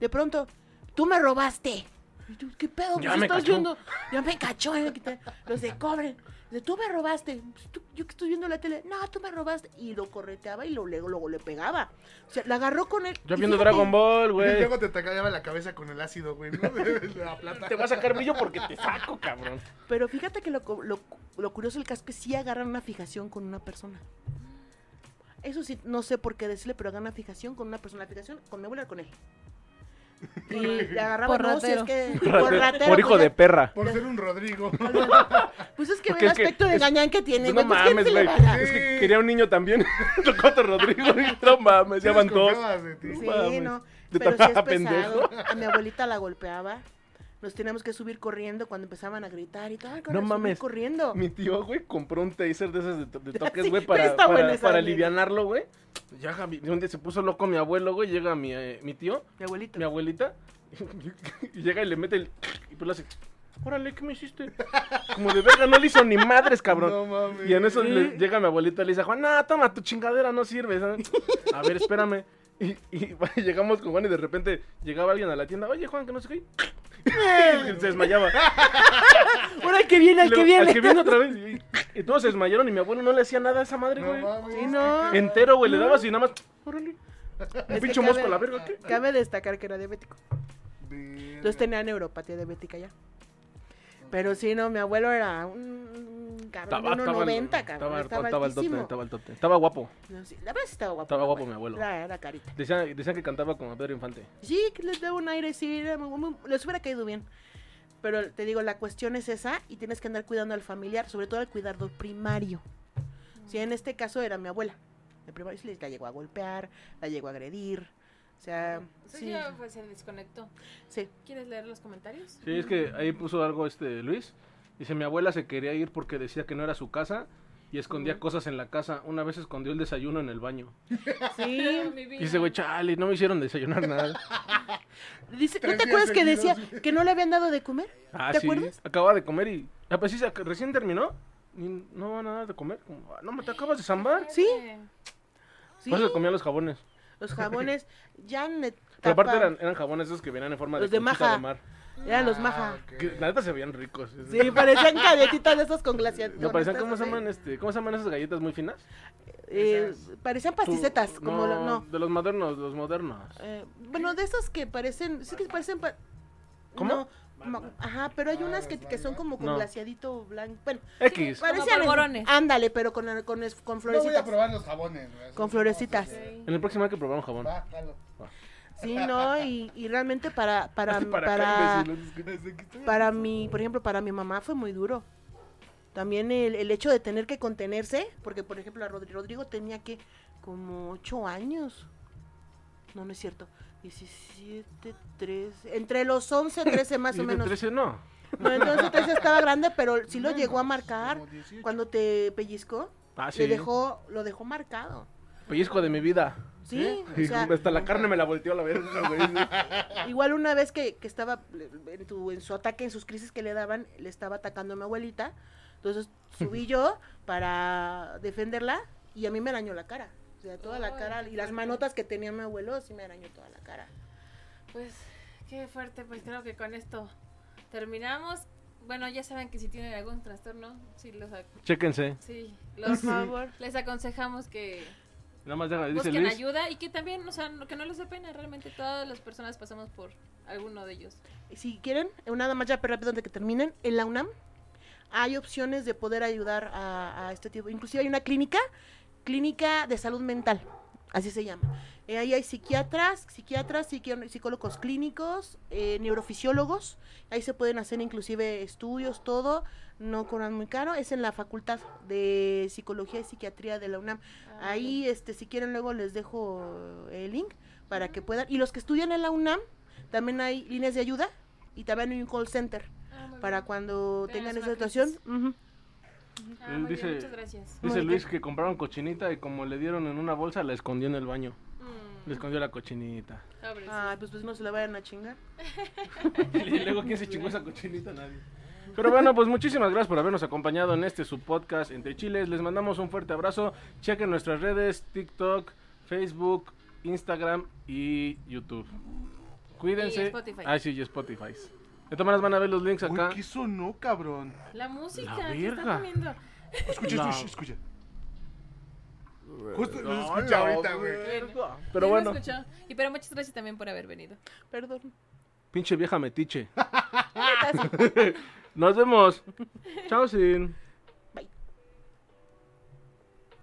Speaker 5: de pronto, tú me robaste. Y tú, ¿qué pedo?
Speaker 3: Ya
Speaker 5: Pues,
Speaker 3: me
Speaker 5: estás
Speaker 3: cachó.
Speaker 5: viendo- Ya me cachó, ya me quité- los de cobre. Dice, tú me robaste. Pues, tú- yo que estoy viendo la tele. No, tú me robaste. Y lo correteaba y lo, luego, luego le pegaba. O sea, la agarró con él.
Speaker 3: Yo
Speaker 5: y
Speaker 3: viendo
Speaker 5: fíjate,
Speaker 3: Dragon Ball,
Speaker 1: Y
Speaker 3: güey.
Speaker 1: luego te tacaba la cabeza con el ácido, güey, ¿no? De la plata.
Speaker 3: Te va a sacar brillo porque te saco, cabrón.
Speaker 5: Pero fíjate que lo, cu- lo, cu- lo curioso del caso es que sí agarran una fijación con una persona. Eso sí, no sé por qué decirle, pero agarran una fijación con una persona. La fijación con mi abuela era con él. Y le agarraba
Speaker 4: Por
Speaker 5: no, si es
Speaker 4: ratero.
Speaker 5: que.
Speaker 3: Por,
Speaker 5: ratero,
Speaker 3: hijo
Speaker 5: pues
Speaker 3: de
Speaker 5: ya-
Speaker 3: perra.
Speaker 1: Por ser un Rodrigo.
Speaker 5: Pues es que ve
Speaker 3: Porque
Speaker 5: el
Speaker 3: es que
Speaker 5: aspecto de
Speaker 3: es-
Speaker 5: gañán que tiene.
Speaker 3: no
Speaker 5: güey, pues, ¿quién
Speaker 3: mames,
Speaker 5: se le
Speaker 3: güey.
Speaker 5: va a dar?
Speaker 3: Es que quería un niño también. Tocó otro Rodrigo. y No mames, ya van dos.
Speaker 1: Desconfiabas de ti.
Speaker 5: Sí,
Speaker 3: mames.
Speaker 5: no.
Speaker 3: Te
Speaker 5: Pero sí es
Speaker 3: tocaba,
Speaker 5: pesado.
Speaker 3: pendejo.
Speaker 5: A mi abuelita la golpeaba. Nos teníamos que subir corriendo cuando empezaban a gritar y todo.
Speaker 3: No mames.
Speaker 5: corriendo.
Speaker 3: Mi tío, güey, compró un taser de esas de, to- de toques,
Speaker 5: Sí,
Speaker 3: güey,
Speaker 5: pero
Speaker 3: para,
Speaker 5: está buena
Speaker 3: para,
Speaker 5: esa
Speaker 3: para
Speaker 5: anécdota.
Speaker 3: alivianarlo, güey. Pues Ya, Javi, un día se puso loco mi abuelo, güey. Llega mi, eh, mi tío,
Speaker 5: Mi abuelito.
Speaker 3: mi abuelita, y llega y le mete el. Y pues le hace. Órale, ¿qué me hiciste? Como de verga, no le hizo ni madres, cabrón.
Speaker 1: No mames.
Speaker 3: Y en eso le llega mi abuelita y le dice, Juan, no, toma, tu chingadera no sirve. ¿sabes? A ver, espérame. Y, y llegamos con Juan y de repente llegaba alguien a la tienda, oye Juan, que no sé qué. Y se desmayaba.
Speaker 5: Ahora el que viene,
Speaker 3: Y
Speaker 5: el
Speaker 3: luego,
Speaker 5: que viene.
Speaker 3: Al que viene otra vez. Y, y todos se desmayaron y mi abuelo no le hacía nada a esa madre, güey.
Speaker 5: Sí, no.
Speaker 3: Entero, güey, le dabas y nada más. Órale.
Speaker 5: Es
Speaker 3: Un
Speaker 5: que
Speaker 3: pinche mosco
Speaker 5: cabe-
Speaker 3: a la verga, ¿qué?
Speaker 5: Cabe destacar que era diabético. Los tenían neuropatía diabética ya. Pero sí, no, mi abuelo era un cabrón de 1.90, cabrón. Estaba,
Speaker 3: estaba al
Speaker 5: altísimo.
Speaker 3: tope, estaba al tope. Estaba guapo.
Speaker 5: No, sí, la verdad sí estaba guapo.
Speaker 3: Estaba guapo mi abuelo.
Speaker 5: Era, era carita.
Speaker 3: Decían, decían que cantaba como Pedro Infante.
Speaker 5: Sí, que les daba un aire, sí, era muy- muy- les hubiera caído bien. Pero te digo, la cuestión es esa y tienes que andar cuidando al familiar, sobre todo al cuidador primario. Si en este caso era mi abuela. El primario sí la llegó a golpear, la llegó a agredir. O sea,
Speaker 4: Sí,
Speaker 5: Eh, sí,
Speaker 4: ya, pues, se desconectó.
Speaker 5: sí.
Speaker 4: ¿Quieres leer los comentarios?
Speaker 3: Sí, es que ahí puso algo este Luis. Dice, mi abuela se quería ir porque decía que no era su casa y escondía cosas en la casa. Una vez escondió el desayuno en el baño.
Speaker 5: Sí.
Speaker 4: Mi vida.
Speaker 3: Y dice, güey, chale, no me hicieron desayunar nada.
Speaker 5: Dice, ¿No
Speaker 1: Tres
Speaker 5: te
Speaker 1: días
Speaker 5: acuerdas que decía
Speaker 1: seguidos.
Speaker 5: que no le habían dado de comer?
Speaker 3: Ah,
Speaker 5: ¿Te
Speaker 3: sí.
Speaker 5: acuerdas?
Speaker 3: Acababa de comer y... Ah, pues sí, se- recién terminó. Y no van a dar de comer. Como, "Ah, no, me te acabas de zambar.
Speaker 5: Sí. Sí,
Speaker 3: Por eso comía los jabones.
Speaker 5: los jabones ya en
Speaker 3: Pero aparte
Speaker 5: etapa-
Speaker 3: eran, eran jabones esos que venían en forma
Speaker 5: Los
Speaker 3: de,
Speaker 5: de
Speaker 3: conchita
Speaker 5: maja.
Speaker 3: de mar.
Speaker 5: eran
Speaker 1: Ah,
Speaker 5: los maja.
Speaker 3: Que, la neta se veían ricos.
Speaker 5: Sí, parecían galletitas de esas con glaciación.
Speaker 3: Me parecían, ¿cómo se, llaman este, ¿cómo se llaman esas galletas muy finas?
Speaker 5: Eh, parecían pasticetas,
Speaker 3: Su-
Speaker 5: como lo- no.
Speaker 3: De los modernos, los modernos.
Speaker 5: Eh, bueno, de esas que parecen, sí que parecen... pa-
Speaker 3: ¿Cómo?
Speaker 5: no, ma- ajá, pero hay
Speaker 1: Ah,
Speaker 5: unas que,
Speaker 1: las
Speaker 5: que son
Speaker 1: Barbie.
Speaker 5: como con
Speaker 3: No.
Speaker 5: glaciadito blanco. Bueno,
Speaker 3: X.
Speaker 4: Como
Speaker 5: parecían...
Speaker 4: polvorones.
Speaker 5: Ándale, pero con, con, es- con
Speaker 1: No voy a
Speaker 5: florecitas.
Speaker 1: probar los jabones, güey.
Speaker 5: Con florecitas.
Speaker 4: Sí.
Speaker 3: En el próximo hay que probar un jabón.
Speaker 1: pues, Va, jalo.
Speaker 5: sí, ¿no? Y, y realmente para...
Speaker 3: Para
Speaker 5: Para,
Speaker 3: acá,
Speaker 5: para,
Speaker 3: imbécil.
Speaker 1: Desde que estoy-
Speaker 5: Ah. para mi, por ejemplo, para mi mamá fue muy duro. También el, el hecho de tener que contenerse, porque por ejemplo a Rodrigo, Rodrigo tenía que como ocho años. No, no es cierto. 17, 13, entre los 11, 13 más
Speaker 3: Y
Speaker 5: o
Speaker 3: de
Speaker 5: menos.
Speaker 3: 13 no.
Speaker 5: No, entonces 13 estaba grande, pero sí lo llegó a
Speaker 1: Menos,
Speaker 5: marcar.
Speaker 1: como 18.
Speaker 5: Cuando te pellizcó,
Speaker 3: Ah, sí.
Speaker 5: le dejó, lo dejó marcado.
Speaker 3: Pellizco de mi vida.
Speaker 5: Sí, o
Speaker 3: Y
Speaker 5: sea,
Speaker 3: hasta la carne me la volteó a la verga, güey.
Speaker 5: Igual una vez que, que estaba eh, en, tu- en su ataque, en sus crisis que le daban, le estaba atacando a mi abuelita. Entonces subí yo para defenderla y a mí me arañó la cara. O sea, toda la
Speaker 4: Ay,
Speaker 5: cara
Speaker 4: qué
Speaker 5: y las
Speaker 4: fuerte.
Speaker 5: manotas que tenía mi abuelo sí me arañó toda la cara.
Speaker 4: Pues qué fuerte, pues creo que con esto terminamos. Bueno, ya saben que si tienen algún trastorno, sí, los, ac-
Speaker 3: Chéquense.
Speaker 4: sí, los
Speaker 5: favor.
Speaker 4: les aconsejamos que
Speaker 3: Nada más deja, dice
Speaker 4: busquen
Speaker 3: Luis.
Speaker 4: ayuda y que también, o sea, no- que no les dé pena, realmente todas las personas pasamos por alguno de ellos.
Speaker 5: Y Si quieren, eh, nada más ya pero rápido antes de que terminen, en la UNAM hay opciones de poder ayudar a, a este tipo. Inclusive hay una clínica, clínica de salud mental, así se llama. Eh, ahí hay psiquiatras, psiquiatras, psiquio- psicólogos clínicos, eh, neurofisiólogos. Ahí se pueden hacer inclusive estudios, todo. No cobran muy caro. Es en la Facultad de Psicología y Psiquiatría de la UNAM.
Speaker 4: Ah,
Speaker 5: Ahí, este, si quieren, luego les dejo el link para que puedan. Y los que estudian en la UNAM, también hay líneas de ayuda y también hay un call center
Speaker 4: ah, muy
Speaker 5: para
Speaker 4: bien.
Speaker 5: cuando
Speaker 4: Tengas
Speaker 5: tengan esa
Speaker 4: una
Speaker 5: situación.
Speaker 4: crisis.
Speaker 5: Ujú.
Speaker 4: Ah, muy bien,
Speaker 3: Dice-
Speaker 4: muchas gracias.
Speaker 5: Muy
Speaker 3: Dice
Speaker 5: bien.
Speaker 3: Luis que compraron cochinita y como le dieron en una bolsa, la escondió en el baño.
Speaker 4: Mm,
Speaker 3: Le escondió la cochinita.
Speaker 4: pobrecito.
Speaker 5: Ay, pues, pues no se la vayan a chingar.
Speaker 3: Y luego, ¿quién se chingó esa cochinita? Nadie. Pero bueno, pues muchísimas gracias por habernos acompañado en este su podcast Entre Chiles. Les mandamos un fuerte abrazo. Chequen nuestras redes: TikTok, Facebook, Instagram y YouTube. Cuídense.
Speaker 4: Y Spotify.
Speaker 3: Ah, sí, y Spotify. De todas maneras van a ver los links
Speaker 2: Uy,
Speaker 3: acá.
Speaker 2: ¿qué sonó, cabrón?
Speaker 4: La música
Speaker 3: La
Speaker 4: que están
Speaker 3: verga.
Speaker 4: poniendo.
Speaker 2: Escucha,
Speaker 3: No.
Speaker 2: escucha, escucha. Justo lo
Speaker 3: No,
Speaker 2: escucha
Speaker 3: no,
Speaker 2: ahorita, güey.
Speaker 3: verga.
Speaker 4: Sí,
Speaker 3: Pero
Speaker 4: se
Speaker 3: bueno,
Speaker 4: escuchó. Y pero muchas gracias también por haber venido.
Speaker 5: Perdón.
Speaker 3: pinche vieja metiche. Nos vemos. Chao, sin.